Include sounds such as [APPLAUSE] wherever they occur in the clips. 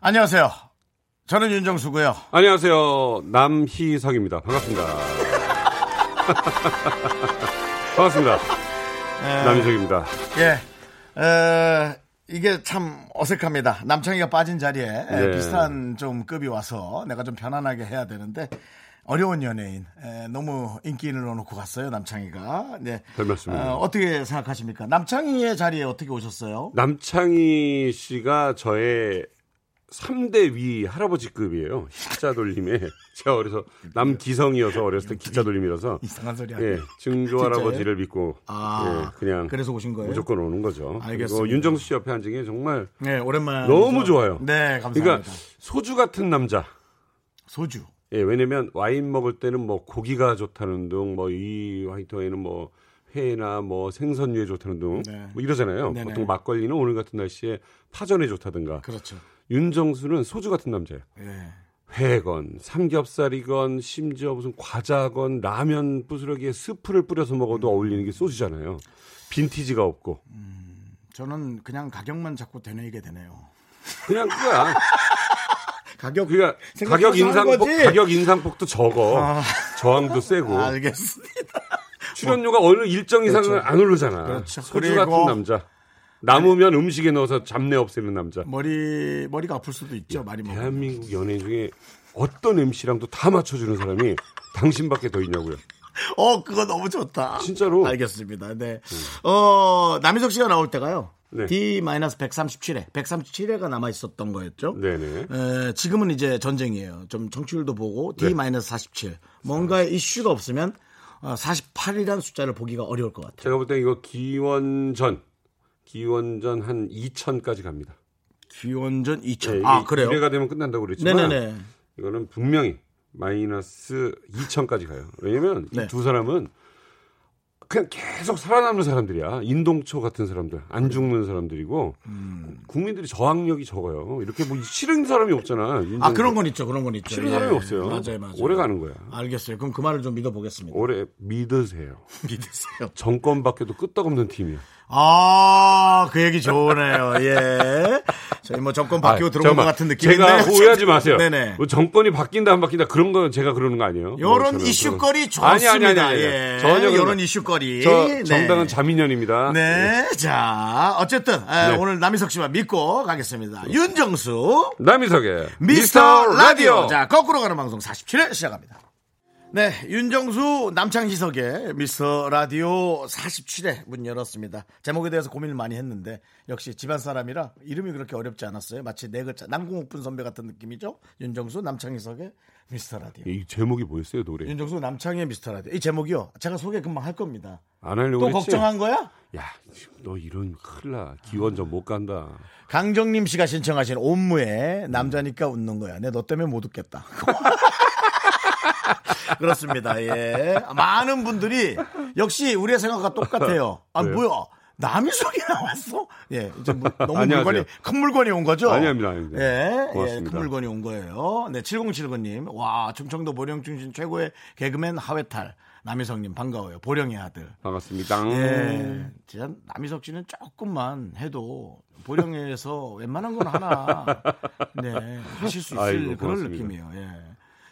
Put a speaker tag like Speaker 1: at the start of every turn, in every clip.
Speaker 1: 안녕하세요. 저는 윤정수고요.
Speaker 2: 안녕하세요. 남희성입니다. 반갑습니다. [LAUGHS] 반갑습니다.
Speaker 1: 네.
Speaker 2: 남희성입니다.
Speaker 1: 예. 에, 이게 참 어색합니다. 남창희가 빠진 자리에
Speaker 2: 예.
Speaker 1: 비슷한 좀 급이 와서 내가 좀 편안하게 해야 되는데 어려운 연예인 에, 너무 인기인을 넣어놓고 갔어요 남창희가. 네.
Speaker 2: 별 말씀입니다.
Speaker 1: 어, 떻게 생각하십니까? 남창희의 자리에 어떻게
Speaker 2: 예.
Speaker 1: 오셨어요?
Speaker 2: 남창희 씨가 저의 3대 위 할아버지급이에요. 기자 돌림에. [LAUGHS] 제가 어려서 남기성이어서 어렸을 때 기자 돌림이라서
Speaker 1: 이상한 소리 하네.
Speaker 2: 예, 증조 할아버지를 믿고
Speaker 1: 아,
Speaker 2: 예, 그냥
Speaker 1: 그래서 오신 거예요?
Speaker 2: 무조건 오는 거죠.
Speaker 1: 알겠습니다.
Speaker 2: 그리고 윤정수 씨 옆에 앉은 게 정말
Speaker 1: 네, 오랜만에.
Speaker 2: 너무 좋아요.
Speaker 1: 네, 감사합니다.
Speaker 2: 그러니까 소주 같은 남자.
Speaker 1: 소주.
Speaker 2: 예, 왜냐면 와인 먹을 때는 뭐 고기가 좋다는 둥, 뭐 이 화이트와인은 뭐 회나 뭐 생선류에 좋다는 둥,
Speaker 1: 네.
Speaker 2: 뭐 이러잖아요.
Speaker 1: 네네.
Speaker 2: 보통 막걸리는 오늘 같은 날씨에 파전에 좋다든가.
Speaker 1: 그렇죠.
Speaker 2: 윤정수는 소주 같은 남자예요.
Speaker 1: 예.
Speaker 2: 회건, 삼겹살이건, 심지어 무슨 과자건, 라면 부스러기에 스프를 뿌려서 먹어도
Speaker 1: 음.
Speaker 2: 어울리는 게 소주잖아요. 빈티지가 없고
Speaker 1: 저는 그냥 가격만 자꾸 되뇌이게 되네요.
Speaker 2: 그냥 그거야.
Speaker 1: 가격
Speaker 2: 그러니까
Speaker 1: [LAUGHS] 생각해서
Speaker 2: 가격 인상폭, 뭐
Speaker 1: 하는 거지? 아.
Speaker 2: 가격 뭐. 인상폭도 적어, 저항도 세고.
Speaker 1: 알겠습니다. [LAUGHS]
Speaker 2: 출연료가 어느 일정 이상은 안 오르잖아.
Speaker 1: 그렇죠.
Speaker 2: 소주
Speaker 1: 그리고-
Speaker 2: 같은 남자. 남으면 음식에 넣어서 잡내 없애는 남자.
Speaker 1: 머리 머리가 아플 수도 있죠. 많이 먹으면.
Speaker 2: 대한민국 예, 연예인 중에 어떤 MC랑도 다 맞춰주는 사람이 당신밖에 더 있냐고요.
Speaker 1: 어, 그거 너무 좋다.
Speaker 2: 진짜로.
Speaker 1: 알겠습니다. 네. 어, 남희석 씨가 나올 때가요.
Speaker 2: 네.
Speaker 1: D-137회, 137회가 남아 있었던 거였죠.
Speaker 2: 네네.
Speaker 1: 에, 지금은 이제 전쟁이에요. 좀 정치율도 보고
Speaker 2: 네.
Speaker 1: D-47. 뭔가 이슈가 없으면 48이라는 숫자를 보기가 어려울 것 같아요.
Speaker 2: 제가 볼 때 이거 기원전, 기원전 한 2000까지 갑니다.
Speaker 1: 기원전 2000.
Speaker 2: 네,
Speaker 1: 아,
Speaker 2: 이게
Speaker 1: 그래요?
Speaker 2: 이래가 되면 끝난다고 그랬지만
Speaker 1: 네네네.
Speaker 2: 이거는 분명히 마이너스 2000까지 가요. 왜냐면
Speaker 1: 네.
Speaker 2: 이 두 사람은 그냥 계속 살아남는 사람들이야. 인동초 같은 사람들, 안 죽는 사람들이고
Speaker 1: 음.
Speaker 2: 국민들이 저항력이 적어요. 이렇게 뭐 싫은 사람이 없잖아.
Speaker 1: 아, 그런 건 있죠. 그런 건 있죠.
Speaker 2: 싫은
Speaker 1: 예.
Speaker 2: 사람이 없어요.
Speaker 1: 맞아요, 맞아요.
Speaker 2: 오래 가는 거야.
Speaker 1: 알겠어요. 그럼 그 말을 좀 믿어보겠습니다.
Speaker 2: 오래 믿으세요.
Speaker 1: 믿으세요.
Speaker 2: 정권 밖에도 끄떡없는 팀이야.
Speaker 1: 아, 그 얘기 좋네요. 예. 저희 뭐 정권 바뀌고
Speaker 2: 아이,
Speaker 1: 들어온 것
Speaker 2: 잠깐만.
Speaker 1: 같은 느낌인데. [LAUGHS]
Speaker 2: 제가 오해하지 마세요.
Speaker 1: 네네.
Speaker 2: 뭐 정권이 바뀐다 안 바뀐다 그런 건 제가 그러는 거 아니에요. 뭐
Speaker 1: 요런
Speaker 2: 저는
Speaker 1: 이슈거리
Speaker 2: 그런- 아니,
Speaker 1: 좋습니다.
Speaker 2: 아니, 아니, 아니,
Speaker 1: 예.
Speaker 2: 전혀 그런
Speaker 1: 요런
Speaker 2: 거-
Speaker 1: 이슈거리.
Speaker 2: 저 정당은 자민연입니다. 예.
Speaker 1: 네. 자, 어쨌든 아,
Speaker 2: 네.
Speaker 1: 오늘 남희석 씨만 믿고 가겠습니다. 윤정수
Speaker 2: 남희석의
Speaker 1: 미스터 라디오. 자, 거꾸로 가는 방송 47회 시작합니다. 네, 윤정수 남창희석의 미스터 라디오 47회 문 열었습니다. 제목에 대해서 고민을 많이 했는데 역시 집안 사람이라 이름이 그렇게 어렵지 않았어요. 마치 네 글자 남궁옥분 선배 같은 느낌이죠. 윤정수 남창희석의 미스터 라디오.
Speaker 2: 이 제목이 뭐였어요 노래?
Speaker 1: 윤정수 남창희의 미스터 라디오. 이 제목이요. 제가 소개 금방 할 겁니다.
Speaker 2: 안 하려고
Speaker 1: 또
Speaker 2: 했지?
Speaker 1: 걱정한 거야?
Speaker 2: 야, 지금 너 이런 큰일 나. 기원전 못 간다.
Speaker 1: 강정림 씨가 신청하신 옴무에 남자니까 웃는 거야. 내 너 때문에 못 웃겠다. [LAUGHS] 그렇습니다. 예. 많은 분들이 역시 우리의 생각과 똑같아요. 아,
Speaker 2: 왜요?
Speaker 1: 뭐야. 남이 속이 나왔어? 예, 이제 무- 너무
Speaker 2: 안녕하세요.
Speaker 1: 물건이 큰 물건이 온 거죠?
Speaker 2: 아니합니다, 아닙니다.
Speaker 1: 예, 예,
Speaker 2: 고맙습니다.
Speaker 1: 큰 물건이 온 거예요. 네, 7079님, 와, 충청도 보령 중심 최고의 개그맨 하회탈 남희성님 반가워요. 보령의 아들.
Speaker 2: 반갑습니다.
Speaker 1: 예. 진짜 남희석 씨는 조금만 해도 보령에서 [LAUGHS] 웬만한 건 하나 네, 하실 수 있을
Speaker 2: 아이고,
Speaker 1: 그런
Speaker 2: 고맙습니다.
Speaker 1: 느낌이에요. 예.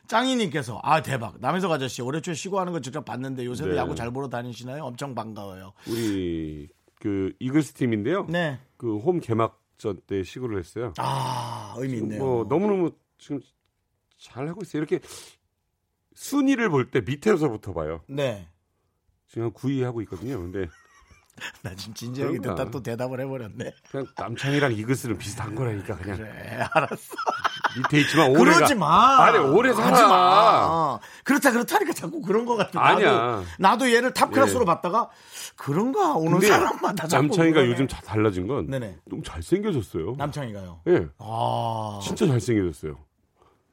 Speaker 1: 짱이님께서 아 대박 남희석 아저씨 올해 초에 쉬고 하는 거 직접 봤는데 요새도
Speaker 2: 네.
Speaker 1: 야구 잘 보러 다니시나요? 엄청 반가워요.
Speaker 2: 우리 그 이글스 팀인데요.
Speaker 1: 네.
Speaker 2: 그 홈 개막전 때 시구를 했어요.
Speaker 1: 아 의미 있네요.
Speaker 2: 뭐 너무너무 지금 잘 하고 있어요. 이렇게 순위를 볼 때 밑에서부터 봐요.
Speaker 1: 네.
Speaker 2: 지금 한 9위 하고 있거든요. 근데
Speaker 1: 나 지금 진지하게
Speaker 2: 그런가?
Speaker 1: 듣다 또 대답을 해버렸네.
Speaker 2: 그냥 남창이랑 이글스는 비슷한 거라니까 그냥
Speaker 1: 그래 알았어.
Speaker 2: 밑에 있지만 오래
Speaker 1: 아, 그러지 마.
Speaker 2: 아니 오래
Speaker 1: 하지
Speaker 2: 살아.
Speaker 1: 마. 그렇다 그렇다니까 자꾸 그런 것 같아.
Speaker 2: 아니야.
Speaker 1: 나도, 나도 얘를 탑 클래스로
Speaker 2: 예.
Speaker 1: 봤다가 그런가 오는
Speaker 2: 근데
Speaker 1: 사람마다 자꾸
Speaker 2: 남창이가
Speaker 1: 그러네.
Speaker 2: 요즘 다 달라진 건
Speaker 1: 네네.
Speaker 2: 너무 잘생겨졌어요.
Speaker 1: 남창이가요.
Speaker 2: 예,
Speaker 1: 아
Speaker 2: 진짜 잘생겨졌어요.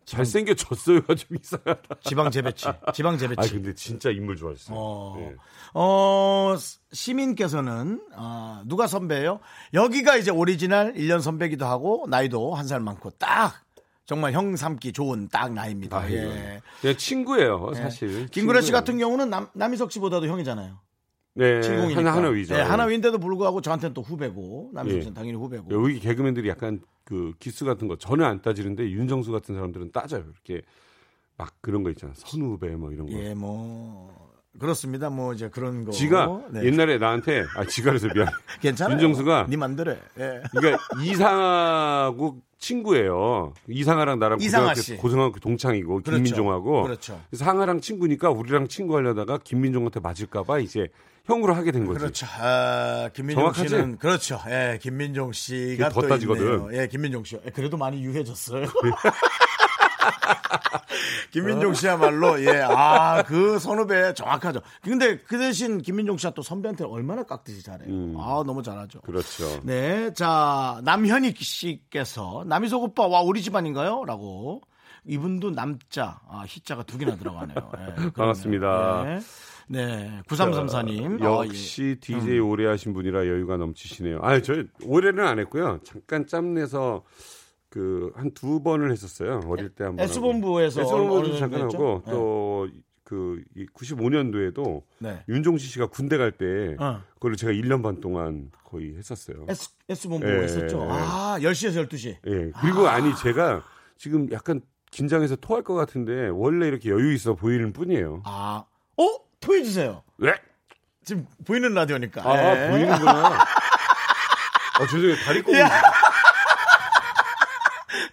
Speaker 2: 잘생겨졌어요가 [LAUGHS] 좀 이상하다.
Speaker 1: 지방 재배치, 지방 재배치.
Speaker 2: 아 근데 진짜 인물 좋아졌어요.
Speaker 1: 어,
Speaker 2: 예.
Speaker 1: 어, 시민께서는 아, 누가 선배예요? 여기가 이제 오리지널 1년 선배기도 하고 나이도 한 살 많고 딱 정말 형 삼기 좋은 딱 나이입니다.
Speaker 2: 아,
Speaker 1: 예.
Speaker 2: 예. 그냥 친구예요, 사실.
Speaker 1: 김구라 씨
Speaker 2: 친구예요.
Speaker 1: 같은 경우는 남, 남희석 씨보다도 형이잖아요.
Speaker 2: 네,
Speaker 1: 친공이니까.
Speaker 2: 하나 하나 위죠.
Speaker 1: 네, 하나 위인데도 불구하고 저한테는 또 후배고 남희석
Speaker 2: 예.
Speaker 1: 씨는 당연히 후배고.
Speaker 2: 여기 개그맨들이 약간 그 기스 같은 거 전혀 안 따지는데 윤정수 같은 사람들은 따져요. 이렇게 막 그런 거 있잖아. 선후배 뭐 이런 거.
Speaker 1: 예, 뭐 그렇습니다. 뭐 이제 그런 거.
Speaker 2: 지가
Speaker 1: 네.
Speaker 2: 옛날에 나한테 아 지가 그래서 미안.
Speaker 1: 괜찮아요.
Speaker 2: 윤정수가
Speaker 1: 네 맘대로. 해. 예.
Speaker 2: 그러니까 이상하고 친구예요. 이상하랑 나랑
Speaker 1: 이상하
Speaker 2: 고등학교-
Speaker 1: 씨.
Speaker 2: 고등학교 동창이고
Speaker 1: 그렇죠.
Speaker 2: 김민종하고
Speaker 1: 그렇죠.
Speaker 2: 그래서 상하랑 친구니까 우리랑 친구하려다가 김민종한테 맞을까봐 이제 형으로 하게 된 거지.
Speaker 1: 그렇죠. 아, 김민종
Speaker 2: 정확하지?
Speaker 1: 씨는 그렇죠. 예, 김민종 씨가
Speaker 2: 그게 더
Speaker 1: 또
Speaker 2: 따지거든.
Speaker 1: 있네요. 예, 김민종 씨. 예, 그래도 많이
Speaker 2: [LAUGHS]
Speaker 1: 유해졌어요. 김민종 씨야말로 예, 아, 그 선후배 정확하죠. 근데 그 대신 김민종 씨가 또 선배한테 얼마나 깍듯이 잘해요.
Speaker 2: 음.
Speaker 1: 아, 너무 잘하죠.
Speaker 2: 그렇죠.
Speaker 1: 네, 자 남현희 씨께서 남희석 오빠 와 우리 집안인가요? 라고 이분도 남자 아, 희자가 두 개나 들어가네요. 예, 그러네요.
Speaker 2: 반갑습니다.
Speaker 1: 네, 네 9334님 아, 예.
Speaker 2: 역시 DJ
Speaker 1: 음.
Speaker 2: 오래 하신 분이라 여유가 넘치시네요. 아니, 저 올해는 안 했고요. 잠깐 짬내서 그 한 두 번을 했었어요. 어릴 때 한 번.
Speaker 1: S본부에서 어느
Speaker 2: 네, S본부도
Speaker 1: 정도
Speaker 2: 잠깐
Speaker 1: 했죠?
Speaker 2: 하고
Speaker 1: 네.
Speaker 2: 또그 95년도에도
Speaker 1: 네.
Speaker 2: 윤종신 씨가 군대 갈 때
Speaker 1: 어.
Speaker 2: 그걸 제가 1년 반 동안 거의 했었어요.
Speaker 1: S S 본부
Speaker 2: 예,
Speaker 1: 했었죠.
Speaker 2: 예.
Speaker 1: 아 10시에서 12시.
Speaker 2: 예. 그리고 아. 니 제가 지금 약간 긴장해서 토할 것 같은데 원래 이렇게 여유 있어 보이는 뿐이에요.
Speaker 1: 아, 어 토해 주세요.
Speaker 2: 왜?
Speaker 1: 지금 보이는 라디오니까.
Speaker 2: 아,
Speaker 1: 예.
Speaker 2: 보이는구나. 아, 죄송해요. 다리 꼬고 있어요.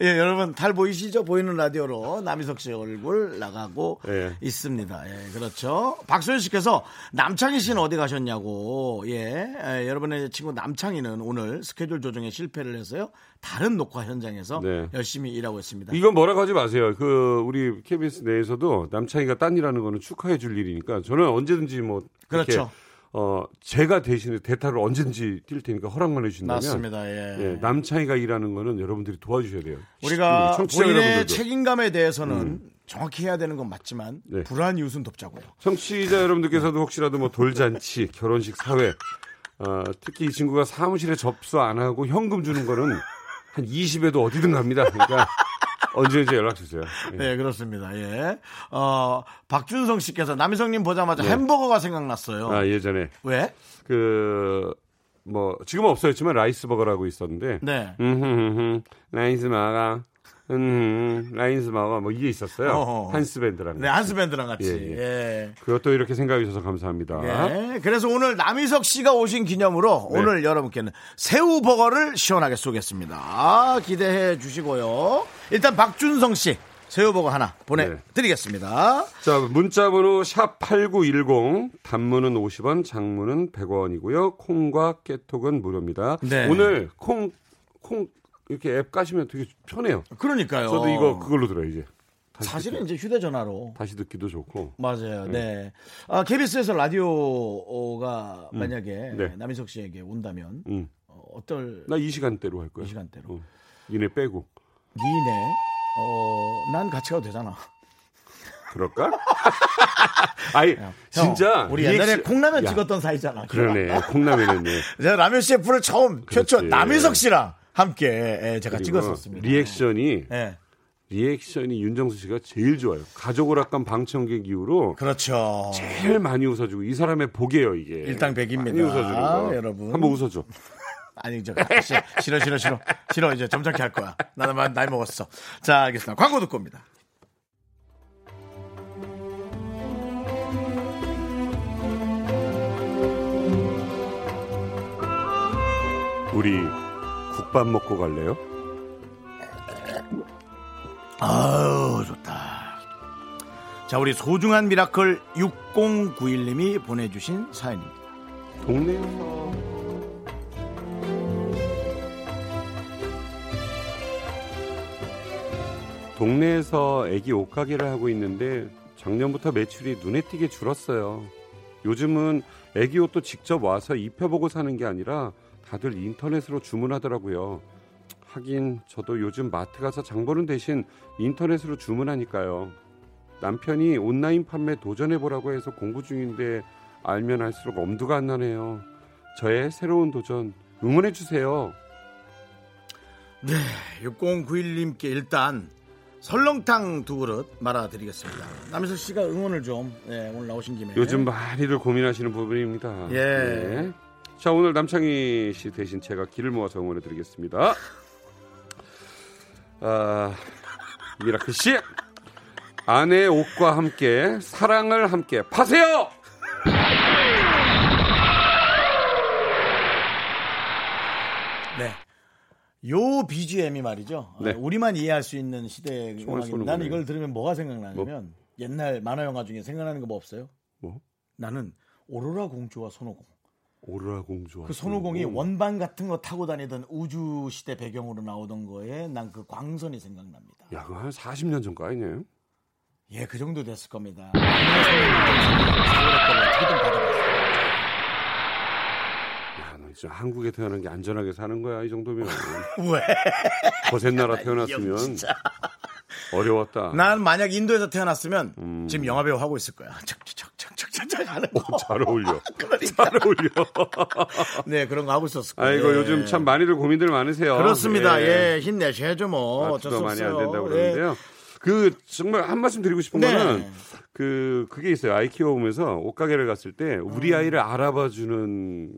Speaker 1: 예, 여러분 잘 보이시죠? 보이는 라디오로 남희석 씨의 얼굴 나가고
Speaker 2: 예.
Speaker 1: 있습니다. 예, 그렇죠. 박소연 씨께서 남창희 씨는 어디 가셨냐고. 예, 예, 여러분의 친구 남창희는 오늘 스케줄 조정에 실패를 해서요. 다른 녹화 현장에서
Speaker 2: 네.
Speaker 1: 열심히 일하고 있습니다.
Speaker 2: 이건 뭐라고 하지 마세요. 그 우리 KBS 내에서도 남창희가 딴일하는 거는 축하해 줄 일이니까 저는 언제든지 뭐 이렇게,
Speaker 1: 그렇죠.
Speaker 2: 어 제가 대신에 대타를 언제든지 뛸 테니까 허락만 해주신다면
Speaker 1: 맞습니다. 예.
Speaker 2: 예, 남창희가 일하는 거는 여러분들이 도와주셔야 돼요. 음,
Speaker 1: 우리가
Speaker 2: 청취자
Speaker 1: 본인의
Speaker 2: 여러분들도. 음.
Speaker 1: 책임감에 대해서는 정확히 해야 되는 건 맞지만
Speaker 2: 네.
Speaker 1: 불안 이웃은 돕자고요.
Speaker 2: 청취자 여러분들께서도 혹시라도 뭐 돌잔치, [LAUGHS] 결혼식 사회, 어, 특히 이 친구가 사무실에 접수 안 하고 현금 주는 거는 한 20에도 어디든 갑니다. 그러니까 언제든지 연락 주세요. 예.
Speaker 1: 네, 그렇습니다. 예. 어, 박준성 씨께서 남희성님 보자마자 햄버거가 생각났어요.
Speaker 2: 네. 아 예전에
Speaker 1: 왜?
Speaker 2: 그 뭐 지금 은 없어졌지만 라이스버거라고 있었는데
Speaker 1: 네.
Speaker 2: 음흠흠흠, 라이스마가 음 라이스마가 뭐 이게 있었어요
Speaker 1: 어허.
Speaker 2: 한스밴드라는
Speaker 1: 네, 한스밴드랑 같이.
Speaker 2: 예,
Speaker 1: 예,
Speaker 2: 예. 그것도 이렇게 생각해 주셔서 감사합니다
Speaker 1: 예. 그래서 오늘 남희석 씨가 오신 기념으로
Speaker 2: 네.
Speaker 1: 오늘 여러분께는 새우버거를 시원하게 쏘겠습니다. 아, 기대해 주시고요. 일단 박준성 씨, 새우버거 하나 보내드리겠습니다.
Speaker 2: 자 문자번호 샵 #8910 단문은 50원 장문은 100원이고요 콩과 깨톡은 무료입니다
Speaker 1: 네.
Speaker 2: 오늘 콩 콩 이렇게 앱 까시면 되게 편해요
Speaker 1: 그러니까요.
Speaker 2: 저도 이거 그걸로 들어요 이제 다시
Speaker 1: 사실은
Speaker 2: 듣기,
Speaker 1: 이제 휴대전화로.
Speaker 2: 다시 듣기도 좋고
Speaker 1: 맞아요. 네. 아, KBS에서 라디오가 만약에
Speaker 2: 네.
Speaker 1: 남희석 씨에게 온다면
Speaker 2: 음.
Speaker 1: 어, 어떨
Speaker 2: 나 이 시간대로 할 거야
Speaker 1: 이 시간대로.
Speaker 2: 어. 이네 빼고
Speaker 1: 니네? 어, 난 같이 가도 되잖아.
Speaker 2: 그럴까? [LAUGHS] 아니 진짜
Speaker 1: 형, 우리 옛날에
Speaker 2: 리액션-
Speaker 1: 콩라면
Speaker 2: 야,
Speaker 1: 찍었던 사이잖아.
Speaker 2: 그러네 콩라면은 네.
Speaker 1: 제가 라면 CF를 처음 최초
Speaker 2: 그렇지.
Speaker 1: 남희석 씨랑 함께 예, 제가 [LAUGHS]
Speaker 2: 그리고
Speaker 1: 찍었었습니다.
Speaker 2: 리액션이
Speaker 1: 예.
Speaker 2: 리액션이 윤정수 씨가 제일 좋아요. 가족 오락관 방청객 이후로
Speaker 1: 그렇죠.
Speaker 2: 제일 많이 웃어주고 이 사람의 복이에요 이게.
Speaker 1: 일당백입니다.
Speaker 2: 많이 웃어주는 거.
Speaker 1: 여러분.
Speaker 2: 한번 웃어줘.
Speaker 1: 아니 저 시- 싫어 싫어 싫어 싫어 이제 점잖게 할 거야. 나는 마- 나이 먹었어. 자 알겠습니다. 광고 듣고 옵니다.
Speaker 2: 우리 국밥 먹고 갈래요?
Speaker 1: 아우 좋다. 자 우리 소중한 미라클 6091님이 보내주신 사연입니다.
Speaker 2: 동네에서 동네에서 애기 옷가게를 하고 있는데 작년부터 매출이 눈에 띄게 줄었어요. 요즘은 애기 옷도 직접 와서 입혀보고 사는 게 아니라 다들 인터넷으로 주문하더라고요. 하긴 저도 요즘 마트 가서 장 보는 대신 인터넷으로 주문하니까요. 남편이 온라인 판매 도전해 보라고 해서 공부 중인데 알면 알수록 엄두가 안 나네요. 저의 새로운 도전 응원해 주세요.
Speaker 1: 네, 6091님께 일단 설렁탕 두 그릇 말아드리겠습니다. 남희석 씨가 응원을 좀 예, 오늘 나오신 김에
Speaker 2: 요즘 많이들 고민하시는 부분입니다.
Speaker 1: 예.
Speaker 2: 네. 자 오늘 남창희 씨 대신 제가 길을 모아서 응원해 드리겠습니다. 아 미라클 씨 아내의 옷과 함께 사랑을 함께 파세요.
Speaker 1: 네. 요 BGM이 말이죠.
Speaker 2: 네.
Speaker 1: 아, 우리만 이해할 수 있는 시대의
Speaker 2: 총알
Speaker 1: 음악인데
Speaker 2: 쏘는
Speaker 1: 나는
Speaker 2: 거네요.
Speaker 1: 이걸 들으면 뭐가 생각나냐면 옛날 만화 영화 중에 생각나는 거 뭐 없어요?
Speaker 2: 뭐?
Speaker 1: 나는 오로라 공주와 손오공.
Speaker 2: 오로라 공주와
Speaker 1: 그 손오공이 원반 같은 거 타고 다니던 우주 시대 배경으로 나오던 거에 난 그 광선이 생각납니다.
Speaker 2: 야, 그한 40년 전거 아니에요?
Speaker 1: 예, 그 정도 됐을 겁니다.
Speaker 2: [LAUGHS]
Speaker 1: 어떻게든 받아봤어요.
Speaker 2: 야, 너 진짜 아, 한국에 태어난 게 안전하게 사는 거야
Speaker 1: [LAUGHS]
Speaker 2: 이 정도면
Speaker 1: 왜?
Speaker 2: 거센 나라 태어났으면
Speaker 1: 형, 진짜.
Speaker 2: 어려웠다.
Speaker 1: 난 만약 인도에서 태어났으면 지금 영화배우 하고 있을 거야. [LAUGHS] 척척척척척척 하는 거.
Speaker 2: 잘 음. 어울려.
Speaker 1: [LAUGHS] 그러니까.
Speaker 2: 잘 어울려.
Speaker 1: 네, 그런 거 하고 있었을 거예요.
Speaker 2: 아이고
Speaker 1: 예.
Speaker 2: 요즘 참 많이들 고민들 많으세요.
Speaker 1: 그렇습니다.
Speaker 2: 예.
Speaker 1: 예, 힘내셔야죠 뭐.
Speaker 2: 마트도
Speaker 1: 어쩔 수
Speaker 2: 많이
Speaker 1: 없어요.
Speaker 2: 안 된다고
Speaker 1: 예.
Speaker 2: 그러는데요. 그 정말 한 말씀 드리고 싶은
Speaker 1: 네.
Speaker 2: 거는 그 그게 있어요. 아이 키워보면서 옷가게를 갔을 때
Speaker 1: 음.
Speaker 2: 우리 아이를 알아봐주는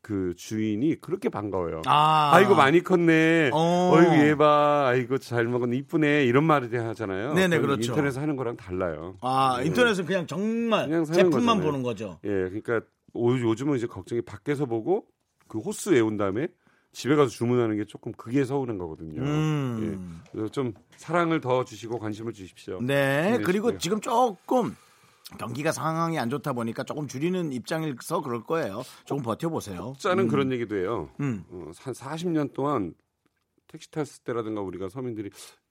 Speaker 2: 그 주인이 그렇게 반가워요.
Speaker 1: 아.
Speaker 2: 이고 많이 컸네.
Speaker 1: 어.
Speaker 2: 어. 이구얘 봐. 아이고 잘 먹었네. 이쁘네. 이런 말을 하잖아요.
Speaker 1: 네네,
Speaker 2: 그건
Speaker 1: 그렇죠.
Speaker 2: 인터넷에서 하는 거랑 달라요.
Speaker 1: 아, 인터넷은 그냥 정말
Speaker 2: 그냥 사는
Speaker 1: 제품만
Speaker 2: 거잖아요.
Speaker 1: 보는 거죠.
Speaker 2: 예, 그러니까 오- 요즘은 이제 걱정이 밖에서 보고 그 호스 외운 다음에 집에 가서 주문하는 게 조금 그게 서운한 거거든요.
Speaker 1: 음.
Speaker 2: 예, 그래서 좀 사랑을 더 주시고 관심을 주십시오.
Speaker 1: 네,
Speaker 2: 힘내시고요.
Speaker 1: 그리고 지금 조금 경기가 상황이 안 좋다 보니까 조금 줄이는 입장에서 그럴 거예요. 조금 버텨보세요.
Speaker 2: 짜는 그런 얘기도 해요.
Speaker 1: 음.
Speaker 2: 어, 한 40년 동안 택시 탔을 때라든가 우리가 서민들이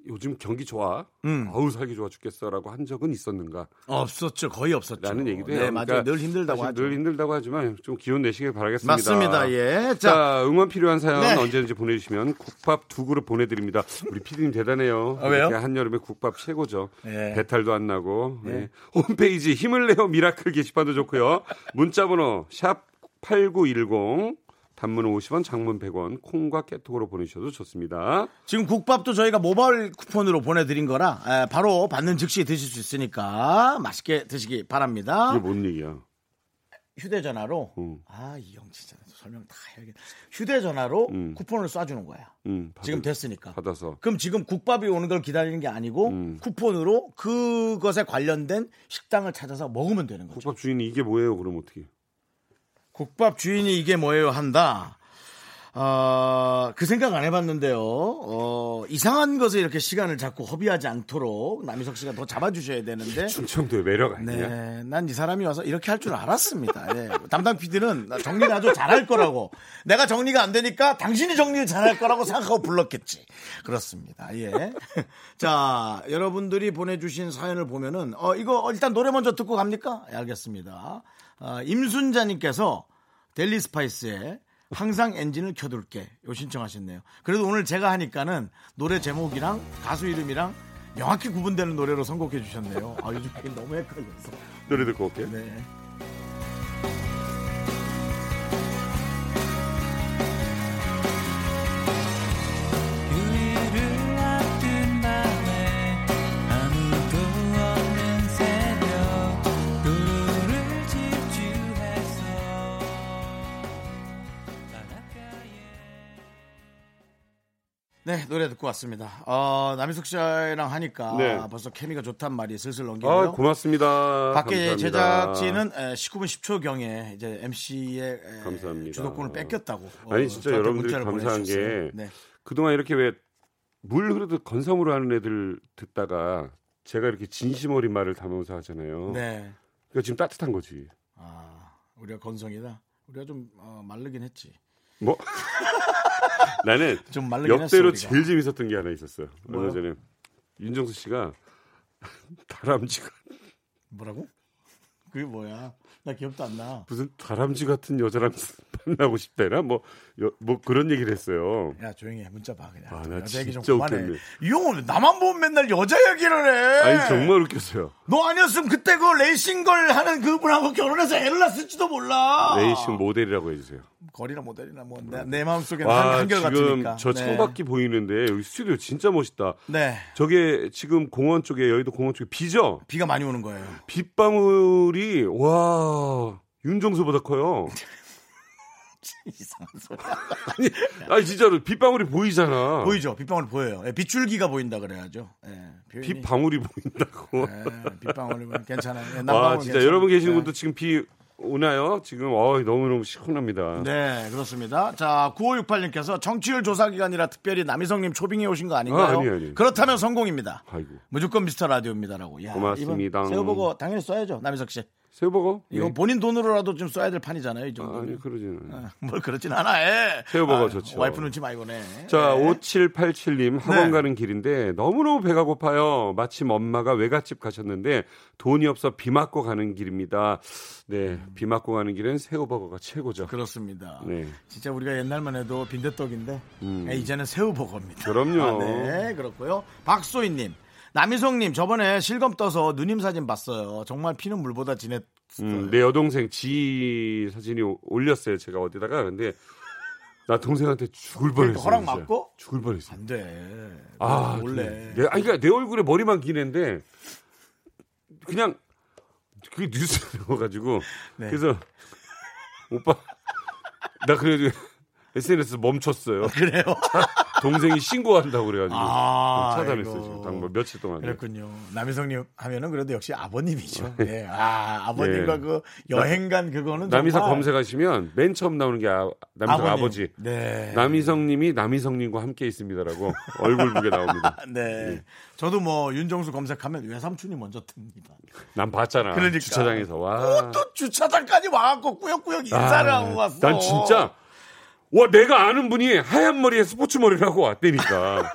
Speaker 2: 요즘 경기 좋아,
Speaker 1: 음.
Speaker 2: 아우 살기 좋아 죽겠어라고 한 적은 있었는가?
Speaker 1: 없었죠. 거의 없었죠.
Speaker 2: 라는 얘기도 해요.
Speaker 1: 네, 맞아요.
Speaker 2: 그러니까
Speaker 1: 늘 힘들다고
Speaker 2: 사실
Speaker 1: 하죠.
Speaker 2: 늘 힘들다고 하지만 좀 기운 내시길 바라겠습니다.
Speaker 1: 맞습니다. 예.
Speaker 2: 자,
Speaker 1: 자,
Speaker 2: 응원 필요한 사연
Speaker 1: 네.
Speaker 2: 언제든지 보내주시면 국밥 두 그릇 보내드립니다. 우리 피디님 대단해요.
Speaker 1: 아, 왜요?
Speaker 2: 이렇게 한여름에 국밥 최고죠.
Speaker 1: 예.
Speaker 2: 배탈도 안 나고 예. 홈페이지 힘을 내요 미라클 게시판도 좋고요. 문자번호 샵 8910 단문 50원, 장문 100원, 콩과 깨톡으로 보내주셔도 좋습니다.
Speaker 1: 지금 국밥도 저희가 모바일 쿠폰으로 보내드린 거라 에, 바로 받는 즉시 드실 수 있으니까 맛있게 드시기 바랍니다.
Speaker 2: 이게 뭔 얘기야?
Speaker 1: 휴대전화로
Speaker 2: 음.
Speaker 1: 아 이 형 진짜 설명 다 해야겠다. 휴대전화로
Speaker 2: 음.
Speaker 1: 쿠폰을 쏴주는 거야.
Speaker 2: 음, 받-
Speaker 1: 지금 됐으니까.
Speaker 2: 받아서 음.
Speaker 1: 그럼 지금 국밥이 오는 걸 기다리는 게 아니고 쿠폰으로 그것에 관련된 식당을 찾아서 먹으면 되는 거죠.
Speaker 2: 국밥 주인이 이게 뭐예요? 그럼 어떻게?
Speaker 1: 국밥 주인이 이게 뭐예요 한다. 어, 그 생각 안 해봤는데요. 어, 이상한 것에 이렇게 시간을 자꾸 허비하지 않도록 남희석 씨가 더 잡아주셔야 되는데.
Speaker 2: 충청도의 매력 아니냐?
Speaker 1: 네, 난 이 사람이 와서 이렇게 할 줄 알았습니다. 예. 담당 PD는 정리를 아주 잘할 거라고. 내가 정리가 안 되니까 당신이 정리를 잘할 거라고 생각하고 불렀겠지. 그렇습니다. 예. [LAUGHS] 자, 여러분들이 보내주신 사연을 보면은, 어, 이거 일단 노래 먼저 듣고 갑니까? 예, 알겠습니다. 아, 임순자님께서 델리 스파이스의 항상 엔진을 켜둘게 요 신청하셨네요. 그래도 오늘 제가 하니까는 노래 제목이랑 가수 이름이랑 명확히 구분되는 노래로 선곡해 주셨네요. 아 요즘 그게 너무 헷갈려서.
Speaker 2: 노래 듣고 올게요.
Speaker 1: 네.
Speaker 3: 우리를 앞둔 밤에 아무도 없는 새벽 도로를 질주해서 바닷가에
Speaker 1: 네 노래 듣고 왔습니다. 어, 남희숙 씨랑 하니까
Speaker 2: 네.
Speaker 1: 벌써 케미가 좋단 말이 슬슬
Speaker 2: 아,
Speaker 1: 넘기고요.
Speaker 2: 고맙습니다.
Speaker 1: 밖에
Speaker 2: 감사합니다.
Speaker 1: 제작진은 에, 19분 10초 경에 이제 MC의
Speaker 2: 감사합니다.
Speaker 1: 주도권을 뺏겼다고. 어,
Speaker 2: 아니, 진짜
Speaker 1: 저한테
Speaker 2: 여러분들이
Speaker 1: 문자를
Speaker 2: 감사한 게
Speaker 1: 보내주셨어요. 네.
Speaker 2: 그동안 이렇게 왜 물 흐르듯 건성으로 하는 애들 듣다가 제가 이렇게 진심 어린 말을 담으면서 하잖아요.
Speaker 1: 네.
Speaker 2: 그러니까 지금 따뜻한 거지.
Speaker 1: 아, 우리가 건성이다. 우리가 좀 어, 마르긴 했지.
Speaker 2: 뭐? [LAUGHS] 나는
Speaker 1: 좀 말르긴
Speaker 2: 역대로
Speaker 1: 했어, 우리가.
Speaker 2: 제일 재밌었던 게 하나 있었어요. 얼마 전에 윤정수 씨가 [LAUGHS] 다람쥐 같-
Speaker 1: 뭐라고? [LAUGHS] 그게 뭐야? 나 기억도 안 나.
Speaker 2: 무슨 다람쥐 같은 여자랑 [LAUGHS] 만나고 싶대나 뭐, 여- 뭐 그런 얘기를 했어요.
Speaker 1: 야 조용히 해 문자 봐 그냥
Speaker 2: 아, 나
Speaker 1: 여자 얘기 좀
Speaker 2: 진짜
Speaker 1: 그만해
Speaker 2: 웃겼네.
Speaker 1: 이 형은 나만 보면 맨날 여자 얘기를 해
Speaker 2: 아니 정말 웃겼어요.
Speaker 1: 너 아니었으면 그때 그 레이싱 걸 하는 그분하고 결혼해서 애를 낳았을지도 몰라
Speaker 2: 레이싱 모델이라고 해주세요.
Speaker 1: 거리나 모델이나 뭐 내 마음속에 는
Speaker 2: 와
Speaker 1: 한결
Speaker 2: 지금
Speaker 1: 같으니까
Speaker 2: 저 창밖이 보이는데 여기 스튜디오 진짜 멋있다.
Speaker 1: 네
Speaker 2: 저게 지금 공원 쪽에 여의도 공원 쪽에 비죠?
Speaker 1: 비가 많이 오는 거예요
Speaker 2: 빗방울이 와 윤정수보다
Speaker 1: [LAUGHS]
Speaker 2: 커요.
Speaker 1: [LAUGHS] 이상한 소리야
Speaker 2: 아니, 아니 진짜로 빗방울이 보이잖아.
Speaker 1: 보이죠 빗방울 보여요 예, 빗줄기가 보인다 그래야죠 예, 표현이.
Speaker 2: 빗방울이 보인다고.
Speaker 1: 예, 빗방울 보면 괜찮아요 예,
Speaker 2: 와
Speaker 1: 남방울
Speaker 2: 진짜
Speaker 1: 괜찮아요.
Speaker 2: 여러분 계시는
Speaker 1: 예.
Speaker 2: 분도 지금 비 오나요? 지금 어 너무 너무 시큰합니다.
Speaker 1: 네, 그렇습니다. 자, 9568님께서 정치율 조사 기간이라 특별히 남희성님 초빙해 오신 거 아닌가요?
Speaker 2: 아, 아니에요, 아니에요.
Speaker 1: 그렇다면 성공입니다.
Speaker 2: 아이고
Speaker 1: 무조건 미스터 라디오입니다라고. 야,
Speaker 2: 고맙습니다.
Speaker 1: 이번 새우버거 당연히 써야죠, 남희석 씨.
Speaker 2: 새우버거?
Speaker 1: 이거
Speaker 2: 예.
Speaker 1: 본인 돈으로라도 좀 써야 될 판이잖아요, 이
Speaker 2: 아,
Speaker 1: 정도는.
Speaker 2: 아니 그러지는. 않아요.
Speaker 1: 뭘 그렇진 않아. 예.
Speaker 2: 새우버거
Speaker 1: 아,
Speaker 2: 좋죠.
Speaker 1: 와이프 눈치 많이 보네.
Speaker 2: 자,
Speaker 1: 예.
Speaker 2: 5787님 학원
Speaker 1: 네.
Speaker 2: 가는 길인데 너무너무 배가 고파요. 마침 엄마가 외갓집 가셨는데 돈이 없어 비 맞고 가는 길입니다. 네, 비 맞고 가는 길엔 새우버거가 최고죠.
Speaker 1: 음. 그렇습니다.
Speaker 2: 네. 음.
Speaker 1: 진짜 우리가 옛날만 해도 빈대떡인데 예, 이제는 새우버거입니다.
Speaker 2: 그럼요.
Speaker 1: 아, 네, 그렇고요. 박소희님, 남희성님 저번에 실검 떠서 누님 사진 봤어요. 정말 피는 물보다 진했어요.
Speaker 2: 음,
Speaker 1: 네.
Speaker 2: 내 여동생 지 사진이 오- 올렸어요. 제가 어디다가 근데 나 동생한테 죽을
Speaker 1: 그러니까
Speaker 2: 뻔했어요.
Speaker 1: 허락
Speaker 2: 진짜.
Speaker 1: 맞고?
Speaker 2: 죽을 뻔했어요.
Speaker 1: 안 돼.
Speaker 2: 아,
Speaker 1: 원래
Speaker 2: 내, 아니 그러니까 내 얼굴에 머리만 기는데 그냥 그게 뉴스에 [LAUGHS] 나와가지고
Speaker 1: 네.
Speaker 2: 그래서 오빠 나 그래도 SNS 멈췄어요.
Speaker 1: 그래요.
Speaker 2: 동생이 신고한다고 그래가지고
Speaker 1: 아,
Speaker 2: 차단했어요
Speaker 1: 아이고.
Speaker 2: 지금 당분 며칠 동안.
Speaker 1: 그렇군요. 남희성님 하면은 그래도 역시 아버님이죠. 예. 아, 아버님과
Speaker 2: 예.
Speaker 1: 그 여행간 그거는
Speaker 2: 네. 남이성
Speaker 1: 정말
Speaker 2: 검색하시면 맨 처음 나오는 게 아, 남이성
Speaker 1: 아. 아버님.
Speaker 2: 아버지.
Speaker 1: 네.
Speaker 2: 남이성님이 남이성님과 함께 있습니다라고 얼굴
Speaker 1: [LAUGHS]
Speaker 2: 보게 나옵니다.
Speaker 1: 네. 저도 뭐 윤정수 검색하면 외삼촌이 먼저 뜹니다.
Speaker 2: 아. 난 봤잖아.
Speaker 1: 그러니까.
Speaker 2: 주차장에서 와.
Speaker 1: 또 주차장까지 와갖고 꾸역꾸역 인사를 하고 왔어.
Speaker 2: 아, 난 진짜 와 내가 아는 분이 하얀 머리에 스포츠 머리라고
Speaker 1: [LAUGHS] 아,
Speaker 2: 왔다니까.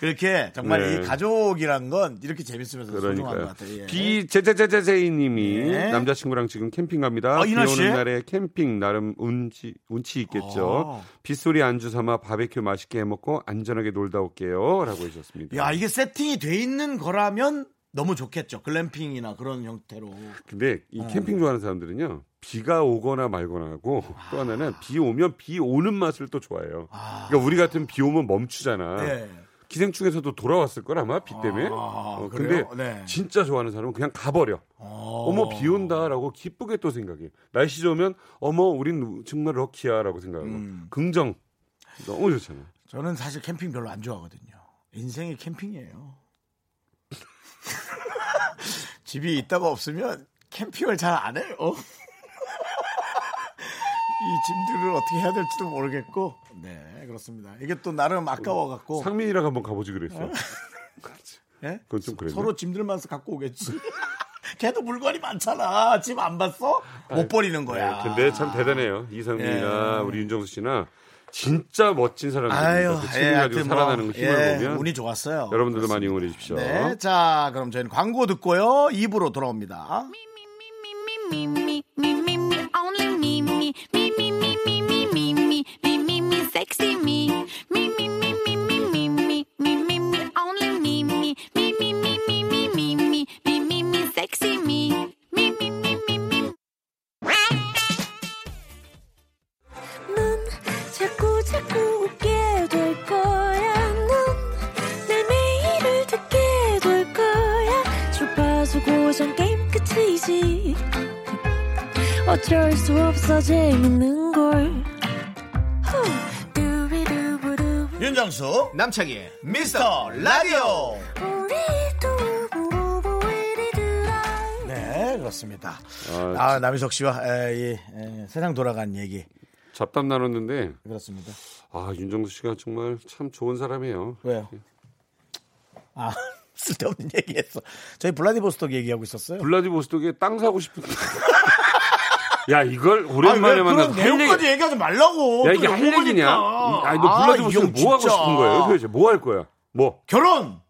Speaker 1: 그렇게 정말
Speaker 2: 네.
Speaker 1: 이 가족이란 건 이렇게 재밌으면서 소중한 것
Speaker 2: 그러니까
Speaker 1: 같아요. 예.
Speaker 2: 비제제제제제이님이
Speaker 1: 예.
Speaker 2: 남자친구랑 지금 캠핑 갑니다.
Speaker 1: 아,
Speaker 2: 비
Speaker 1: 이날
Speaker 2: 오는
Speaker 1: 씨에?
Speaker 2: 날에 캠핑 나름 운치 운치 있겠죠.
Speaker 1: 아.
Speaker 2: 빗소리 안주 삼아 바베큐 맛있게 해 먹고 안전하게 놀다 올게요라고 해주셨습니다.
Speaker 1: 야, 이게 세팅이 돼 있는 거라면 너무 좋겠죠. 글램핑이나 그런 형태로.
Speaker 2: 근데 이
Speaker 1: 어.
Speaker 2: 캠핑 좋아하는 사람들은요 비가 오거나 말거나 하고 또 하나는 비 오면 비 오는 맛을 또 좋아해요. 그러니까 우리 같은 비 오면 멈추잖아.
Speaker 1: 네.
Speaker 2: 기생충에서도 돌아왔을 걸 아마 비 때문에.
Speaker 1: 아,
Speaker 2: 어, 근데
Speaker 1: 그래요? 네.
Speaker 2: 진짜 좋아하는 사람은 그냥 가버려. 어. 머비 온다라고 기쁘게 또 생각해. 날씨 좋으면 어머 우린 정말 럭키야라고 생각하고
Speaker 1: 음.
Speaker 2: 긍정 너무 좋잖아.
Speaker 1: 저는 사실 캠핑 별로 안 좋아하거든요. 인생이 캠핑이에요. [LAUGHS] 집이 있다가 없으면 캠핑을 잘 안 해요. [LAUGHS] 이 짐들을 어떻게 해야 될지도 모르겠고, 네 그렇습니다. 이게 또 나름 아까워 갖고
Speaker 2: 상민이랑 한번 가보지 그랬어.
Speaker 1: 예?
Speaker 2: 그건 좀 그랬네.
Speaker 1: 서로 짐들만 서 갖고 오겠지. [LAUGHS] 걔도 물건이 많잖아. 짐 안 봤어? 못 버리는 거야. 예.
Speaker 2: 네, 근데 참 대단해요. 이상민이나 우리 윤정수 씨나 진짜 멋진
Speaker 1: 아유,
Speaker 2: 사람들입니다. 그
Speaker 1: 예,
Speaker 2: 친구 가지고
Speaker 1: 하여튼 뭐,
Speaker 2: 살아나는 힘을
Speaker 1: 예,
Speaker 2: 보면
Speaker 1: 운이 좋았어요.
Speaker 2: 여러분들도 많이 응원해 주십시오.
Speaker 1: 네, 자 그럼 저희는 광고 듣고요. 2부로 돌아옵니다.
Speaker 4: Me, me, me, me, me, only me, me, me, me, me, me, me, me, me, me, me, me, sexy me. Me, me, me, me, me, me, me, me, me, me, only me, me, me, me, me, me, me, me, me, me, me, me, sexy me. Me, me, me, me, me.
Speaker 5: 넌 자꾸 자꾸 웃게 될 거야. 넌내 매일을 듣게 될 거야. 주파수 고정 게임 끝이지. 어쩔 수 없어 재밌는 걸. 후. 두비두부두.
Speaker 1: 윤정수 남창희의 미스터 라디오
Speaker 5: 우리 두부부부 우리 두라.
Speaker 1: 네 그렇습니다
Speaker 2: 아,
Speaker 1: 아 남희석 씨와 에, 이, 에, 세상 돌아간 얘기
Speaker 2: 잡담 나눴는데
Speaker 1: 그렇습니다
Speaker 2: 아 윤정수 씨가 정말 참 좋은 사람이에요.
Speaker 1: 왜요 아 [LAUGHS] 쓸데없는 얘기했어 저희 블라디보스톡 얘기하고 있었어요
Speaker 2: 블라디보스톡에 땅 사고 싶은데. [LAUGHS] 야 이걸 오랜만에
Speaker 1: 아니, 왜
Speaker 2: 만나서
Speaker 1: 그런
Speaker 2: 할
Speaker 1: 내용까지
Speaker 2: 얘기.
Speaker 1: 얘기하지 말라고
Speaker 2: 야
Speaker 1: 또
Speaker 2: 이게 할
Speaker 1: 욕먹으니까.
Speaker 2: 얘기냐? 이- 아니 너
Speaker 1: 아,
Speaker 2: 블라디보스톡
Speaker 1: 이형
Speaker 2: 뭐 하고
Speaker 1: 진짜.
Speaker 2: 싶은 거예요? 도대체 뭐 할 거야? 뭐?
Speaker 1: 결혼!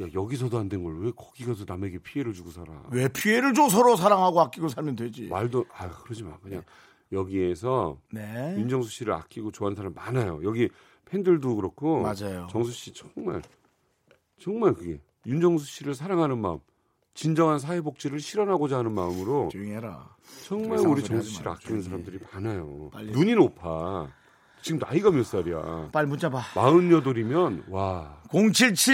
Speaker 2: 야, 여기서도 안 된 걸 왜 거기 가서 남에게 피해를 주고 살아?
Speaker 1: 왜 피해를 줘? 서로 사랑하고 아끼고 살면 되지.
Speaker 2: 말도 아 그러지 마 그냥 여기에서
Speaker 1: 네.
Speaker 2: 윤정수 씨를 아끼고 좋아하는 사람 많아요. 여기 팬들도 그렇고
Speaker 1: 맞아요.
Speaker 2: 정수 씨 정말 정말 그게 윤정수 씨를 사랑하는 마음, 진정한 사회복지를 실현하고자 하는 마음으로
Speaker 1: 조용히 해라.
Speaker 2: 정말
Speaker 1: 이상한
Speaker 2: 우리
Speaker 1: 소리
Speaker 2: 정수
Speaker 1: 하지
Speaker 2: 씨를
Speaker 1: 마라. 조용히
Speaker 2: 아끼는 사람들이 많아요.
Speaker 1: 빨리.
Speaker 2: 눈이 높아. 지금 나이가 몇 살이야?
Speaker 1: 빨리 문자 봐.
Speaker 2: 마흔여덟이면
Speaker 1: 아.
Speaker 2: 와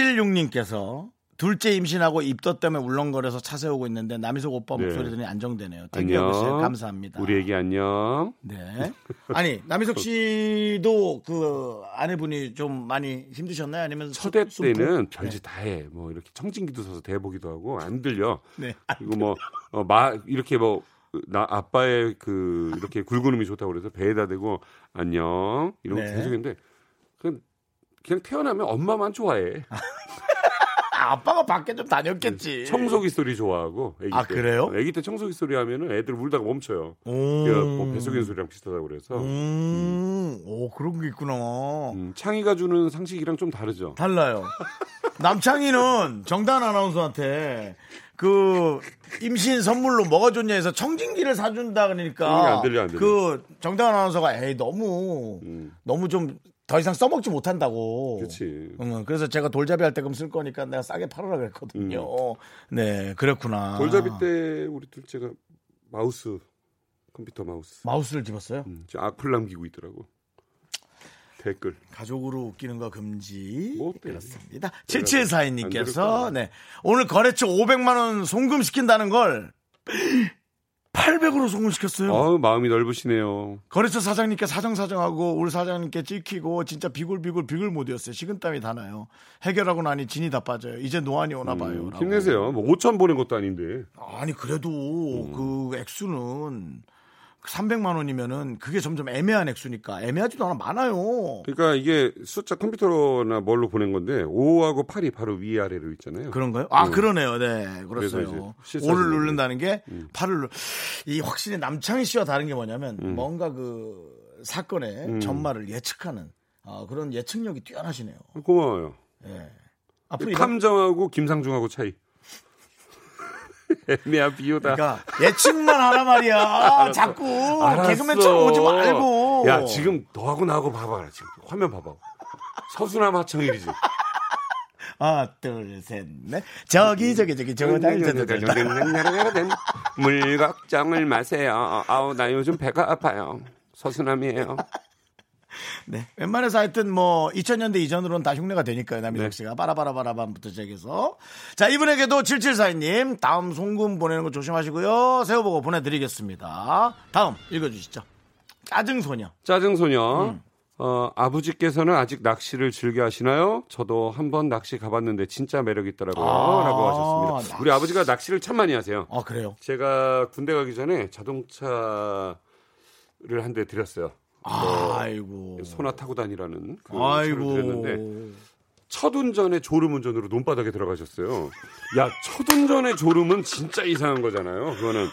Speaker 1: 0776님께서 둘째 임신하고 입덧 때문에 울렁거려서 차 세우고 있는데 남희석 오빠
Speaker 2: 네.
Speaker 1: 목소리 들으니 안정되네요.
Speaker 2: 안녕.
Speaker 1: 땡겨고 있어요. 감사합니다.
Speaker 2: 우리 애기 안녕.
Speaker 1: 네. 아니 남희석 씨도 그 아내분이 좀 많이 힘드셨나요? 아니면 네.
Speaker 2: 첫 애
Speaker 1: 수- 수포?
Speaker 2: 때는 별짓 다 해. 뭐 이렇게 청진기도 서서 대보기도 하고
Speaker 1: [LAUGHS]
Speaker 2: 안 들려.
Speaker 1: 네.
Speaker 2: 그리고 뭐마 이렇게 뭐 나 아빠의 그 이렇게 굵은 음이 좋다고 그래서 배에다 대고 안녕 이런 거
Speaker 1: 네.
Speaker 2: 계속 했는데 그냥 그냥 태어나면 엄마만 좋아해.
Speaker 1: 아, 아빠가 밖에 좀 다녔겠지.
Speaker 2: 청소기 소리 좋아하고 애기
Speaker 1: 네. 아,
Speaker 2: 때.
Speaker 1: 그래요?
Speaker 2: 애기 때 청소기 소리 하면은 애들 울다가 멈춰요.
Speaker 1: 오.
Speaker 2: 예, 음. 그뭐 뱃속인 소리랑 비슷하다고 그래서
Speaker 1: 음. 오 그런 게 있구나.
Speaker 2: 음, 창이가 주는 상식이랑 좀 다르죠.
Speaker 1: 달라요. 남창희는 정단 아나운서한테 그 임신 선물로 뭐가 좋냐 해서 청진기를 사준다 그러니까
Speaker 2: 음, 안 들려, 안 들려.
Speaker 1: 그 정단 아나운서가 에이 너무
Speaker 2: 음.
Speaker 1: 너무 좀 더 이상 써먹지 못한다고.
Speaker 2: 그렇지.
Speaker 1: 음, 그래서 제가 돌잡이 할 때금 쓸 거니까 내가 싸게 팔으라 그랬거든요. 네, 그랬구나.
Speaker 2: 음. 돌잡이 때 우리 둘째가 마우스 컴퓨터 마우스
Speaker 1: 마우스를 집었어요.
Speaker 2: 음, 저 악플 남기고 있더라고 댓글
Speaker 1: 가족으로 웃기는 거 금지.
Speaker 2: 뭐 어때?
Speaker 1: 그렇습니다.
Speaker 2: 안 들을 거야.
Speaker 1: 7742님께서 네. 오늘 거래처 500만 원 송금시킨다는 걸 800으로 송금시켰어요.
Speaker 2: 어 마음이 넓으시네요
Speaker 1: 거래처 사장님께 사정사정하고 우리 사장님께 찍히고 진짜 비굴비굴 비굴 못이었어요. 식은땀이 다 나요. 해결하고 나니 진이 다 빠져요. 이제 노안이 오나 아, 봐요.
Speaker 2: 음,
Speaker 1: 라고.
Speaker 2: 힘내세요 음. 뭐 5천 보낸 것도 아닌데
Speaker 1: 아니 그래도 그 액수는 300만 원이면은 그게 점점 애매한 액수니까 애매하지도 않아 많아요.
Speaker 2: 그러니까 이게 숫자 컴퓨터나 뭘로 보낸 건데 5하고 8이 바로 위아래로 있잖아요
Speaker 1: 그런가요? 아
Speaker 2: 음.
Speaker 1: 그러네요. 네,
Speaker 2: 그래서 이제
Speaker 1: 그렇어요.
Speaker 2: 실사적으로.
Speaker 1: 5를 누른다는 게 8을 이 확실히 남창희 씨와 다른 게 뭐냐면 뭔가 그 사건의 전말을 예측하는 아, 그런 예측력이 뛰어나시네요.
Speaker 2: 고마워요
Speaker 1: 예. 앞으로 이런-
Speaker 2: 탐정하고 김상중하고 차이 [LAUGHS] 애매한 비유다
Speaker 1: 그러니까 예측만 하라 말이야. 자꾸
Speaker 2: 알았어.
Speaker 1: 개그맨처럼 오지 말고.
Speaker 2: 야 지금 너하고 나하고 봐봐 지금 화면 봐봐 서수남 하청일이지
Speaker 1: 하나 둘셋 넷. 저기 저기 저기 저기 저기 저기 저기 저기.
Speaker 2: 물 걱정을 마세요. 아우 나 요즘 배가 아파요. 서수남이에요.
Speaker 1: 네. 웬만해서 하여튼 뭐 2000년대 이전으로는 다 흉내가 되니까요.
Speaker 2: 네.
Speaker 1: 남희석 씨가 빠라바라바라밤부터 시작해서 자 이분에게도 7742님 다음 송금 보내는 거 조심하시고요. 새우버거 보내드리겠습니다. 다음 읽어주시죠. 짜증소녀.
Speaker 2: 짜증 소녀. 어, 아버지께서는 아직 낚시를 즐겨 하시나요? 저도 한번 낚시 가봤는데 진짜 매력 있더라고요.
Speaker 1: 아,
Speaker 2: 라고 하셨습니다. 우리 아버지가 낚시를 참 많이 하세요.
Speaker 1: 아 그래요?
Speaker 2: 제가 군대 가기 전에 자동차를 한 대 드렸어요.
Speaker 1: 아이고.
Speaker 2: 네. 그 어. 소나 타고 다니라는 그 차를 드렸는데
Speaker 1: 아이고.
Speaker 2: 첫 운전에 졸음 운전으로 논바닥에 들어가셨어요. 야, 첫 운전에 졸음은 진짜 이상한 거잖아요. 그거는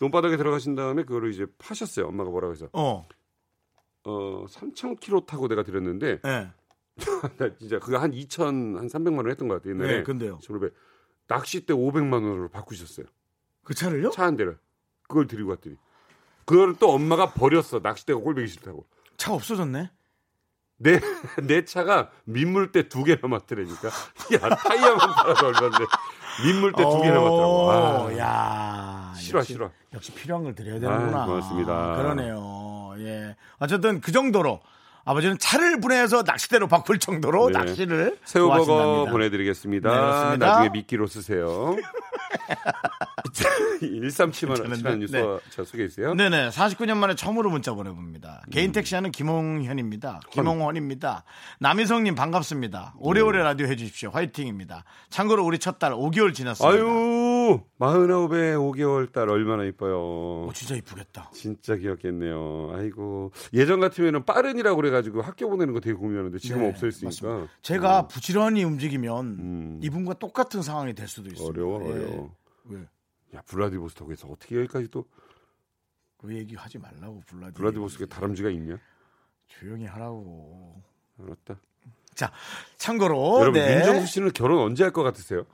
Speaker 2: 논바닥에 들어가신 다음에 그거를 이제 파셨어요. 엄마가 뭐라고 해서.
Speaker 1: 어.
Speaker 2: 어, 3,000km 타고 내가 드렸는데
Speaker 1: 예. 네.
Speaker 2: 나 진짜 그거 한 2,000, 한 300만 원 했던 것 같아요. 옛날에.
Speaker 1: 네, 근데요.
Speaker 2: 졸업에 낚싯대 500만 원으로 바꾸셨어요.
Speaker 1: 그 차를요?
Speaker 2: 차 한 대를. 그걸 드리고 갔더니 그걸 또 엄마가 버렸어. 낚싯대가 꼴보기 싫다고.
Speaker 1: 차 없어졌네.
Speaker 2: 내, 내 차가 민물대 두 개 남았더라니까. 야, 타이어만 팔아서 얼마인데. 민물대 두 개 남았더라고. 아.
Speaker 1: 오, 어, 야.
Speaker 2: 싫어
Speaker 1: 역시-
Speaker 2: 싫어.
Speaker 1: 역시 필요한 걸 드려야 되는구나.
Speaker 2: 아이, 고맙습니다.
Speaker 1: 그러네요. 예. 어쨌든 그 정도로 아버지는 차를 분해해서 낚싯대로 바꿀 정도로
Speaker 2: 네.
Speaker 1: 낚시를
Speaker 2: 새우버거
Speaker 1: 좋아하신답니다.
Speaker 2: 보내드리겠습니다.
Speaker 1: 네, 그렇습니다.
Speaker 2: 나중에
Speaker 1: [LAUGHS]
Speaker 2: 미끼로 쓰세요. [LAUGHS] 137만
Speaker 1: 괜찮은데? 네.
Speaker 2: 원 뉴스 저 소개해 주세요.
Speaker 1: 네네. 49년 만에 처음으로 문자 보내봅니다. 개인 택시하는 김홍현입니다. 김홍헌입니다. 남희성님 반갑습니다.
Speaker 2: 네.
Speaker 1: 오래오래 라디오 해주십시오. 화이팅입니다. 참고로 우리 첫 딸 5개월 지났습니다.
Speaker 2: 아유, 49에 5개월 딸 얼마나 이뻐요.
Speaker 1: 오, 어, 진짜 이쁘겠다.
Speaker 2: 진짜 귀엽겠네요. 아이고 예전 같으면 빠른이라고 그래가지고 학교 보내는 거 되게 고민하는데 지금
Speaker 1: 네,
Speaker 2: 없어 있으니까
Speaker 1: 맞습니다. 제가 부지런히 움직이면
Speaker 2: 네. 음.
Speaker 1: 이분과 예. 똑같은 상황이 될 수도 있어요.
Speaker 2: 어려워 어려워.
Speaker 1: 왜?
Speaker 2: 야 블라디보스토크에서 어떻게 여기까지 또
Speaker 1: 그 얘기 하지 말라고 블라디.
Speaker 2: 블라디보스토크에 다람쥐가 있냐?
Speaker 1: 조용히 하라고.
Speaker 2: 알았다.
Speaker 1: 자, 참고로
Speaker 2: 여러분
Speaker 1: 네.
Speaker 2: 윤정수 씨는 결혼 언제 할 것 같으세요?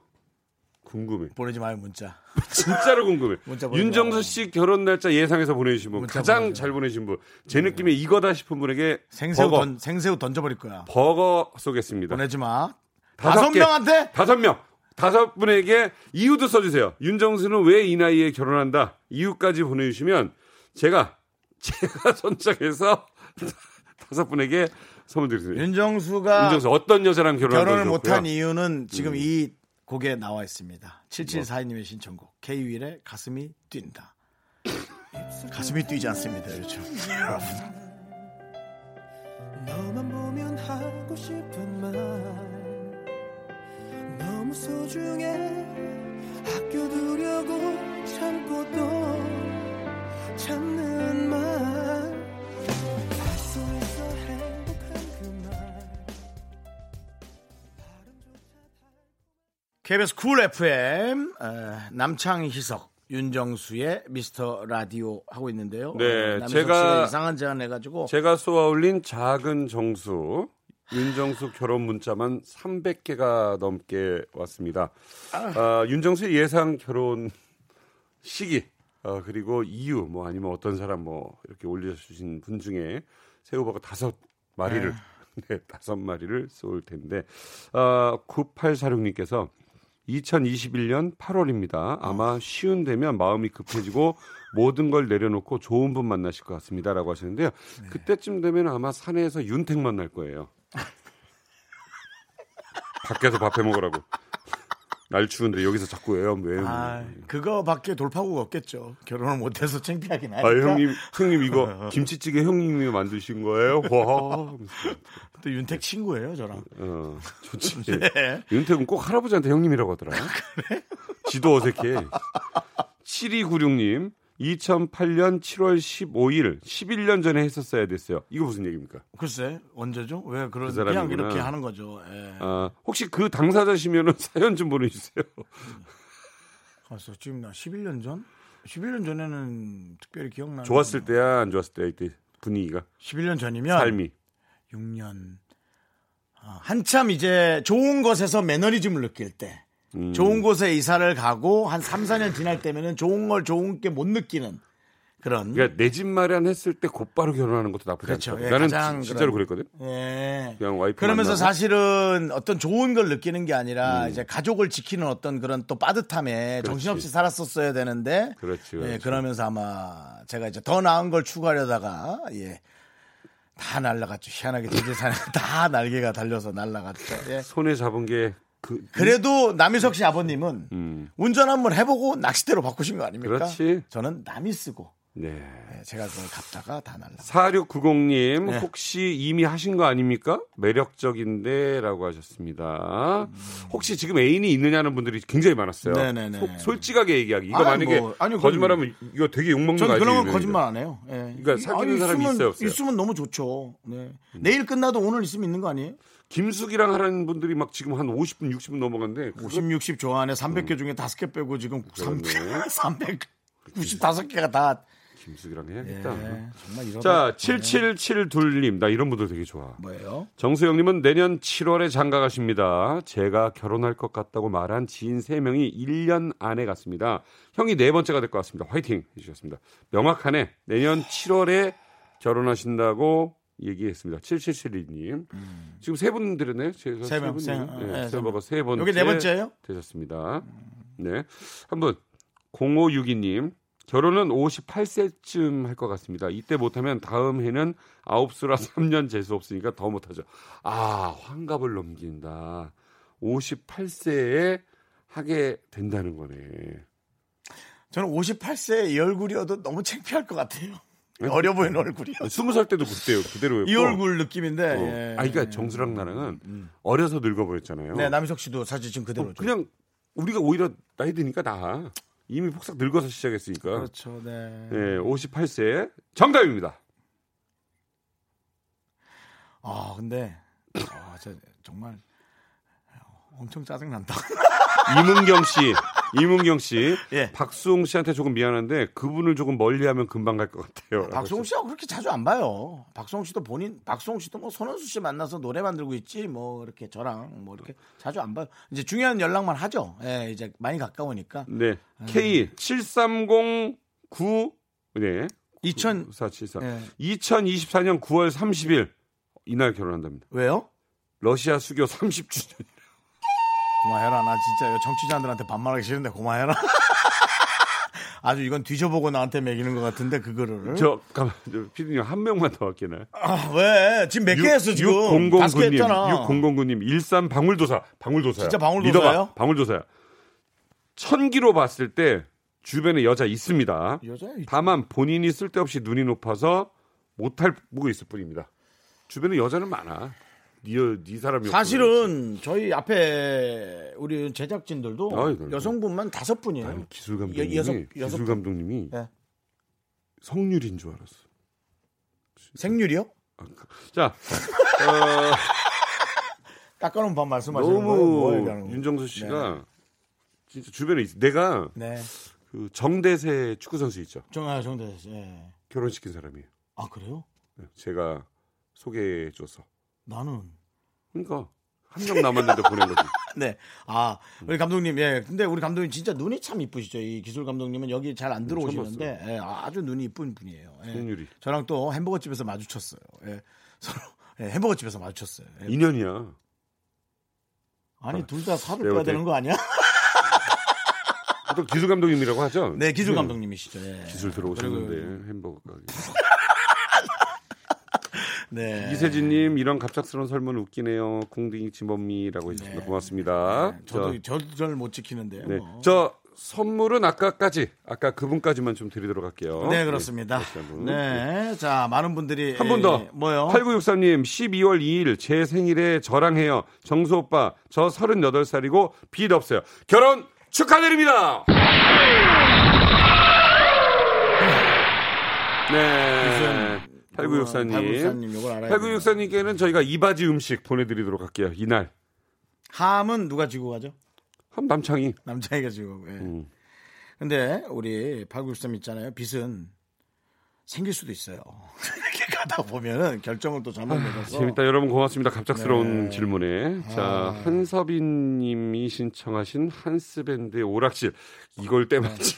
Speaker 2: 궁금해.
Speaker 1: 보내지 마요 문자.
Speaker 2: 진짜로 궁금해.
Speaker 1: [LAUGHS] 문자 보내지 마요.
Speaker 2: 윤정수 씨 결혼 날짜 예상해서 보내주신 분
Speaker 1: 문자
Speaker 2: 가장
Speaker 1: 보내죠.
Speaker 2: 잘 보내신 분. 제 느낌에 이거다 싶은 분에게
Speaker 1: 생새우
Speaker 2: 버거
Speaker 1: 던 생새우 던져버릴 거야.
Speaker 2: 버거 쏘겠습니다.
Speaker 1: 보내지 마.
Speaker 2: 다섯
Speaker 1: 다섯
Speaker 2: 개.
Speaker 1: 명한테
Speaker 2: 다섯 명 다섯 분에게 이유도 써주세요. 윤정수는 왜 이 나이에 결혼한다 이유까지 보내주시면 제가 [LAUGHS] 제가 선착해서 [LAUGHS] 다섯 분에게 선물 드리겠습니다.
Speaker 1: 윤정수가
Speaker 2: 윤정수 어떤 여자랑 결혼한
Speaker 1: 결혼을 못한 이유는 지금 이 곡에 나와 있습니다. 7742님의 신청곡 K-윌의 가슴이 뛴다. 가슴이 뛰지 않습니다 요즘. [LAUGHS]
Speaker 3: 너만 보면 하고 싶은 말 너무 소중해 아껴 두려고 참고 또 참는 말할수 있어 행복한 그말
Speaker 1: KBS 쿨 FM 어, 남창희석 윤정수의 미스터 라디오 하고 있는데요. 어,
Speaker 2: 네,
Speaker 1: 남희석
Speaker 2: 제가-
Speaker 1: 씨가 이상한 제안 해가지고
Speaker 2: 제가 쏘아올린 작은 정수 윤정수 결혼 문자만 300개가 넘게 왔습니다. 아, 윤정수의 예상 결혼 시기 어, 그리고 이유 뭐 아니면 어떤 사람 뭐 이렇게 올려주신 분 중에 새우버거 다섯 마리를 [LAUGHS] 네, 다섯 마리를 쏠 텐데 아, 9846님께서 2021년 8월입니다. 아마 쉬운 되면 마음이 급해지고 모든 걸 내려놓고 좋은 분 만나실 것 같습니다라고 하시는데요. 그때쯤 되면 아마 산에서 윤택 만날 거예요. 밖에서 밥해 먹으라고. 날 추운데 여기서 자꾸 왜요? 왜요?
Speaker 1: 아, 그거밖에 돌파구가 없겠죠. 결혼을 못해서 창피하긴 하니까. 어.
Speaker 2: 아 형님, 형님 이거 김치찌개 형님이 만드신 거예요?
Speaker 1: [LAUGHS]
Speaker 2: 와,
Speaker 1: 또 윤택 친구예요 저랑.
Speaker 2: 어, 좋지. 윤택은 꼭 할아버지한테 형님이라고 하더라. 지도 어색해. 7296님, 2008년 7월 15일, 11년 전에 했었어야 됐어요. 이거 무슨 얘기입니까?
Speaker 1: 글쎄 언제죠? 왜 그런
Speaker 2: 그
Speaker 1: 그냥
Speaker 2: 사람이구나.
Speaker 1: 이렇게 하는 거죠. 예.
Speaker 2: 아, 혹시 그 당사자시면 사연 좀 보내주세요.
Speaker 1: 그래서 지금 나 11년 전? 11년 전에는 특별히 기억나는
Speaker 2: 좋았을 때야, 안 좋았을 때야, 이때 분위기가,
Speaker 1: 11년 전이면
Speaker 2: 삶이.
Speaker 1: 6년 아, 한참 이제 좋은 것에서 매너리즘을 느낄 때
Speaker 2: 음.
Speaker 1: 좋은 곳에 이사를 가고 한 3, 4년 지날 때면은 좋은 걸 좋은 게 못 느끼는 그런
Speaker 2: 그러니까 내 집 마련 했을 때 곧바로 결혼하는 것도 나쁘지
Speaker 1: 그렇죠.
Speaker 2: 않죠.
Speaker 1: 예,
Speaker 2: 나는
Speaker 1: 가장
Speaker 2: 진, 짜로
Speaker 1: 그런-
Speaker 2: 그랬거든.
Speaker 1: 예.
Speaker 2: 그냥 와이프
Speaker 1: 그러면서
Speaker 2: 만나고. 음.
Speaker 1: 사실은 어떤 좋은 걸 느끼는 게 아니라 이제 가족을 지키는 어떤 그런 또 빠듯함에 정신없이 살았었어야 되는데
Speaker 2: 그렇지,
Speaker 1: 예,
Speaker 2: 그렇지.
Speaker 1: 그러면서 아마 제가 이제 더 나은 걸 추구하려다가 예. 다 날라갔죠. 희한하게 제 재산에 [LAUGHS] 다 날개가 달려서 날라갔죠. 예.
Speaker 2: 손에 잡은 게 그,
Speaker 1: 그래도 남희석 씨 아버님은 운전 한번 해보고 낚싯대로 바꾸신 거 아닙니까?
Speaker 2: 음. 그렇지.
Speaker 1: 저는 남이 쓰고
Speaker 2: 네.
Speaker 1: 예, 제가 그걸 갚다가 다 날라.
Speaker 2: 4690님
Speaker 1: 네.
Speaker 2: 혹시 이미 하신 거 아닙니까? 매력적인데라고 하셨습니다. 혹시 지금 애인이 있느냐는 분들이 굉장히 많았어요.
Speaker 1: 네네네.
Speaker 2: 속- 솔직하게 얘기하기. 이거
Speaker 1: 아니,
Speaker 2: 만약에
Speaker 1: 뭐, 아니,
Speaker 2: 거짓말하면 이거 되게 욕먹는 거
Speaker 1: 저는
Speaker 2: 아니에요?
Speaker 1: 그런 건
Speaker 2: 이거?
Speaker 1: 거짓말 안 해요. 예.
Speaker 2: 그러니까 사귀는 사람이
Speaker 1: 있으면,
Speaker 2: 있어요, 없어요? 음.
Speaker 1: 있으면 너무 좋죠. 네. 내일 끝나도 오늘 있으면 있는 거 아니에요?
Speaker 2: 김숙이랑 하는 분들이 막 지금 한 50분, 60분 넘어갔는데
Speaker 1: 50, 60 좋아하네.
Speaker 2: 음.
Speaker 1: 300개 중에 5개 빼고 지금 [LAUGHS] 300, 395개가 다.
Speaker 2: 김숙이랑 해야겠다.
Speaker 1: 예, 정말 이런.
Speaker 2: 자, 7772님. 나 이런 분들 되게 좋아.
Speaker 1: 뭐예요?
Speaker 2: 정수영님은 내년 7월에 장가 가십니다. 제가 결혼할 것 같다고 말한 지인 3명이 1년 안에 갔습니다. 형이 네 번째가 될 것 같습니다. 화이팅 해주셨습니다. 명확하네. 내년 7월에 결혼하신다고 얘기했습니다. 7772님. 지금 세 분 들었네요. 제가
Speaker 1: 음. 세 명, 세 명. 네,
Speaker 2: 네,
Speaker 1: 세
Speaker 2: 세버가 세 번째.
Speaker 1: 여기 네 번째예요?
Speaker 2: 되셨습니다. 네. 한 분. 0562님. 결혼은 58세쯤 할 것 같습니다. 이때 못하면 다음 해는 아홉수라 3년 재수 없으니까 더 못하죠. 아, 환갑을 넘긴다. 58세에 하게 된다는 거네.
Speaker 1: 저는 58세 이 얼굴이어도 너무 창피할 것 같아요.
Speaker 2: 네?
Speaker 1: 어려 보이는 얼굴이요.
Speaker 2: 20살 때도 그때요. 그대로였고.
Speaker 1: 이 얼굴 느낌인데.
Speaker 2: 뭐? 어.
Speaker 1: 예. 음,
Speaker 2: 아, 그러니까 정수랑 나랑은 어려서 늙어버렸잖아요.
Speaker 1: 네, 남희석 씨도 사실 지금
Speaker 2: 어, 그럼
Speaker 1: 그대로죠.
Speaker 2: 그냥 우리가 오히려 나이 드니까 나 이미 폭삭 늙어서 시작했으니까.
Speaker 1: 그렇죠. 네.
Speaker 2: 네, 58세 정답입니다.
Speaker 1: 아, 근데 아, 저 정말 엄청 짜증 난다.
Speaker 2: 이문경 씨 이문경 씨,
Speaker 1: 예.
Speaker 2: 박수홍 씨한테 조금 미안한데 그분을 조금 멀리하면 금방 갈 것 같아요.
Speaker 1: 박수홍 씨하고 그렇게 자주 안 봐요. 박수홍 씨도 본인, 박수홍 씨도 뭐 손은수 씨 만나서 노래 만들고 있지, 뭐 이렇게 저랑 뭐 이렇게 자주 안 봐요. 이제 중요한 연락만 하죠. 예, 이제 많이 가까우니까.
Speaker 2: 네,
Speaker 1: 아,
Speaker 2: K 7309 네.
Speaker 1: 2000
Speaker 2: 474.
Speaker 1: 예.
Speaker 2: 2024년 9월 30일 이날 결혼한답니다.
Speaker 1: 왜요?
Speaker 2: 러시아 수교 30주년.
Speaker 1: 고마해라. 나 진짜 요 정치자들한테 반말하기 싫은데 고마해라. [LAUGHS] 아주 이건 뒤져보고 나한테 매기는 것 같은데 그거를.
Speaker 2: 저 가만 저 피디님 한 명만 더 할게나.
Speaker 1: 아, 왜? 지금 몇 개 했어 지금? 다섯 개
Speaker 2: 6009님,
Speaker 1: 했잖아.
Speaker 2: 6009님, 일산 방울도사, 방울도사야.
Speaker 1: 진짜 방울도사예요?
Speaker 2: 믿어봐, 방울도사야. 천기로 봤을 때 주변에 여자 있습니다.
Speaker 1: 여자
Speaker 2: 다만 본인이 쓸데없이 눈이 높아서 못할 보고 있을 뿐입니다. 주변에 여자는 많아. 네, 여- 네 사람이 없어.
Speaker 1: 사실은 저희 앞에 우리 제작진들도
Speaker 2: 아이, 그래요.
Speaker 1: 여성분만 다섯 분이에요.
Speaker 2: 아니, 기술
Speaker 1: 여-
Speaker 2: 감독님이
Speaker 1: 여섯- 여섯
Speaker 2: 기술 감독님이
Speaker 1: 예.
Speaker 2: 성률인 줄 알았어.
Speaker 1: 생률이요? [LAUGHS]
Speaker 2: 자, 어,
Speaker 1: 깎아놓은 밥 말씀하시는 거예요? 뭐
Speaker 2: 너무
Speaker 1: 얘기하는 거예요?
Speaker 2: 윤정수 씨가 진짜 주변에 있, 내가
Speaker 1: 네. 네.
Speaker 2: 그 정대세 축구 선수 있죠.
Speaker 1: 정아 정대 씨. 예.
Speaker 2: 결혼시킨 사람이에요. 네,
Speaker 1: 아 그래요?
Speaker 2: 제가 소개해줘서.
Speaker 1: 나는.
Speaker 2: 그러니까 한 명 남았는데 보낸
Speaker 1: [LAUGHS]
Speaker 2: 거지.
Speaker 1: 네. 아 우리 감독님 예. 근데 우리 감독님 진짜 눈이 참 이쁘시죠. 이 기술 감독님은 여기 잘 안 들어오시는데 예, 아주 눈이 이쁜 분이에요. 예.
Speaker 2: 승률이.
Speaker 1: 저랑 또 햄버거 집에서 마주쳤어요. 예. 서로 예, 햄버거 집에서 마주쳤어요. 예.
Speaker 2: 인연이야.
Speaker 1: 아니 둘 다 살을
Speaker 2: 내가
Speaker 1: 빼야
Speaker 2: 볼 때-
Speaker 1: 되는 거 아니야?
Speaker 2: 또 기술 감독님이라고 하죠.
Speaker 1: 네 기술 감독님이시죠. 예.
Speaker 2: 기술 들어오셨는데 햄버거 가게.
Speaker 1: 네.
Speaker 2: 이세진님 이런 갑작스러운 설문 웃기네요. 궁둥이 지범미라고 해주셨습니다. 고맙습니다.
Speaker 1: 네. 아, 저도 절절 못 지키는데.
Speaker 2: 네.
Speaker 1: 뭐.
Speaker 2: 저 선물은 아까까지 아까 그분까지만 좀 드리도록 할게요.
Speaker 1: 네
Speaker 2: 예,
Speaker 1: 그렇습니다. 네, 자 많은 분들이
Speaker 2: 뭐. 한 분 더.
Speaker 1: 예, 뭐요?
Speaker 2: 8963님, 12월 2일 제 생일에 저랑 해요. 정수 오빠, 저 38살이고 빚 없어요. 결혼 축하드립니다. 네. 8964님.
Speaker 1: 팔구육사님 요걸 알아야 돼요.
Speaker 2: 8964님께는 저희가 이바지 음식 보내드리도록 할게요. 이날.
Speaker 1: 함은 누가 지고 가죠?
Speaker 2: 한 남창이.
Speaker 1: 남자애가 지고 가고. 예.
Speaker 2: 음.
Speaker 1: 근데 우리 893 있잖아요. 빚은 생길 수도 있어요. [LAUGHS] 이렇게 가다 보면은 결정을 또 잘못 내려서
Speaker 2: 아, 재밌다. 여러분 고맙습니다.
Speaker 1: 네.
Speaker 2: 갑작스러운 질문에.
Speaker 1: 아.
Speaker 2: 자, 한서빈 님이 신청하신 한스밴드의 오락실. 이걸 때마치.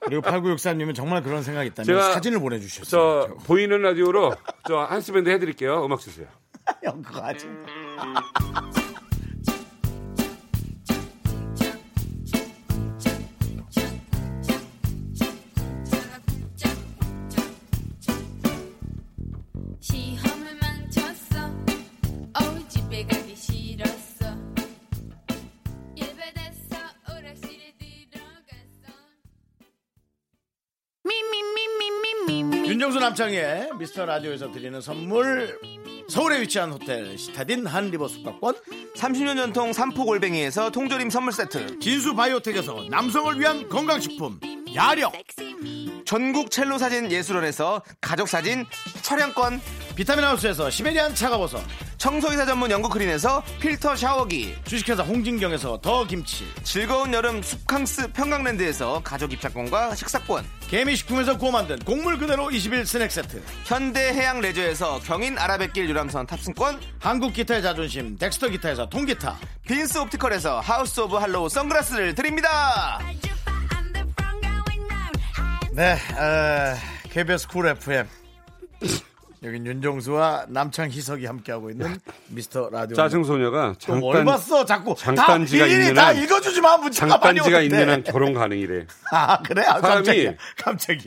Speaker 1: 그리고 8963님은 정말 그런 생각이 있다면
Speaker 2: 제가
Speaker 1: 사진을 [LAUGHS] 보내주셨어요.
Speaker 2: 저 보이는 라디오로 저 한스밴드 해드릴게요. 음악 주세요.
Speaker 1: 형 그거 하지 마.
Speaker 5: 시험을 망쳤어 어우 집에 가기 싫었어 예배됐어 오락실에 들어갔어
Speaker 4: Me, me, me, me, me, me, me.
Speaker 1: 윤정수 남창의 미스터 라디오에서 드리는 선물 서울에 위치한 호텔 시타딘 한 리버 숙박권
Speaker 6: 30년 전통 삼포골뱅이에서 통조림 선물 세트
Speaker 1: 진수 바이오텍에서 남성을 위한 건강식품 야력
Speaker 4: Sexy me.
Speaker 6: 전국 첼로 사진 예술원에서 가족 사진 촬영권
Speaker 1: 비타민 하우스에서 시베리안 차가워서
Speaker 6: 청소이사 전문 영국 크린에서 필터 샤워기
Speaker 1: 주식회사 홍진경에서 더 김치
Speaker 6: 즐거운 여름 숲캉스 평강랜드에서 가족 입장권과 식사권
Speaker 1: 개미식품에서 구워 만든 곡물 그대로 21 스낵 세트
Speaker 6: 현대해양 레저에서 경인 아라뱃길 유람선 탑승권
Speaker 1: 한국 기타의 자존심 덱스터 기타에서 통기타
Speaker 6: 빈스 옵티컬에서 하우스 오브 할로우 선글라스를 드립니다
Speaker 4: I'm the front going round.
Speaker 1: 네 어, KBS 쿨 FM 여긴 윤정수와 남창희석이 함께하고 있는 미스터 라디오
Speaker 2: 짜증소녀가
Speaker 1: 좀
Speaker 2: 잠깐
Speaker 1: 뭐 월봤어 자꾸
Speaker 2: 장단지가
Speaker 1: 다 일일이
Speaker 2: 있는
Speaker 1: 다
Speaker 2: 한-
Speaker 1: 읽어주지만 문자가 많이
Speaker 2: 장단지가
Speaker 1: 오는데
Speaker 2: 있는 한
Speaker 1: [LAUGHS]
Speaker 2: 결혼 가능이래.
Speaker 1: 아 그래 아,
Speaker 2: 사람이
Speaker 1: 깜짝이야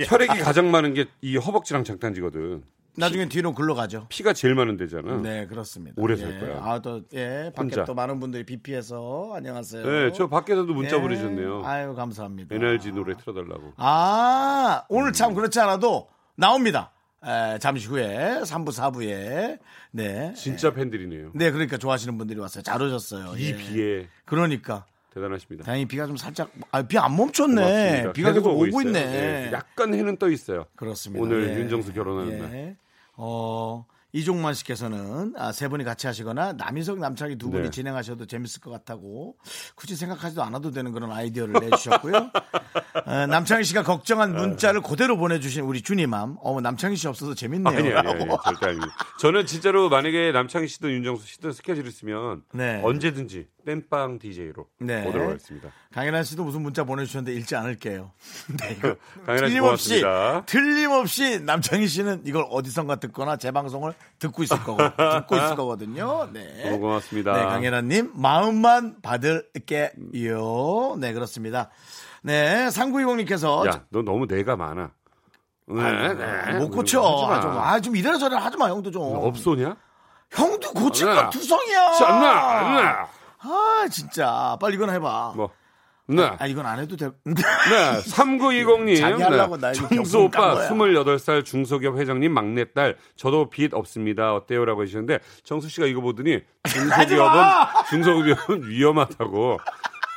Speaker 1: 깜짝이야
Speaker 2: 혈액이 가장 많은 게 이 허벅지랑 장단지거든.
Speaker 1: 나중에 뒤로 굴러가죠
Speaker 2: 피가 제일 많은 데잖아.
Speaker 1: 네 그렇습니다
Speaker 2: 오래
Speaker 1: 예.
Speaker 2: 살 거야.
Speaker 1: 아또예 밖에
Speaker 2: 혼자.
Speaker 1: 또 많은 분들이 BP에서 안녕하세요
Speaker 2: 네, 저 밖에서도 문자
Speaker 1: 예.
Speaker 2: 보내셨네요.
Speaker 1: 아유 감사합니다
Speaker 2: NRG 노래 틀어달라고.
Speaker 1: 아, 오늘 참 그렇지 않아도 나옵니다. 에, 잠시 후에 3부, 4부에. 네.
Speaker 2: 진짜 팬들이네요.
Speaker 1: 네, 그러니까 좋아하시는 분들이 왔어요. 잘 오셨어요.
Speaker 2: 이
Speaker 1: 예.
Speaker 2: 비에
Speaker 1: 그러니까.
Speaker 2: 대단하십니다.
Speaker 1: 다행히 비가 좀 살짝, 아, 비 안 멈췄네.
Speaker 2: 고맙습니다.
Speaker 1: 비가 계속 오고,
Speaker 2: 있어요.
Speaker 1: 있네.
Speaker 2: 예, 약간 해는 떠 있어요.
Speaker 1: 그렇습니다.
Speaker 2: 오늘
Speaker 1: 예.
Speaker 2: 윤정수 결혼하는
Speaker 1: 예.
Speaker 2: 날.
Speaker 1: 어, 이종만 씨께서는 아, 세 분이 같이 하시거나 남희석 남창희 두 분이
Speaker 2: 네.
Speaker 1: 진행하셔도 재밌을 것 같다고 굳이 생각하지도 않아도 되는 그런 아이디어를
Speaker 2: [LAUGHS]
Speaker 1: 내주셨고요. 어, 남창희 씨가 걱정한 문자를 그대로 보내주신 우리 준이맘. 어머 남창희 씨 없어서 재밌네요.
Speaker 2: 아니, 아니, 아니, 절대 아닙니다. 저는 진짜로 만약에 남창희 씨든 윤정수 씨든 스케줄이 있으면
Speaker 1: 네.
Speaker 2: 언제든지 땜빵 DJ로
Speaker 1: 네.
Speaker 2: 오도록 하겠습니다.
Speaker 1: 강혜란 씨도 무슨 문자 보내주셨는데 읽지 않을게요. 네, 이거
Speaker 2: 강혜란 씨
Speaker 1: 틀림없이
Speaker 2: 고맙습니다.
Speaker 1: 틀림없이 남창희 씨는 이걸 어디선가 듣거나 제 방송을 듣고 있을 거고 듣고 있을 거거든요. 네.
Speaker 2: 너무 고맙습니다.
Speaker 1: 네, 강혜란님 마음만 받을게요. 네, 그렇습니다. 네, 상구이공님께서
Speaker 2: 야, 너 너무 내가 많아. 네, 네.
Speaker 1: 못 고쳐. 아, 좀, 아, 좀 이래라 저래라 하지 마, 형도 좀.
Speaker 2: 없소냐?
Speaker 1: 형도 고칠 건
Speaker 2: 네.
Speaker 1: 두성이야.
Speaker 2: 나, 나,
Speaker 1: 아, 진짜. 빨리 이건 해봐.
Speaker 2: 뭐, 나.
Speaker 1: 아, 이건 안 해도 될.
Speaker 2: 네, 3920님. 네.
Speaker 1: 자기 하려고 나 이거
Speaker 2: 청소
Speaker 1: 경품 깐 거야.
Speaker 2: 오빠 28살 중소기업 회장님 막내딸. 저도 빚 없습니다. 어때요? 라고 하시는데 정수 씨가 이거 보더니
Speaker 1: 하지
Speaker 2: 중소기업은
Speaker 1: 마!
Speaker 2: 중소기업은 위험하다고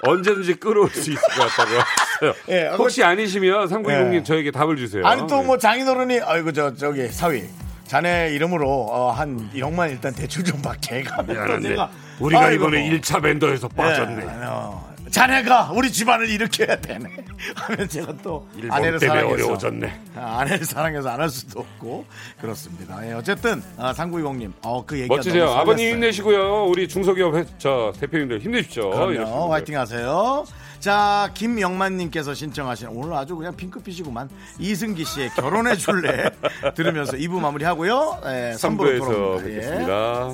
Speaker 2: 언제든지 끌어올 수 있을 것 같다고 하셨어요.
Speaker 1: 예,
Speaker 2: 혹시 아니시면 3920님
Speaker 1: 예.
Speaker 2: 저에게 답을 주세요.
Speaker 1: 아니 또 뭐 장인어른이 아이고 저 저기 사위 자네 이름으로 어, 한 1억만 일단 대출 좀 받게 가면 또
Speaker 2: 미안한데
Speaker 1: 내가
Speaker 2: 우리가
Speaker 1: 아이고,
Speaker 2: 이번에
Speaker 1: 뭐.
Speaker 2: 1차 벤더에서 빠졌네.
Speaker 1: 예, 어, 자네가 우리 집안을 일으켜야 되네 [LAUGHS] 하면 제가 또
Speaker 2: 일본
Speaker 1: 아내를
Speaker 2: 때문에
Speaker 1: 사랑해서
Speaker 2: 어려워졌네.
Speaker 1: 아, 아내를 사랑해서 안 할 수도 없고 그렇습니다. 예, 어쨌든 아, 3920님 어, 그 얘기가
Speaker 2: 멋지세요.
Speaker 1: 너무
Speaker 2: 아버님
Speaker 1: 설렜어요.
Speaker 2: 힘내시고요. 우리 중소기업 회, 저 대표님들 힘내십시오. 이러시는
Speaker 1: 그럼요.
Speaker 2: 분들.
Speaker 1: 화이팅 하세요. 자, 김영만님께서 신청하신 오늘 아주 그냥 핑크빛이구만. 이승기 씨의 결혼해 줄래 [LAUGHS] 들으면서 2부 마무리 하고요. 예, 3부로
Speaker 2: 3부에서
Speaker 1: 돌아옵니다. 예.
Speaker 2: 뵙겠습니다.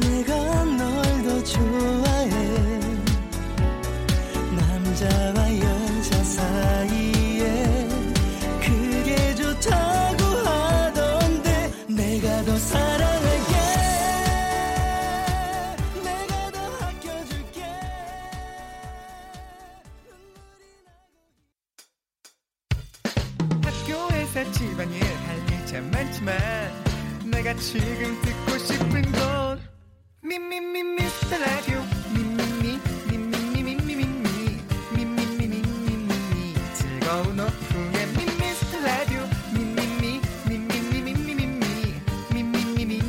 Speaker 3: 내가 널 더 좋아해 남자와 여자 사이에 그게 좋다고 하던데 내가 더 사랑할게 내가 더 아껴줄게
Speaker 7: 학교에서 집안일 할 일 참 많지만 내가 지금 듣고 싶은 건 미미미 미스터 라디오 미미미 미미미 미미미 미미미 미미미 즐거운 오후에 미미스터 라디오 미미미 미미미 미미미 미미미 미미미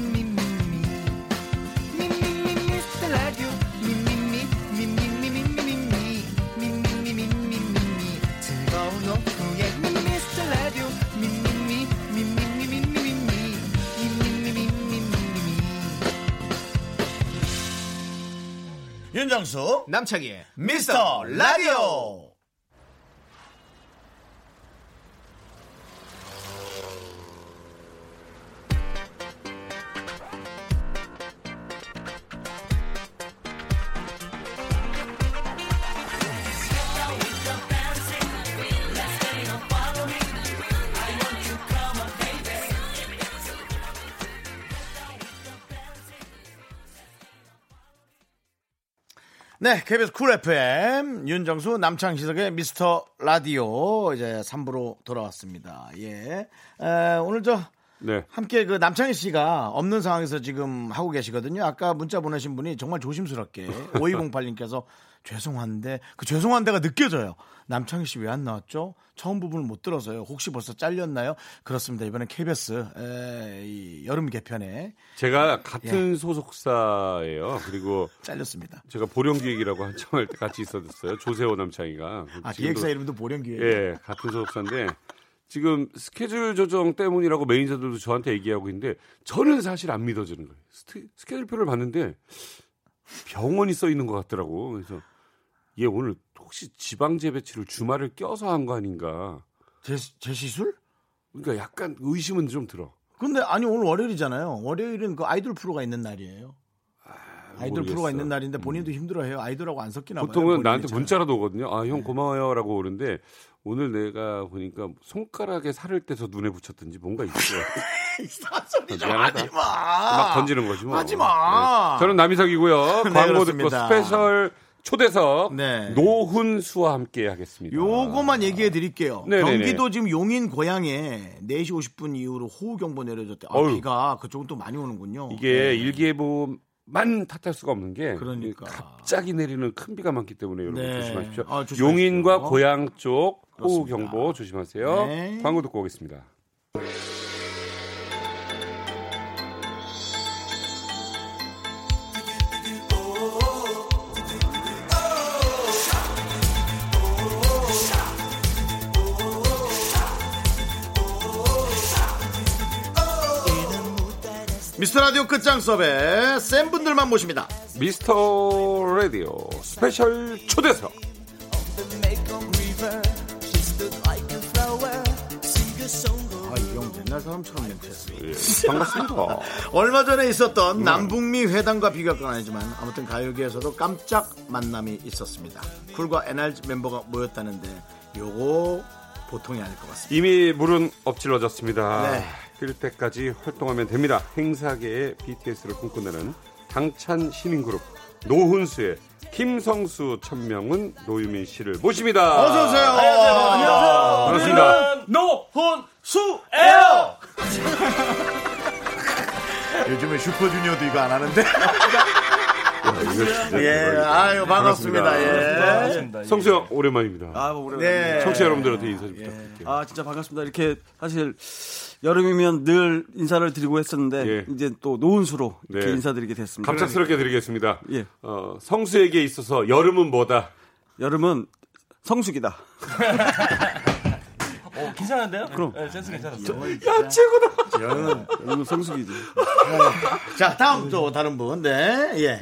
Speaker 1: 윤정수
Speaker 6: 남창희의
Speaker 1: 미스터 라디오. 네, KBS 쿨 FM 윤정수 남창시석의 미스터 라디오 이제 3부로 돌아왔습니다. 예, 에, 오늘 저
Speaker 2: 네.
Speaker 1: 함께 그 남창희 씨가 없는 상황에서 지금 하고 계시거든요. 아까 문자 보내신 분이 정말
Speaker 2: [LAUGHS]
Speaker 1: 조심스럽게 5208님께서 죄송한데 그 죄송한데가 느껴져요. 남창희 씨 왜 안 나왔죠? 처음 부분을 못 들어서요. 혹시 벌써 잘렸나요? 그렇습니다. 이번엔 KBS 에, 이 여름 개편에
Speaker 2: 제가 같은
Speaker 1: 예.
Speaker 2: 소속사예요. 그리고
Speaker 1: 잘렸습니다.
Speaker 2: 제가 보령기획이라고 한참 할 때 같이 있었어요. 조세호 남창이가.
Speaker 1: 아,
Speaker 2: 지금도-
Speaker 1: 기획사 이름도 보령기획.
Speaker 2: 예, 같은 소속사인데 지금 스케줄 조정 때문이라고 매니저들도 저한테 얘기하고 있는데 저는 사실 안 믿어지는 거예요. 스케- 스케줄표를 봤는데 병원이 써 있는 것 같더라고. 그래서 얘 오늘 혹시 지방 재배치를 주말을 껴서 한 거 아닌가.
Speaker 1: 제, 제 시술?
Speaker 2: 그러니까 약간 의심은 좀 들어.
Speaker 1: 근데 아니 오늘 월요일이잖아요. 월요일은 그 아이돌 프로가 있는 날이에요. 아이돌
Speaker 2: 모르겠어요. 음.
Speaker 1: 프로가 있는 날인데 본인도 힘들어해요. 아이돌하고 안 섞이나 봐요. 네.
Speaker 2: 보통은
Speaker 1: 본인이
Speaker 2: 나한테
Speaker 1: 잘.
Speaker 2: 문자라도 오거든요. 아, 형 고마워요라고 오는데 오늘 내가 보니까 손가락에 살을 떼서 눈에 붙였든지 뭔가 있어요.
Speaker 1: [LAUGHS] 이상한 소리 좀
Speaker 2: 미안하다.
Speaker 1: 하지 마.
Speaker 2: 막 던지는 거지 뭐.
Speaker 1: 아, 하지 마.
Speaker 2: 네. 저는 남희석이고요.
Speaker 1: [LAUGHS] 네,
Speaker 2: 광고 듣고
Speaker 1: 그렇습니다.
Speaker 2: 스페셜 초대석
Speaker 1: 네.
Speaker 2: 노훈 수와 함께 하겠습니다.
Speaker 1: 요거만 얘기해 드릴게요.
Speaker 2: 네네네.
Speaker 1: 경기도 지금 용인 고향에 4시 50분 이후로 호우 경보 내려졌대. 아,
Speaker 2: 어휴.
Speaker 1: 비가 그쪽은 또 많이 오는군요. 네.
Speaker 2: 이게 일기예보만 탓할 수가 없는 게
Speaker 1: 그러니까.
Speaker 2: 갑자기 내리는 큰 비가 많기 때문에 여러분
Speaker 1: 네.
Speaker 2: 조심하십시오.
Speaker 1: 아, 조심하십시오.
Speaker 2: 용인과 고양 쪽 호우
Speaker 1: 그렇습니다.
Speaker 2: 경보 조심하세요.
Speaker 1: 네.
Speaker 2: 광고 듣고 오겠습니다.
Speaker 1: 미스터 라디오 끝장 수업에 센 분들만 모십니다.
Speaker 2: 미스터 라디오 스페셜 초대석
Speaker 1: 아, 이형 옛날 사람처럼 멘트했어.
Speaker 2: 예,
Speaker 1: [LAUGHS]
Speaker 2: 반갑습니다.
Speaker 1: 얼마 전에 있었던 남북미 회담과 비교할 건 아니지만 아무튼 가요계에서도 깜짝 만남이 있었습니다. 쿨과 NRG 멤버가 모였다는데 요거 보통이 아닐 것 같습니다.
Speaker 2: 이미 물은 엎질러졌습니다.
Speaker 1: 네.
Speaker 2: 끓 때까지 활동하면 됩니다. 행사계의 BTS를 꿈꾸는 당찬 신인그룹 노훈수의 김성수 천명은 노유민 씨를 모십니다.
Speaker 1: 어서 오세요. 안녕하세요.
Speaker 2: 반갑습니다.
Speaker 8: 노혼수에요
Speaker 1: 요즘에 슈퍼주니어도 이거 안 하는데.
Speaker 2: 아, 이거 진짜
Speaker 1: [LAUGHS] 예,
Speaker 2: 대박이다.
Speaker 1: 아유 반갑습니다. 예.
Speaker 8: 반갑습니다.
Speaker 2: 성수 형 오랜만입니다.
Speaker 8: 아, 뭐 오래
Speaker 1: 네.
Speaker 2: 청취자 여러분들한테 인사 좀 부탁드릴게요.
Speaker 8: 아 진짜 반갑습니다. 이렇게 사실 여름이면 늘 인사를 드리고 했었는데
Speaker 2: 예.
Speaker 8: 네, 이제 또 노은수로 이렇게
Speaker 2: 네.
Speaker 8: 인사드리게 됐습니다.
Speaker 2: 갑작스럽게 드리겠습니다.
Speaker 8: 예.
Speaker 2: 어, 성수에게 있어서 여름은 뭐다?
Speaker 8: 여름은 성숙이다. 여름은 성숙이지.
Speaker 1: 자 다음 또 다른 분. 네. 예.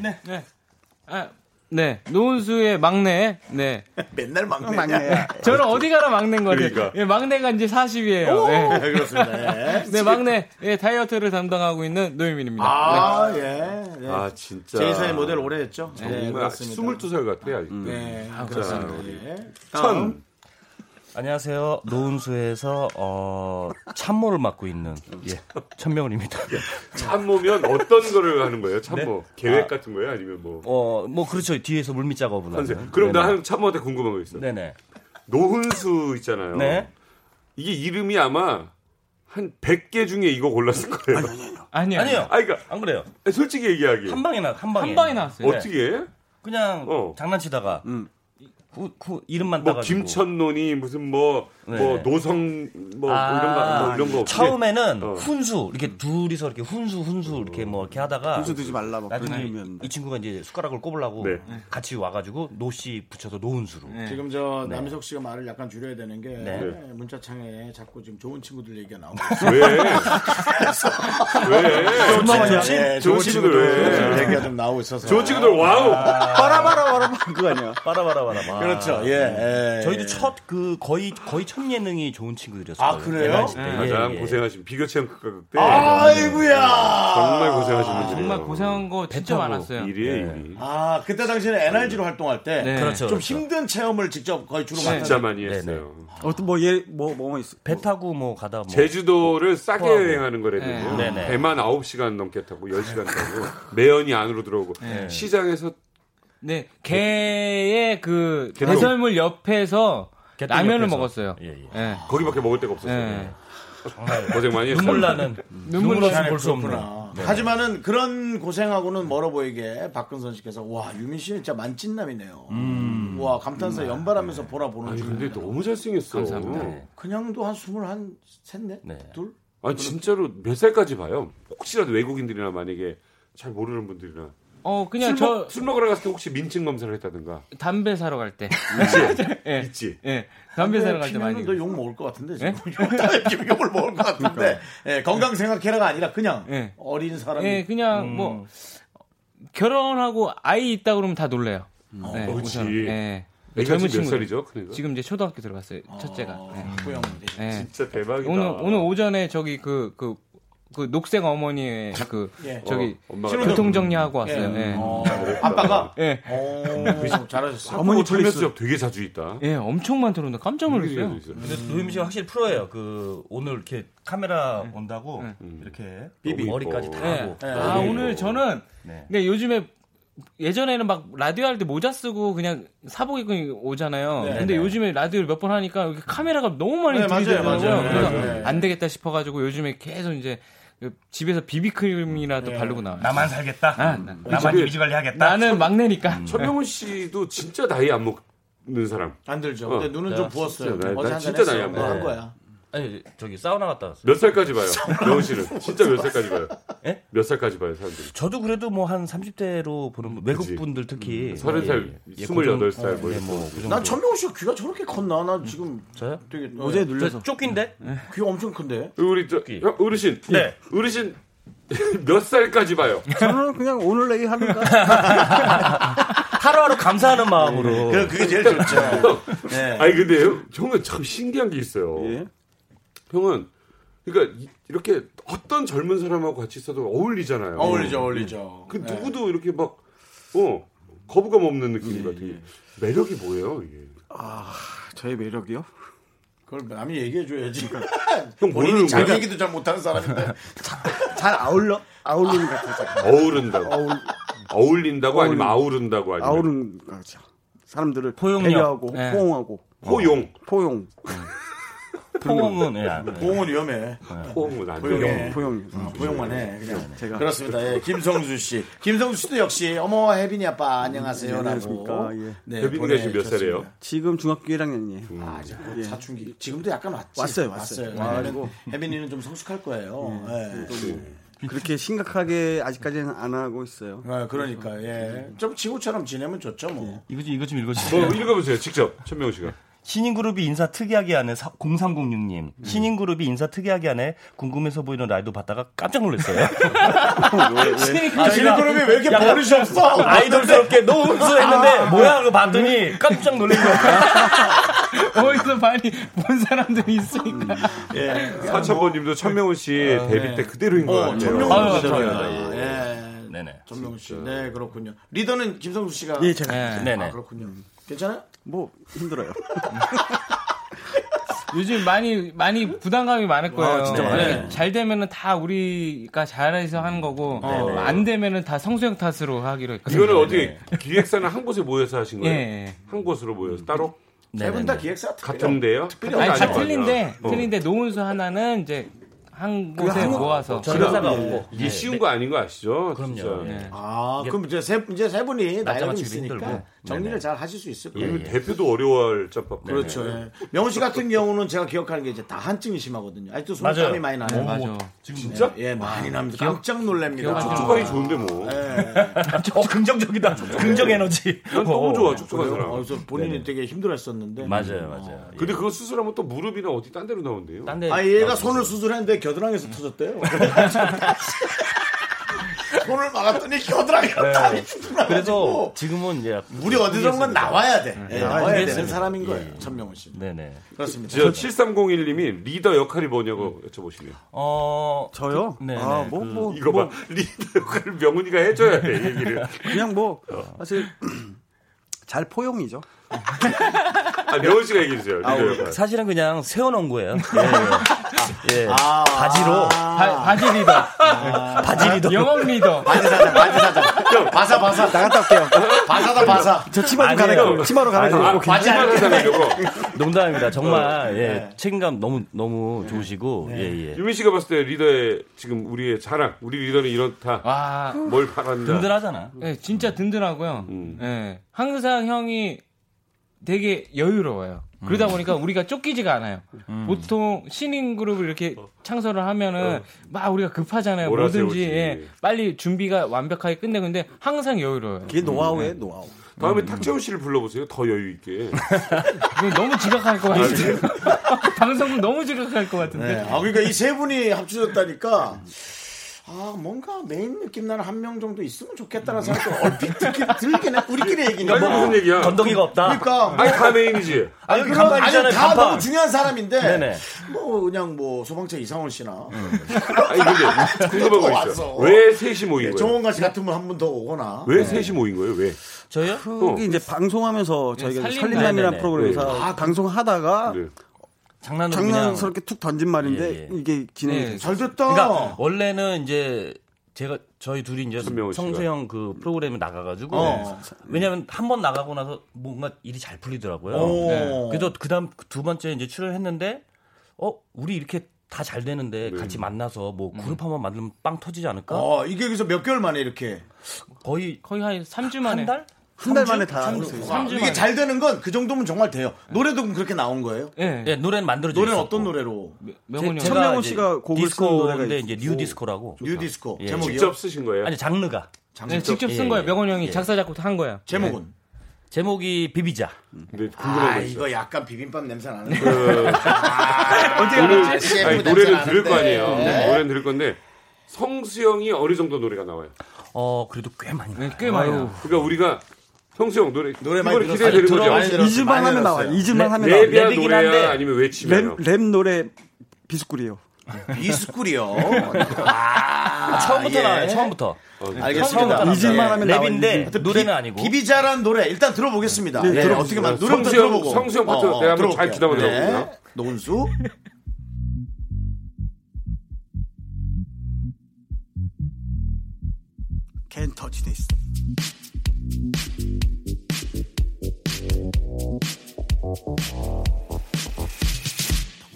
Speaker 9: 네, 노은수의 막내. 네,
Speaker 1: 맨날 막내냐.
Speaker 9: 저는 어디 가라 막내인 거예요.
Speaker 2: 그러니까.
Speaker 9: 예, 막내가 이제 40이에요.
Speaker 1: 네, 그렇습니다. 예.
Speaker 9: 네, 예, 막내 예, 다이어트를 담당하고 있는 노유민입니다.
Speaker 1: 아 예. 예.
Speaker 2: 아 진짜.
Speaker 1: 제 이사의 모델 오래 했죠. 네,
Speaker 2: 정말
Speaker 1: 그렇습니다.
Speaker 2: 뭐, 22살 같아요. 아직도.
Speaker 1: 네, 그렇습니다. 예.
Speaker 2: 천.
Speaker 8: 안녕하세요. 노은수에서 어, 참모를 맡고 있는 예, 천명훈입니다.
Speaker 2: 참모면 어떤 거를 하는 거예요? 참모 뭐, 계획 같은 거예요? 아니면 뭐
Speaker 8: 네. 어, 뭐 그렇죠. 뒤에서 물밑 작업을
Speaker 2: 컨셉? 그럼 나 한 참모한테 궁금한 거 있어. 요
Speaker 8: 네네. 네.
Speaker 2: 노훈수 있잖아요. 이게 이름이 아마 한 100개 중에 이거 골랐을 거예요.
Speaker 1: [LAUGHS]
Speaker 2: 아니,
Speaker 9: 아니요, 아니요.
Speaker 2: 그러니까
Speaker 8: 안 그래요.
Speaker 2: 솔직히 얘기하기.
Speaker 8: 한 방에 나, 한 방에.
Speaker 9: 한 방에 나왔어요.
Speaker 2: 어떻게 해?
Speaker 8: 그냥
Speaker 2: 어.
Speaker 8: 장난치다가 구, 구, 이름만
Speaker 2: 뭐
Speaker 8: 따가지고
Speaker 2: 김천론이 무슨 뭐 뭐
Speaker 8: 네.
Speaker 2: 노성 뭐
Speaker 8: 아,
Speaker 2: 이런 거 뭐 이런 거 없이
Speaker 8: 처음에는
Speaker 2: 어.
Speaker 8: 훈수 이렇게 둘이서 이렇게 훈수 훈수 이렇게 뭐 이렇게 하다가 훈수 두지 말라 막 나중에 이 친구가 이제 숟가락을 꼽으려고
Speaker 2: 네.
Speaker 8: 같이 와가지고 노씨 붙여서 노은수로
Speaker 1: 지금 저 남희석 씨가 말을 약간 줄여야 되는 게
Speaker 8: 네.
Speaker 1: 문자창에 자꾸 지금 좋은 친구들 얘기가 나오고 있어요.
Speaker 2: 왜? 왜?
Speaker 1: 예,
Speaker 2: 네, 좋은 친구들 왜?
Speaker 1: 얘기가 좀 나오고 있어서 아.
Speaker 2: 좋은 친구들 와우.
Speaker 8: 빠라바라바라바 아. 네.
Speaker 1: 그렇죠. 예. 예.
Speaker 8: 저희도 첫 그 거의 거의 첫 예능이 좋은 친구들이었어요
Speaker 1: 아, 그래요?
Speaker 8: NRG 때.
Speaker 2: 가장
Speaker 8: 예, 예.
Speaker 2: 고생하신 비교 체험 극과
Speaker 8: 네.
Speaker 2: 때
Speaker 9: 아!
Speaker 1: 아이구야.
Speaker 2: 정말 고생하신 분들이에요.
Speaker 9: 정말 고생한 거 진짜 많았어요. 예.
Speaker 2: 일이에요, 일이.
Speaker 1: 아 그때 당시는 NRG로 활동할 때 좀
Speaker 9: 네.
Speaker 8: 그렇죠 그렇죠.
Speaker 1: 힘든 체험을 직접 거의 주로
Speaker 9: 네.
Speaker 2: 진짜
Speaker 1: 만났죠.
Speaker 2: 많이 했어요.
Speaker 9: 어떤 뭐얘뭐뭐 있어?
Speaker 8: 배 타고 뭐 가다 뭐
Speaker 2: 제주도를 싸게
Speaker 8: 포함해.
Speaker 2: 여행하는 거래도
Speaker 8: 네. 네네.
Speaker 2: 배만 9시간 넘게 타고 10시간 타고 매연이 안으로 들어오고 시장에서
Speaker 9: 네, 개의 그
Speaker 2: 개똥.
Speaker 9: 배설물 옆에서
Speaker 8: 개똥
Speaker 9: 라면을
Speaker 8: 옆에서.
Speaker 9: 먹었어요.
Speaker 8: 예, 예.
Speaker 9: 예.
Speaker 2: 거기밖에 먹을 데가 없었어요.
Speaker 9: 예.
Speaker 2: 고생 많이 했어요.
Speaker 8: 눈물 나는 눈물 나서 볼 수 없는
Speaker 1: 그렇구나. 어, 하지만은 그런 고생하고는 멀어 보이게 박근선 씨께서 와 유민 씨는 진짜 만찢남이네요. 와 감탄사 연발하면서 보라보는
Speaker 2: 아니
Speaker 1: 중.
Speaker 2: 근데 너무 잘생겼어.
Speaker 9: 감사합니다.
Speaker 1: 그냥도 한 스물 한 셋네
Speaker 8: 네.
Speaker 1: 둘.
Speaker 2: 아 진짜로 몇 살까지 봐요? 혹시라도 외국인들이나 만약에 잘 모르는 분들이나
Speaker 9: 어, 그냥
Speaker 2: 술,
Speaker 9: 저
Speaker 2: 먹, 술 먹으러 갔을 때 혹시 민증 검사를 했다든가
Speaker 9: 담배 사러 갈 때. [LAUGHS] 예.
Speaker 2: 있지.
Speaker 9: 예. 담배 사러 갈 때
Speaker 1: 피면은
Speaker 9: 많이.
Speaker 1: 너
Speaker 9: 그랬어요.
Speaker 1: 욕 먹을 것 같은데 지금 욕 욕을 먹을 것 같은데 예, 건강 생각해라가 아니라 그냥
Speaker 9: 예.
Speaker 1: 어린 사람이
Speaker 9: 예, 그냥 뭐 결혼하고 아이 있다 그러면 다 놀래요.
Speaker 1: 어,
Speaker 9: 네,
Speaker 2: 그렇지.
Speaker 9: 우선은. 예.
Speaker 2: 애가
Speaker 9: 젊은
Speaker 2: 지금 몇
Speaker 9: 친구들.
Speaker 2: 살이죠? 큰애가?
Speaker 9: 지금 이제 초등학교 들어갔어요. 첫째가. 예.
Speaker 1: 후영
Speaker 9: 예.
Speaker 2: 진짜 대박이다.
Speaker 9: 오늘 오늘 오전에 저기 그 그 그 녹색 어머니의 그
Speaker 1: 예.
Speaker 9: 저기
Speaker 2: 어, 엄마가
Speaker 9: 교통 정리하고 왔어요.
Speaker 1: 예.
Speaker 9: 예.
Speaker 1: 어, 아빠가
Speaker 9: 예.
Speaker 1: 어, 잘하셨어요.
Speaker 2: 어머니 플레이스 업 되게 자주 있다.
Speaker 9: 예, 엄청 많더라고요. 깜짝 놀랐어요.
Speaker 2: 있어요.
Speaker 8: 근데 노유미 씨가 확실히 프로예요. 그 오늘 이렇게 카메라 온다고
Speaker 2: 음.
Speaker 8: 이렇게
Speaker 2: 비비.
Speaker 8: 머리까지 다
Speaker 9: 예.
Speaker 8: 하고
Speaker 9: 아, 오늘 저는
Speaker 8: 네.
Speaker 9: 근데 요즘에 예전에는 막 라디오 할 때 모자 쓰고 그냥 사복 입고 오잖아요. 근데 요즘에 라디오를 몇 번 하니까 여기 카메라가 너무 많이
Speaker 1: 네, 맞아요,
Speaker 9: 들이대더라고요.
Speaker 1: 맞아요.
Speaker 9: 그래서
Speaker 1: 네, 네.
Speaker 9: 안 되겠다 싶어가지고 요즘에 계속 이제 그 집에서 비비크림이라도 바르고 나와요.
Speaker 8: 나만 살겠다.
Speaker 9: 아, 나-
Speaker 8: 나만
Speaker 2: 근데-
Speaker 8: 이미지 관리하겠다.
Speaker 9: 나는 막내니까.
Speaker 2: 천명훈 씨도 진짜 나이 안 먹는 사람.
Speaker 1: 안 들죠.
Speaker 2: 어.
Speaker 1: 근데 눈은 좀 부었어요.
Speaker 2: 진짜 나-
Speaker 1: 어제
Speaker 2: 나
Speaker 1: 한잔
Speaker 2: 진짜 나이
Speaker 1: 했어요.
Speaker 2: 안
Speaker 1: 뭐 한
Speaker 8: 먹어요.
Speaker 1: 거야.
Speaker 8: 아니 저기 사우나 갔다 왔어요.
Speaker 2: 몇 살까지
Speaker 8: [LAUGHS]
Speaker 2: 봐요? 명훈 씨는 진짜 몇 살까지 봐요?
Speaker 8: 예?
Speaker 2: 몇 살까지 봐요 사람들이?
Speaker 8: 저도 그래도 뭐 한 30대로 보는 외국 분들 특히
Speaker 2: 음,
Speaker 8: 예,
Speaker 2: 서른 살, 스물여덟 살 뭐 이런
Speaker 8: 뭐그 정도.
Speaker 1: 난 전명호 아, 씨가 귀가 저렇게 컸나? 나 지금
Speaker 8: 저요? 네.
Speaker 1: 되게 어제
Speaker 8: 저 쪼끼인데?
Speaker 1: 귀 엄청 큰데.
Speaker 2: 우리 저 형, 어르신, [LAUGHS]
Speaker 8: 네.
Speaker 2: 어르신 몇 살까지 봐요?
Speaker 8: 저는 그냥 오늘 내일 하는가.
Speaker 9: 하루하루 감사하는
Speaker 8: 어.
Speaker 9: 마음으로.
Speaker 1: 그 그게 제일 좋죠. 네.
Speaker 2: 아니 근데 형은 참 신기한 게 있어요.
Speaker 1: 예.
Speaker 2: 형은 그러니까 이- 이렇게 어떤 젊은 사람하고 같이 있어도 어울리잖아요.
Speaker 1: 어울리죠, 어울리죠.
Speaker 2: 그
Speaker 1: 네.
Speaker 2: 누구도 이렇게 막 어, 거부감 없는
Speaker 1: 예,
Speaker 2: 느낌이 같은 게. 매력이 뭐예요, 이게?
Speaker 8: 아, 저의 매력이요?
Speaker 1: 그걸 남이 얘기해 줘야지.
Speaker 2: 형
Speaker 1: 본인이
Speaker 2: 모르는
Speaker 1: 자기
Speaker 2: 거야?
Speaker 1: 얘기도 잘 못하는 사람인데
Speaker 8: 그 잘 아울러 아울리는 것 같아서.
Speaker 2: 어우른다고.
Speaker 8: 아울
Speaker 2: 어울린다고 아니면
Speaker 8: 어울린-
Speaker 2: 아우른다고 아니면
Speaker 8: 아우르는 거죠. 사람들을
Speaker 9: 포용력.
Speaker 8: 배려하고
Speaker 9: 네.
Speaker 8: 포용하고
Speaker 2: 포용.
Speaker 8: 포용
Speaker 9: 포옹은 예, 안 돼.
Speaker 1: 보험은 위험해.
Speaker 2: 포용은 안
Speaker 1: 포용해.
Speaker 2: 돼요.
Speaker 8: 어. 포용 네,
Speaker 1: 보용만 해. 그냥.
Speaker 8: 제가
Speaker 1: 그렇습니다. 예, 김성수 씨. 김성수 씨도 역시 어머 혜빈이 아빠 안녕하세요라고.
Speaker 8: 안녕하십니까. 예.
Speaker 1: 네,
Speaker 2: 혜빈이가 지금 몇 살이에요? 음.
Speaker 8: 지금 중학교 1학년이에요.
Speaker 1: 보내주셨습니다. 사춘기. 지금도 약간 왔지.
Speaker 8: 예. 왔어요, 왔어요.
Speaker 1: 왜냐면 혜빈이는 좀 성숙할 거예요. 예.
Speaker 8: 그렇게 심각하게 아직까지는 안 하고 있어요.
Speaker 1: 아, 그러니까 예. 좀 친구처럼 지내면 좋죠, 뭐.
Speaker 9: 이거 좀 이거 좀
Speaker 2: 뭐
Speaker 9: 읽어주세요.
Speaker 2: 읽어보세요, 직접 천명 씨가.
Speaker 9: 신인그룹이 인사 특이하게 하는 0306님. 신인그룹이 인사 특이하게 하네. 궁금해서 보이는 라이도 봤다가 깜짝 놀랐어요.
Speaker 1: 아, 신인그룹이 왜 이렇게 버릇이 없어?
Speaker 9: [LAUGHS] 아이돌스럽게 아, 음. 너무 했는데 뭐야 그거 봤더니 깜짝 놀란 거야.
Speaker 10: 어디서 많이 본 사람들이 있으니까.
Speaker 1: 예.
Speaker 2: 사천번님도 천명훈 씨 데뷔 때 그대로인 거
Speaker 1: 어,
Speaker 2: 같아요.
Speaker 9: 아유,
Speaker 1: 전명훈 씨.
Speaker 9: 감사합니다.
Speaker 1: 예.
Speaker 9: 네네.
Speaker 1: 전명훈 씨. 네, 그렇군요. 리더는 김성수 씨가
Speaker 8: 예, 제가
Speaker 9: 네네.
Speaker 1: 아, 그렇군요. 괜찮아요?
Speaker 8: 뭐
Speaker 1: [LAUGHS]
Speaker 8: 힘들어요.
Speaker 10: 요즘 많이 많이 부담감이 많을 거예요.
Speaker 1: 아, 진짜 많아요.
Speaker 10: 네. 잘 되면은 다 우리가 잘해서 하는 거고 안 되면은 다 성수형 탓으로 하기로 했거든요.
Speaker 2: 이거는 어떻게 기획사는 한 곳에 모여서 하신
Speaker 10: 예.
Speaker 2: 거예요?
Speaker 10: 예.
Speaker 2: 한 곳으로 모여서 따로
Speaker 1: 세 분 다 기획사
Speaker 2: 같은 데요? 특별히
Speaker 10: 아니 다 틀린데 틀린데 노은수 하나는 이제 한 곳에 모아서
Speaker 9: 회사가 없고.
Speaker 2: 어. 이게 쉬운 거 아닌 거 아시죠? 그럼요.
Speaker 1: 아, 그럼 이제 세, 이제 세
Speaker 9: 날짜
Speaker 1: 분이 나이가 좀
Speaker 9: 맞추기도
Speaker 1: 있으니까
Speaker 9: 힘들고.
Speaker 1: 정리를
Speaker 9: 네네.
Speaker 1: 잘 하실 수 있을 거예요.
Speaker 2: 그리고 대표도 어려워할 짬밥.
Speaker 1: 그렇죠. 예. 명훈 씨 같은 경우는 제가 기억하는 게 이제 다한증이 심하거든요. 아직도
Speaker 9: 맞아요. 어, 아,
Speaker 1: 손땀이 많이 나요.
Speaker 10: 맞아.
Speaker 1: 진짜? 예, 많이 납니다. 깜짝 놀랍니다.
Speaker 2: 촉촉하기 좋은데 뭐.
Speaker 9: 어, 긍정적이다. 긍정 에너지.
Speaker 2: 네.
Speaker 9: 어,
Speaker 2: 난 너무 좋아 촉촉한
Speaker 1: 그래요?
Speaker 2: 사람.
Speaker 1: 그래서 본인이 되게 힘들었었는데. 어.
Speaker 9: 맞아요, 맞아요. 예.
Speaker 2: 근데 그거 수술하면 또 무릎이나 어디 딴 데로 나온대요.
Speaker 9: 딴데
Speaker 1: 아, 얘가 손을 수술했는데 겨드랑이에서 터졌대요. [LAUGHS] 손을 막았더니 겨드랑이가 땀이 쭉쭉 나가지고.
Speaker 9: 네. 그래서 지금은 이제 네.
Speaker 1: 우리 어디선가 나와야 돼. 예, 나와야 되는
Speaker 9: 알겠습니다.
Speaker 1: 사람인 거예요. 천명훈 씨.
Speaker 9: 네네.
Speaker 1: 그렇습니다.
Speaker 2: 저 7301님이 리더 역할이 뭐냐고 여쭤보시네요.
Speaker 9: 어
Speaker 8: 저요?
Speaker 9: 네,
Speaker 8: 아,
Speaker 9: 네,
Speaker 8: 뭐, 뭐,
Speaker 2: 이거 봐. 리더 역할을 명훈이가 해줘야 돼, 얘기를.
Speaker 8: [LAUGHS]
Speaker 2: 어.
Speaker 8: 그냥 뭐, 사실, [CLEARS THROAT] 잘 포용이죠.
Speaker 2: 아, 명훈 씨가 얘기해주세요. 리더 역할.
Speaker 9: 사실은 그냥 세워놓은 거예요. 예. 예. 바지로
Speaker 10: 바, 바지 리더,
Speaker 9: 바지 리더.
Speaker 10: 영업 리더.
Speaker 1: 바지 사장, 바지 사장. 바사, 바사. 나갔다 올게요. 바사다, 바사.
Speaker 8: 저 치마 좀
Speaker 9: 아니에요.
Speaker 8: 갈아입고, 치마로
Speaker 2: 아,
Speaker 8: 갈아입고.
Speaker 2: 바지 하나 사려고.
Speaker 9: 농담입니다.
Speaker 10: 어,
Speaker 9: 정말 예,
Speaker 10: 네.
Speaker 9: 책임감 너무 너무 좋으시고 예, 예.
Speaker 2: 유민 씨가 봤을 때 리더의 지금 우리의 자랑, 우리 리더는 이렇다.
Speaker 10: 와,
Speaker 2: 뭘 바란다. 음.
Speaker 9: 든든하잖아.
Speaker 10: 예, 아. 진짜 든든하고요. 예, 항상 형이 되게 여유로워요.
Speaker 9: 음.
Speaker 10: 그러다 보니까 우리가 쫓기지가 않아요. 보통 신인 그룹을 이렇게
Speaker 2: 어.
Speaker 10: 창설을 하면은 막 우리가 급하잖아요.
Speaker 2: 몰아세우지.
Speaker 10: 뭐든지 예, 빨리 준비가 완벽하게 끝내고 근데 항상 여유로워요.
Speaker 8: 이게 노하우예요, 노하우.
Speaker 2: 다음에 탁재훈 씨를 불러보세요. 더 여유 있게.
Speaker 10: 그거 [LAUGHS] 너무 지각할 것 같아요. 방송국 너무 지각할 것 같은데.
Speaker 1: 네. 아, 그러니까 이 세 분이 합쳐졌다니까. 아, 뭔가 메인 느낌 나는 한 명 정도 있으면 좋겠다는 생각도 얼핏 듣기, 들긴 해. 우리끼리 얘기니까.
Speaker 2: 아니 무슨 얘기야?
Speaker 9: 건더기가 없다.
Speaker 1: 그러니까.
Speaker 2: 아니 다 메인이지.
Speaker 9: 아니,
Speaker 1: 그런-
Speaker 9: 간판이잖아요,
Speaker 1: 아니, 다
Speaker 9: 간판.
Speaker 1: 너무 중요한 사람인데.
Speaker 9: 네네. 음,
Speaker 1: 뭐, 그냥 뭐, 소방차 이상원 씨나.
Speaker 2: 아니 근데
Speaker 1: 또
Speaker 2: 궁금한 거
Speaker 1: 왔어.
Speaker 2: 있어. 왜 셋이 모인 거예요?
Speaker 1: 정원가 씨 같은 분 한 분 더 오거나.
Speaker 2: 왜 셋이 모인 거예요? 왜?
Speaker 9: 저요?
Speaker 8: 그게 이제 방송하면서 저희가
Speaker 10: 살림-
Speaker 8: 살림남이라는
Speaker 9: 네네네.
Speaker 8: 프로그램에서
Speaker 2: 네.
Speaker 8: 아, 방송하다가
Speaker 9: 그
Speaker 2: 네.
Speaker 9: 장난으로 그냥
Speaker 8: 장난스럽게 툭 던진 말인데
Speaker 9: 예, 예.
Speaker 8: 이게 진행이
Speaker 10: 네.
Speaker 1: 잘
Speaker 8: 됐어요.
Speaker 1: 됐다.
Speaker 9: 그러니까 원래는 이제 제가 저희 둘이 이제
Speaker 2: 선명훈 씨가.
Speaker 9: 성수형 그 프로그램에 나가가지고
Speaker 1: 어.
Speaker 9: 왜냐하면 한 번 나가고 나서 뭔가 일이 잘 풀리더라고요.
Speaker 1: 오.
Speaker 10: 네.
Speaker 9: 그래서 그다음 두 번째 이제 출연했는데 어 우리 이렇게 다 잘 되는데 같이 만나서 뭐 그룹 한 번 만들면 빵 터지지 않을까?
Speaker 1: 어, 이게 여기서 몇 개월 만에 이렇게.
Speaker 9: 거의
Speaker 10: 거의 한 3주 만에.
Speaker 9: 한 달?
Speaker 8: 한 달 만에 다 했어요.
Speaker 1: 와,
Speaker 10: 삼주
Speaker 1: 이게
Speaker 10: 만에.
Speaker 1: 잘 되는 건 그 정도면 정말 돼요. 노래도 그럼 그렇게 나온 거예요?
Speaker 10: 예.
Speaker 9: 예, 노래는 만들어져
Speaker 1: 노래는
Speaker 9: 있었고.
Speaker 1: 어떤 노래로?
Speaker 10: 명훈이
Speaker 9: 제-
Speaker 10: 형.
Speaker 8: 천명호
Speaker 9: 이제
Speaker 8: 씨가 곡을 쓴 노래가
Speaker 9: 디스코인데
Speaker 8: 있-
Speaker 9: 이제 뉴 디스코라고.
Speaker 1: 뉴 디스코.
Speaker 9: 예.
Speaker 1: 제목이요?
Speaker 2: 직접 네. 쓰신 거예요?
Speaker 9: 아니 장르가
Speaker 10: 네, 직접
Speaker 9: 예,
Speaker 10: 쓴 거예요.
Speaker 9: 예.
Speaker 10: 명훈이 형이 작사 작곡 한 거예요.
Speaker 1: 제목은?
Speaker 9: 제목이 비비자.
Speaker 2: 근데
Speaker 1: 아,
Speaker 2: 궁금한 거 있어.
Speaker 1: 이거 약간 비빔밥 냄새 나는데.
Speaker 2: 그,
Speaker 1: 아,
Speaker 2: 오늘
Speaker 1: 셰프
Speaker 2: 아니,
Speaker 1: 냄새
Speaker 2: 노래를
Speaker 1: 나는데.
Speaker 2: 들을 거 아니에요. 노래는 들을 건데 성수형이 어느 정도 노래가 나와요?
Speaker 9: 어 그래도 꽤 많이 나와요.
Speaker 2: 꽤 많이 나와요. 그러니까 우리가 성수형 노래
Speaker 9: 노래 많이
Speaker 2: 이번에
Speaker 9: 들었어요.
Speaker 2: 기대되는
Speaker 9: 들어- 많이
Speaker 2: 거죠.
Speaker 9: 들었어요. 이주만 많이 하면
Speaker 8: 나와요. 이주만 하면 나와요.
Speaker 2: 랩이야
Speaker 8: 랩이긴
Speaker 2: 노래야
Speaker 8: 한데
Speaker 2: 아니면 외치면
Speaker 8: 랩, 랩 노래 비스쿨이요.
Speaker 1: 비스쿨이요?
Speaker 9: 아, 처음부터
Speaker 1: 예.
Speaker 9: 나와요. 처음부터.
Speaker 1: 알겠습니다.
Speaker 9: 이질만 하면 나와요.
Speaker 1: 랩인데
Speaker 9: 이질만.
Speaker 1: 노래는 아니고. 비비자란 노래 일단 들어보겠습니다. 네,
Speaker 2: 들어보세요.
Speaker 1: 어떻게 만
Speaker 2: 성수형-
Speaker 1: 노래부터 들어보고.
Speaker 2: 성수형 파트 내가 한번 잘
Speaker 1: 들어볼게요.
Speaker 2: 기다려
Speaker 1: 네.
Speaker 2: 들어볼게요.
Speaker 1: 노은수.
Speaker 8: Can't touch this.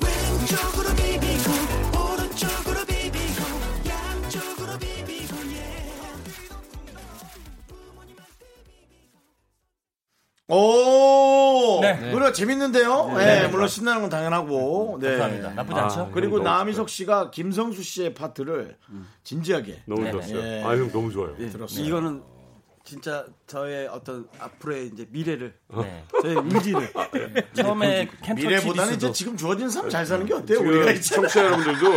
Speaker 3: 왼쪽으로 비비고 오른쪽으로 비비고 양쪽으로 비비고
Speaker 1: 오
Speaker 9: 네.
Speaker 1: 노래 가 재밌는데요.
Speaker 9: 네.
Speaker 1: 네,
Speaker 9: 네.
Speaker 1: 물론 신나는 건 당연하고 네.
Speaker 9: 감사합니다. 나쁘지 않죠?
Speaker 1: 아, 그리고
Speaker 9: 너무
Speaker 1: 남희석 씨가 김성수 씨의 파트를 진지하게
Speaker 2: 너무
Speaker 1: 네.
Speaker 2: 좋았어요.
Speaker 1: 예.
Speaker 2: 아, 형 너무 좋아요.
Speaker 8: 예,
Speaker 1: 들었어요.
Speaker 8: 이거는 진짜 저의 어떤 앞으로의 이제 미래를
Speaker 2: 네.
Speaker 8: 저의 의지를 네.
Speaker 9: 처음에
Speaker 1: 어. 아, 미래보다는 이제 지금 주어진 삶 잘 사는 게 어때요?
Speaker 2: 지금
Speaker 1: 우리가 있잖아.
Speaker 2: 청취자 여러분들도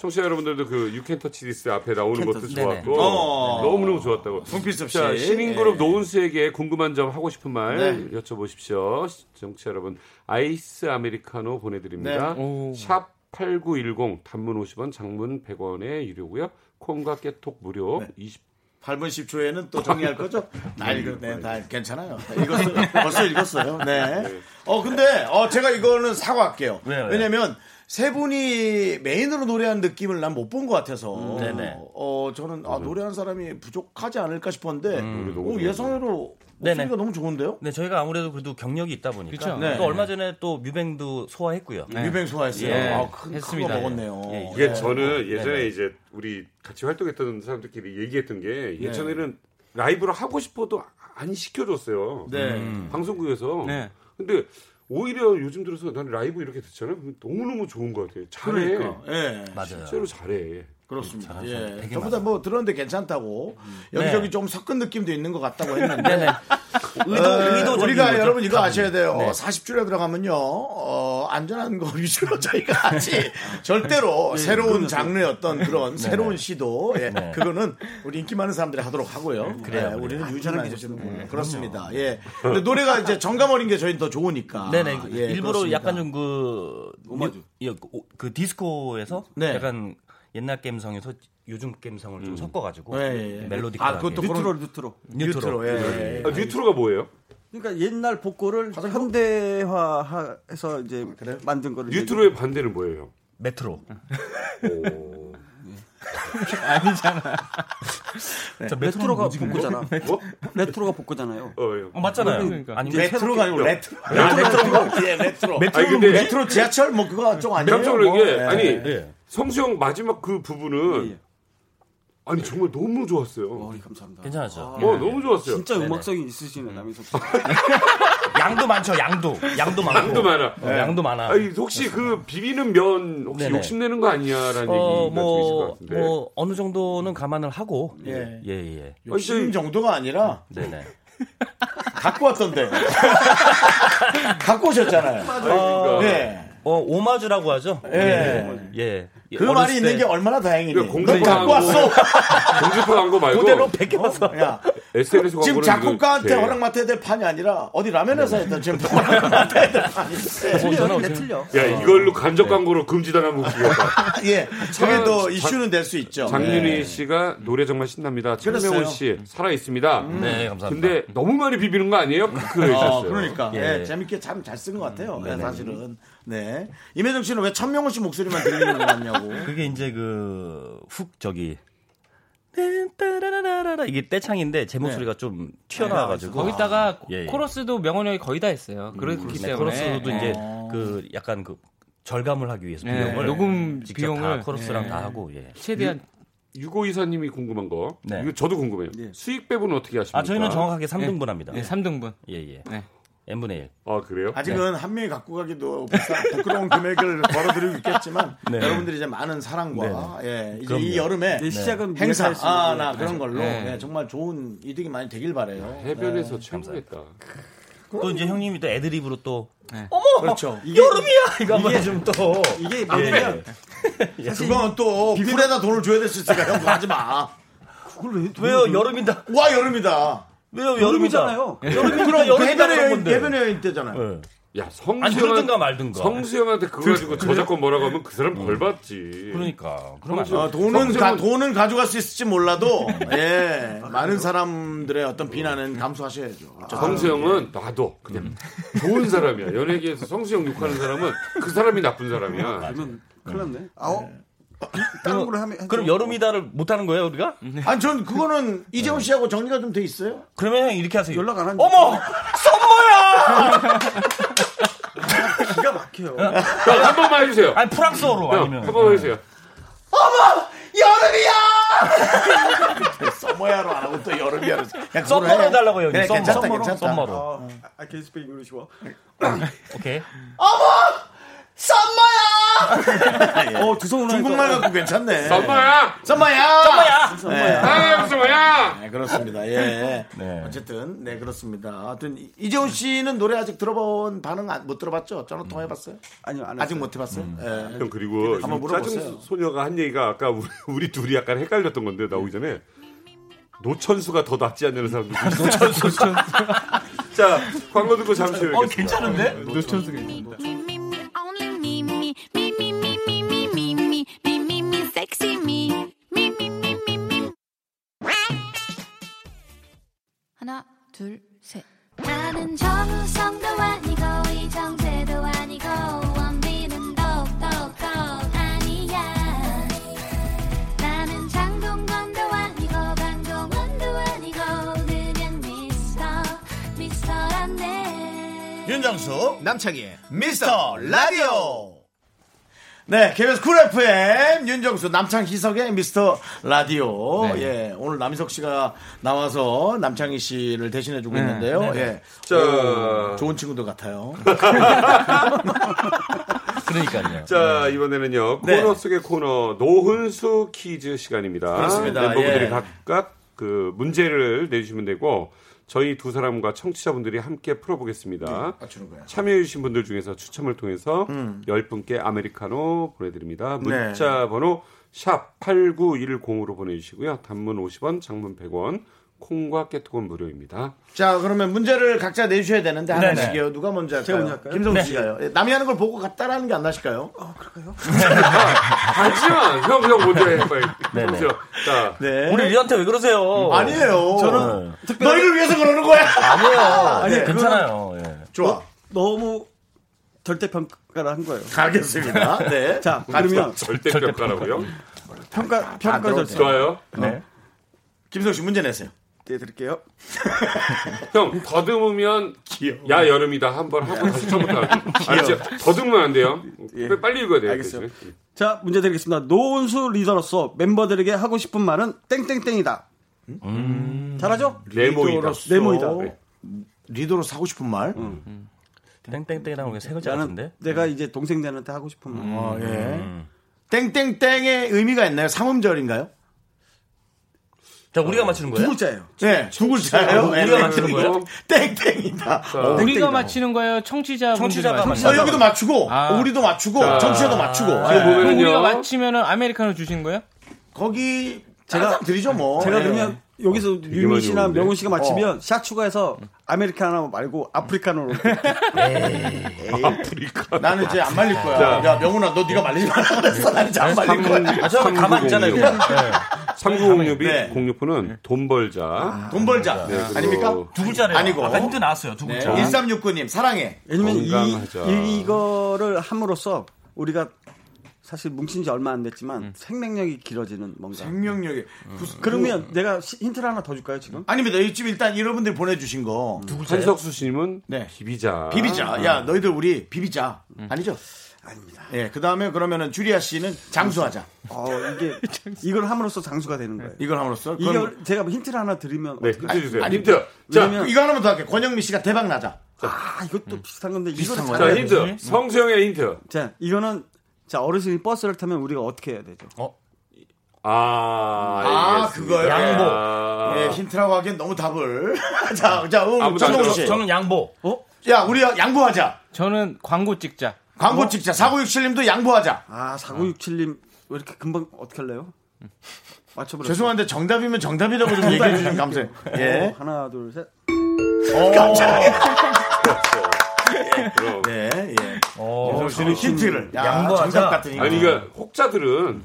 Speaker 2: 청취자 여러분들도 그 유캔터치디스 앞에 나오는
Speaker 1: You Can't
Speaker 2: 것도
Speaker 1: Touch- 네네.
Speaker 2: 좋았고
Speaker 1: 어.
Speaker 2: 너무너무 좋았다고.
Speaker 1: 손필 없이.
Speaker 2: 자, 시민그룹
Speaker 1: 예.
Speaker 2: 노은수에게 궁금한 점 하고 싶은 말
Speaker 1: 네.
Speaker 2: 여쭤보십시오. 시- 청취자 여러분 아이스 아메리카노 보내드립니다.
Speaker 1: 네. 오.
Speaker 2: 샵 8910 단문 50원 장문 100원에 유료고요. 콩과 깨톡 무료
Speaker 1: 네.
Speaker 2: 20
Speaker 1: 8분 10초에는 또 정리할 거죠? 다 읽어, 네, 다 괜찮아요. 다 읽었어요. 벌써 읽었어요. 네. 어, 근데, 어, 제가 이거는 사과할게요.
Speaker 9: 왜요, 왜요?
Speaker 1: 왜냐면, 세 분이 메인으로 노래한 느낌을 난 못 본 것 같아서,
Speaker 9: 음, 네네.
Speaker 1: 어, 저는,
Speaker 8: 음.
Speaker 1: 아, 노래한 사람이 부족하지 않을까 싶었는데,
Speaker 9: 너무
Speaker 1: 어,
Speaker 9: 좋은데.
Speaker 1: 예상외로
Speaker 9: 네네.
Speaker 1: 목소리가 너무 좋은데요?
Speaker 9: 네, 저희가 아무래도 그래도 경력이 있다 보니까
Speaker 1: 그쵸.
Speaker 9: 또
Speaker 1: 네.
Speaker 9: 얼마 전에 또 뮤뱅도 소화했고요.
Speaker 1: 네. 뮤뱅 소화했어요? 아, 큰- 큰거 먹었네요.
Speaker 9: 예,
Speaker 2: 이게
Speaker 9: 예.
Speaker 2: 저는
Speaker 9: 네,
Speaker 2: 예전에
Speaker 9: 네.
Speaker 2: 이제 우리 같이 활동했던 사람들끼리 얘기했던
Speaker 1: 네.
Speaker 2: 게 예전에는 라이브를 하고 싶어도 안 시켜줬어요.
Speaker 1: 네. 음.
Speaker 2: 방송국에서. 근데 오히려 요즘 들어서 난 라이브 이렇게 듣잖아. 요 너무너무 좋은 것 같아요. 잘해.
Speaker 1: 그러니까. 예. 맞아요.
Speaker 2: 실제로 잘해.
Speaker 1: 그렇습니다.
Speaker 2: 잘하죠.
Speaker 1: 예.
Speaker 2: 되게
Speaker 1: 저보다 뭐 들었는데 괜찮다고 여기저기
Speaker 9: 네.
Speaker 1: 좀 섞은 느낌도 있는 것
Speaker 9: [LAUGHS]
Speaker 1: 같다고 했는데
Speaker 9: 네네. 의도-
Speaker 1: 어,
Speaker 9: 의도적인
Speaker 1: 우리가
Speaker 9: 거죠,
Speaker 1: 여러분 이거
Speaker 9: 다분히.
Speaker 1: 아셔야 돼요.
Speaker 9: 네.
Speaker 1: 40줄에 들어가면요 어, 안전한 거 [LAUGHS] 위주로 저희가 하지 절대로
Speaker 9: 네,
Speaker 1: 새로운
Speaker 9: 그럼요.
Speaker 1: 장르의 어떤 그런
Speaker 9: 네네.
Speaker 1: 새로운 시도 예.
Speaker 9: 네.
Speaker 1: 그거는 우리 인기 많은 사람들이 하도록 하고요.
Speaker 9: 그래요,
Speaker 1: 예,
Speaker 9: 그래요.
Speaker 1: 우리는
Speaker 9: 안전한
Speaker 1: 유전한
Speaker 9: 게
Speaker 1: 게
Speaker 9: 좋습니다.
Speaker 1: 좋습니다.
Speaker 9: 네,
Speaker 1: 그렇습니다.
Speaker 9: 그럼요.
Speaker 1: 예. 근데 노래가 이제 정감 어린 게 저희는 더 좋으니까.
Speaker 9: 네네.
Speaker 1: 예,
Speaker 9: 일부러
Speaker 1: 그렇습니다.
Speaker 9: 약간 좀 그 그 디스코에서
Speaker 1: 네.
Speaker 9: 약간 옛날 게임성에서 요즘 게임성을 좀 섞어가지고
Speaker 8: 예, 예, 예.
Speaker 9: 멜로디
Speaker 8: 아, 그것도 뉴트로, 그런- 뉴트로.
Speaker 9: 뉴트로
Speaker 8: 뉴트로,
Speaker 1: 네.
Speaker 8: 예, 예.
Speaker 2: 아, 뉴트로가 뭐예요?
Speaker 8: 그러니까 옛날 복고를 현대화해서 이제 만든 거를
Speaker 2: 뉴트로의 반대는 뭐예요?
Speaker 9: 메트로.
Speaker 8: 아니잖아.
Speaker 9: 저 메트로는
Speaker 8: 레트로가
Speaker 9: 뭐지, 근데?
Speaker 8: 복고잖아. [LAUGHS]
Speaker 9: 뭐?
Speaker 8: 레트로가 복고잖아요.
Speaker 2: 예.
Speaker 9: 어, 맞잖아요. 아니,
Speaker 8: 이제
Speaker 9: 레트로가
Speaker 8: 새롭게-
Speaker 9: 아니고 레트-
Speaker 8: 레트로.
Speaker 1: 아, 레트로. 예, 레트로.
Speaker 2: 아니, 근데-
Speaker 1: 메트로 지하철 뭐 그거 좀 아니에요?
Speaker 2: 깜짝 놀란
Speaker 1: 뭐,
Speaker 2: 게
Speaker 1: 예.
Speaker 2: 네. 아니 성수형 마지막 그 부분은 아니 정말 너무 좋았어요.
Speaker 8: 감사합니다.
Speaker 9: 괜찮았죠?
Speaker 2: 어
Speaker 9: 네.
Speaker 2: 너무 좋았어요.
Speaker 8: 진짜 음악성이 있으시네 남희석 씨.
Speaker 9: 양도 많죠. 양도. 양도 많고.
Speaker 2: 양도
Speaker 1: 네.
Speaker 2: 많아.
Speaker 9: 어, 양도 많아.
Speaker 2: 아니, 혹시 그 비비는 면 혹시
Speaker 9: 네네.
Speaker 2: 욕심내는 거 아니야라는
Speaker 9: 어,
Speaker 2: 얘기가 좀 있을 것
Speaker 9: 뭐,
Speaker 2: 같은데.
Speaker 9: 뭐 어느 정도는 감안을 하고
Speaker 1: 예.
Speaker 9: 예, 예.
Speaker 1: 욕심 정도가 아니라
Speaker 9: 네네.
Speaker 1: 갖고 왔던데. [LAUGHS] 갖고 오셨잖아요.
Speaker 2: 그러니까.
Speaker 9: 어,
Speaker 1: 네.
Speaker 9: 어, 오마주라고 하죠.
Speaker 1: 예.
Speaker 9: 예. 예.
Speaker 1: 그
Speaker 9: 어렸을
Speaker 1: 말이 있는
Speaker 9: 때-
Speaker 1: 게 얼마나 다행이니.
Speaker 9: 그러니까 공부도
Speaker 1: 너 갖고
Speaker 9: 하고.
Speaker 1: 왔어.
Speaker 2: 공주파 광고 말고
Speaker 1: 그대로 베껴왔어. 야.
Speaker 2: SNS 광고는
Speaker 1: 지금 작곡가한테
Speaker 2: 이거
Speaker 1: 허락 맡아야 될 판이 아니라 어디 라면
Speaker 9: 네.
Speaker 1: 회사에다 지금 [LAUGHS] 허락 맡아야 될 판이
Speaker 9: 어,
Speaker 1: 틀려.
Speaker 2: 야
Speaker 1: 어.
Speaker 2: 이걸로 간접
Speaker 1: 네.
Speaker 2: 광고로 금지당하면 웃기겠다.
Speaker 1: 예. 저게
Speaker 2: 자,
Speaker 1: 또
Speaker 2: 자,
Speaker 1: 이슈는 될 수 있죠.
Speaker 2: 장윤희
Speaker 1: [LAUGHS] 네.
Speaker 2: 씨가 노래 정말 신납니다.
Speaker 1: 그랬어요.
Speaker 2: 최명훈 씨 살아 있습니다.
Speaker 1: 음. 네, 감사합니다.
Speaker 2: 근데 너무 많이 비비는 거 아니에요? 그
Speaker 1: 어,
Speaker 2: 있었어요.
Speaker 1: 그러니까 예, 재밌게 참 잘 쓴 것 같아요. 네, 사실은 네 임혜정 씨는 왜 천명훈 씨 목소리만 들리는 것 [LAUGHS] 같냐고.
Speaker 9: 그게 이제 그 훅 저기 따라라라라라 이게 떼창인데 제 목소리가
Speaker 10: 네.
Speaker 9: 좀 튀어나와가지고
Speaker 10: 거기다가
Speaker 9: 예, 예.
Speaker 10: 코러스도 명원 형이 거의 다 했어요. 아, 그렇기
Speaker 9: 음,
Speaker 10: 때문에
Speaker 9: 코러스도 이제
Speaker 10: 어.
Speaker 9: 그 약간 그 절감을 하기 위해서
Speaker 10: 예,
Speaker 9: 비용을
Speaker 10: 녹음
Speaker 9: 직접 다
Speaker 10: 비용을,
Speaker 9: 코러스랑
Speaker 10: 예.
Speaker 9: 다 하고 예.
Speaker 10: 최대한
Speaker 2: 유고 이사님이 궁금한 거.
Speaker 9: 네.
Speaker 2: 이거 저도 궁금해요. 수익 배분 어떻게 하십니까?
Speaker 9: 아
Speaker 10: 그러니까.
Speaker 9: 저희는 정확하게 3등분합니다.
Speaker 10: 네, 3등분.
Speaker 9: 예 예.
Speaker 10: 네.
Speaker 9: n 분의 1.
Speaker 2: 아 그래요?
Speaker 1: 아직은 한 명이 갖고 가기도 비싸- 부끄러운 금액을 벌어들이고 [LAUGHS] 있겠지만
Speaker 9: 네.
Speaker 1: 여러분들이 이제 많은 사랑과 예, 이제
Speaker 9: 그럼요.
Speaker 1: 이 여름에
Speaker 8: 네, 시작은
Speaker 1: 행사
Speaker 8: 미래사였습니다.
Speaker 1: 아,
Speaker 8: 예,
Speaker 1: 나
Speaker 8: 네.
Speaker 1: 그런 걸로
Speaker 8: 네.
Speaker 1: 예, 정말 좋은 이득이 많이 되길 바래요.
Speaker 2: 해변에서
Speaker 1: 네,
Speaker 2: 최고겠다.
Speaker 9: 또 이제 형님이 또
Speaker 10: 네.
Speaker 9: 애드립으로 또
Speaker 1: 어머 그렇죠.
Speaker 9: 여름이야 이거 한번 좀또 예.
Speaker 8: 이게 뭐냐면
Speaker 9: 사실
Speaker 1: 그건 또 비불에다 돈을 줘야 될 수 있으니까 형 그거 하지 마. 그걸
Speaker 9: 왜 왜요? 여름이다.
Speaker 1: 와 여름이다.
Speaker 9: 왜요? 예. 여름이잖아요. 여름이 들어 여름이다
Speaker 1: 해변의
Speaker 9: 그런
Speaker 1: 여행
Speaker 9: 건데.
Speaker 1: 해변의 여행 때잖아요.
Speaker 2: 야
Speaker 9: 아니,
Speaker 2: 성수형한테
Speaker 9: 그러든가 말든가.
Speaker 2: 성수형한테 그거 가지고 저작권 뭐라고 하면 그 사람 벌 받지.
Speaker 9: 그러니까.
Speaker 2: 그럼
Speaker 1: 아, 돈은 가, 돈은 가져갈 수 있을지 몰라도
Speaker 9: [LAUGHS]
Speaker 1: 예 많은 사람들의 어떤 비난은
Speaker 9: 아,
Speaker 1: 감수하셔야죠.
Speaker 2: 성수형은
Speaker 9: 예.
Speaker 2: 놔둬 그냥
Speaker 9: 음.
Speaker 2: 좋은 사람이야 연예계에서 성수형 욕하는 사람은 그 사람이 나쁜
Speaker 9: 아,
Speaker 2: 사람이야
Speaker 8: 큰일 났네. 아홉. 다른 걸로 하면.
Speaker 9: 아, 그럼 여름이다를 못 하는 거예요, 우리가?
Speaker 1: 음.
Speaker 9: 네.
Speaker 1: 아니
Speaker 9: [LAUGHS]
Speaker 1: 전 그거는 이재훈 씨하고 정리가 좀 돼 있어요.
Speaker 9: 그러면 형 이렇게 하세요.
Speaker 8: 연락 안 하는.
Speaker 9: 어머! 썸머야!
Speaker 8: 기가 막혀요.
Speaker 2: 형, 한 번만 해주세요
Speaker 9: 아니 프랑스어로
Speaker 2: 형,
Speaker 9: 아니면
Speaker 2: 한 번만 해주세요
Speaker 1: 서머야로 안 하고 또 여름이야로. 그냥 그걸로
Speaker 9: 썸머로
Speaker 1: 해.
Speaker 9: 해달라고 해요.
Speaker 1: 그래,
Speaker 9: 썸머.
Speaker 1: 괜찮다,
Speaker 9: 썸머로.
Speaker 1: 괜찮다.
Speaker 9: 썸머로.
Speaker 8: 어, I can speak English well.
Speaker 9: [LAUGHS] 오케이.
Speaker 1: [LAUGHS]
Speaker 8: 어, 두 손으로.
Speaker 1: 예. 중국말 갖고 괜찮네.
Speaker 2: 엄마야
Speaker 1: 썸머야. 네.
Speaker 2: 아 무슨 뭐야
Speaker 1: 네, 그렇습니다. 예. 어쨌든 [LAUGHS] 네 그렇습니다. 하여튼 이- 이재훈 씨는 노래 아직 들어본 반응 안- 못 들어봤죠? 전화 통해봤어요?
Speaker 8: 아니요, 안
Speaker 1: 음. 아직
Speaker 8: 했어요.
Speaker 1: 못 해봤어요. 예.
Speaker 2: 형
Speaker 9: 네,
Speaker 2: 그리고
Speaker 1: 한번 물어보세요.
Speaker 2: 짜증 소녀가 한 얘기가 아까 우리, 우리 둘이 약간 헷갈렸던 건데 나오기 전에 노천수가 더 낫지 않냐는 사람도 노천수 [LAUGHS] 자 광고 듣고 잠시
Speaker 9: 어,
Speaker 2: 후에 겠습니다
Speaker 9: 괜찮은데?
Speaker 5: me, only me, me, me, me, me, me, me, me, me, me, me, me, sexy me, me, me, me, me, me. 하나, 둘, 셋. 나는 정우성도 아니고 이정재도 아니고 원빈은 더욱더 아니야 나는 장동건도 아니고 강동원도 아니고 그냥 미스터 미스터란데
Speaker 1: 예. 윤정수 남창희의 미스터 라디오 네 KBS 쿨 FM 윤정수 남창희석의 미스터 라디오 예 오늘 남희석 씨가 나와서 남창희 씨를 대신해주고 있는데요 예
Speaker 2: 자.
Speaker 1: 오, 좋은 친구들 같아요
Speaker 9: 그러니까요.
Speaker 2: 자 이번에는요
Speaker 1: 네.
Speaker 2: 코너 속의 코너 노훈수 퀴즈 시간입니다.
Speaker 1: 그렇습니다.
Speaker 2: 멤버분들이
Speaker 1: 예.
Speaker 2: 각각 그 문제를 내주시면 되고 저희 두 사람과 청취자분들이 함께 풀어보겠습니다.
Speaker 1: 맞추는 거야.
Speaker 2: 참여해주신 분들 중에서 추첨을 통해서
Speaker 1: 음.
Speaker 2: 열 10분께 아메리카노 보내드립니다.
Speaker 1: 네.
Speaker 2: 문자 번호 샵 8910으로 보내주시고요. 단문 50원, 장문 100원, 콩과 깨톡은 무료입니다.
Speaker 1: 자 그러면 문제를 각자 내주셔야 되는데 하나씩요 누가 먼저 할까요?
Speaker 8: 제가 먼저 할까요?
Speaker 9: 네.
Speaker 1: 김성수 씨가요 예, 남이 하는 걸 보고 같다라는 게 안 나실까요?
Speaker 2: 하지만 형, 형
Speaker 1: [LAUGHS]
Speaker 2: 먼저 해봐요. 보세요. 자,
Speaker 1: 네
Speaker 9: 우리 리한테 왜
Speaker 8: 어.
Speaker 9: 그러세요?
Speaker 1: 아니에요
Speaker 9: 저는
Speaker 1: 너희를 위해서 그러는 거야
Speaker 9: 어. [LAUGHS] 아니에요. 네, 괜찮아요. 예.
Speaker 1: 좋아
Speaker 8: 너무 절대평가를 한 거예요. [LAUGHS]
Speaker 1: 알겠습니다 네
Speaker 8: 자, 그러면
Speaker 2: 절대 평가라고요?
Speaker 8: 평가, 평가
Speaker 1: 들어도
Speaker 8: 절대.
Speaker 2: 좋아요.
Speaker 1: 김성수 씨 문제 내세요
Speaker 8: 드릴게요. 음.
Speaker 2: 형 더듬으면 야 여름이다 한 번 하고 추천부터
Speaker 8: [LAUGHS]
Speaker 2: 하고 아니 진짜 더듬으면 안 돼요 빨리 읽어야 돼요
Speaker 8: 예. 알겠어요.
Speaker 2: 대신에.
Speaker 8: 자, 문제 드리겠습니다. 노은수 리더로서 멤버들에게 하고 싶은 말은 땡땡땡이다. 잘하죠?
Speaker 2: 네모이다
Speaker 1: 리더로서-
Speaker 8: 네모이다.
Speaker 2: 네.
Speaker 1: 리더로 사고 싶은 말
Speaker 8: 음.
Speaker 9: 땡땡땡이랑 우리 세 글자
Speaker 8: 나는
Speaker 9: 같은데?
Speaker 8: 내가 이제 동생들한테 하고 싶은 말.
Speaker 1: 어, 예. 땡땡땡의 의미가 있나요? 삼음절인가요?
Speaker 9: 자, 우리가 맞추는
Speaker 8: 두
Speaker 9: 거예요?
Speaker 8: 글자예요.
Speaker 1: 네, 두 글자예요.
Speaker 9: 우리가
Speaker 1: 네,
Speaker 9: 맞추는 거예요?
Speaker 1: 땡땡이다. 어,
Speaker 10: 우리가
Speaker 1: 땡땡이다.
Speaker 10: 맞히는 거예요? 청취자
Speaker 9: 청취자가
Speaker 1: 어,
Speaker 9: 맞추는
Speaker 1: 여기도 맞추고,
Speaker 10: 아.
Speaker 1: 우리도 맞추고, 정치자도 맞추고. 예.
Speaker 2: 보면은요.
Speaker 10: 우리가 맞히면은 아메리카노 주신 거예요?
Speaker 1: 거기 제가 드리죠 뭐.
Speaker 8: 제가
Speaker 1: 예. 어.
Speaker 8: 그러면 여기서 유민
Speaker 2: 많이
Speaker 8: 씨나
Speaker 2: 오는데.
Speaker 8: 명훈 씨가 맞히면 샷 추가해서 아메리카노 말고 아프리카노로.
Speaker 1: [LAUGHS]
Speaker 8: 그러니까.
Speaker 1: 나는 이제 안 말릴 거야. 야 명훈아, 너 네가 말리지 말라 그랬어. 나는 이제 안 말릴 거야.
Speaker 9: 아, 저 가만히 있잖아요. 이거. 네.
Speaker 2: 3906이
Speaker 1: 네.
Speaker 2: 06호는 돈 벌자
Speaker 1: 돈 벌자
Speaker 2: 네, 그리고
Speaker 1: 아닙니까?
Speaker 9: 두 글자래요.
Speaker 1: 아니고.
Speaker 9: 아까 힌트 나왔어요. 두
Speaker 1: 네.
Speaker 9: 글자.
Speaker 1: 1369님 사랑해.
Speaker 8: 왜냐면 이,
Speaker 2: 건강하자.
Speaker 8: 이- 이거를 함으로써 우리가 사실 뭉친 지 얼마 안 됐지만
Speaker 9: 음.
Speaker 8: 생명력이 길어지는 뭔가.
Speaker 1: 생명력이.
Speaker 8: 음. 그러면
Speaker 9: 음.
Speaker 8: 내가 시- 힌트를 하나 더 줄까요, 지금?
Speaker 1: 아닙니다. 이집 일단 여러분들이 보내주신 거.
Speaker 2: 한석수 씨님은
Speaker 1: 네.
Speaker 2: 비비자
Speaker 1: 비비자. 야, 너희들 우리 비비자. 아니죠?
Speaker 8: 아닙니다.
Speaker 1: 예, 그 다음에 그러면은 주리아 씨는 장수하자.
Speaker 8: 어,
Speaker 9: [LAUGHS]
Speaker 8: 이게 이걸 함으로써 장수가 되는
Speaker 9: 네.
Speaker 8: 거예요.
Speaker 1: 이걸 함으로써.
Speaker 8: 이걸
Speaker 1: 그건-
Speaker 8: 제가 뭐 힌트를 하나 드리면
Speaker 2: 네
Speaker 8: 어떡하-
Speaker 2: 힌트 주세요
Speaker 1: 아니,
Speaker 2: 힌트 자,
Speaker 8: 왜냐면-
Speaker 1: 이거 하나만 더 할게. 권영미 씨가 대박 나자.
Speaker 8: 아, 이것도
Speaker 9: 음.
Speaker 8: 비슷한 건데 이거를
Speaker 1: 거예요?
Speaker 8: 잘해야
Speaker 2: 자
Speaker 8: 돼요.
Speaker 2: 힌트 성수형의 힌트
Speaker 8: 자, 이거는 자, 어르신이 버스를 타면 우리가 어떻게 해야 되죠?
Speaker 2: 아,
Speaker 1: 아,
Speaker 2: 알겠습니다.
Speaker 1: 그거요? 양보.
Speaker 2: 아,
Speaker 1: 예, 힌트라고 하기엔 너무 답을. [LAUGHS] 자, 자, 음,
Speaker 2: 아무도 안
Speaker 1: 정동훈 씨.
Speaker 2: 들었어.
Speaker 9: 저는 양보.
Speaker 1: 야, 우리 양보하자.
Speaker 10: 저는 광고 찍자.
Speaker 1: 뭐? 광고 찍자. 4967님도 양보하자.
Speaker 8: 아, 4967님 왜 이렇게 금방 어떻게 할래요? 맞춰버려.
Speaker 1: 죄송한데 정답이면 정답이라고 좀 그렇죠. [LAUGHS] 얘기해 주시면 감사해요. [LAUGHS] 예.
Speaker 8: 하나 둘 셋.
Speaker 1: 네, 예.
Speaker 2: 윤정 씨는
Speaker 1: 힌트를.
Speaker 2: 야,
Speaker 1: 양보하자.
Speaker 2: 정답
Speaker 1: 같으니까.
Speaker 2: 아니 그러니까 혹자들은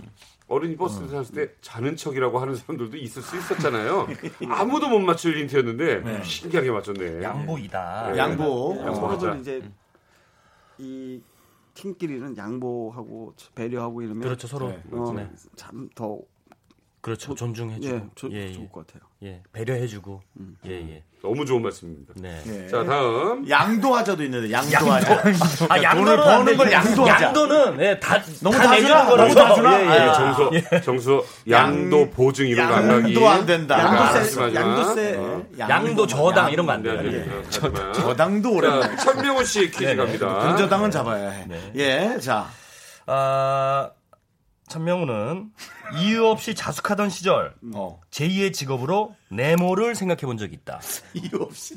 Speaker 2: 어른이 버스를 탔을 때 자는 척이라고 하는 사람들도 있을 수 있었잖아요. 아무도 못 맞출 힌트였는데 신기하게 맞췄네.
Speaker 9: 양보이다.
Speaker 2: 예.
Speaker 8: 서로들
Speaker 2: 양보하자.
Speaker 8: 이제
Speaker 9: 음.
Speaker 8: 이 팀끼리는 양보하고 배려하고 이러면
Speaker 9: 그렇죠, 서로. 네.
Speaker 8: 참더
Speaker 9: 그렇죠. 존중해주고.
Speaker 8: 예, 조- 좋을 것 같아요.
Speaker 9: 예, 배려해주고. 예, 예.
Speaker 2: 너무 좋은 말씀입니다.
Speaker 9: 네.
Speaker 1: 예.
Speaker 2: 자 다음
Speaker 1: 양도하자도 있는데 양도하자.
Speaker 9: 아,
Speaker 1: 돈을
Speaker 9: 양도는 안
Speaker 1: 버는
Speaker 9: 되지.
Speaker 1: 걸 양도하자.
Speaker 9: 양도는 예, 다
Speaker 1: 너무
Speaker 9: 다
Speaker 1: 다
Speaker 9: 내주는
Speaker 1: 주나?
Speaker 9: 거라서.
Speaker 1: 너무 다 주나? 아.
Speaker 9: 예, 예.
Speaker 2: 예, 정수 정수 양도 보증 이런
Speaker 1: 그
Speaker 2: 거 안 가기. 아,
Speaker 1: 양도 아, 안 된다. 양도세,
Speaker 2: 양도세
Speaker 1: 양도세,
Speaker 2: 어,
Speaker 1: 뭐,
Speaker 9: 양도 저당 이런 거 안 돼요.
Speaker 1: 저당도 오랜만에.
Speaker 2: 천명훈 씨 퀴즈
Speaker 1: 네, 네.
Speaker 2: 갑니다.
Speaker 1: 근저당은 잡아야 해.
Speaker 9: 네.
Speaker 1: 예, 자.
Speaker 9: 아, 천명우는 이유 없이 자숙하던 시절
Speaker 1: 어.
Speaker 9: 제2의 직업으로 네모를 생각해 본 적이 있다.
Speaker 1: 이유 없이.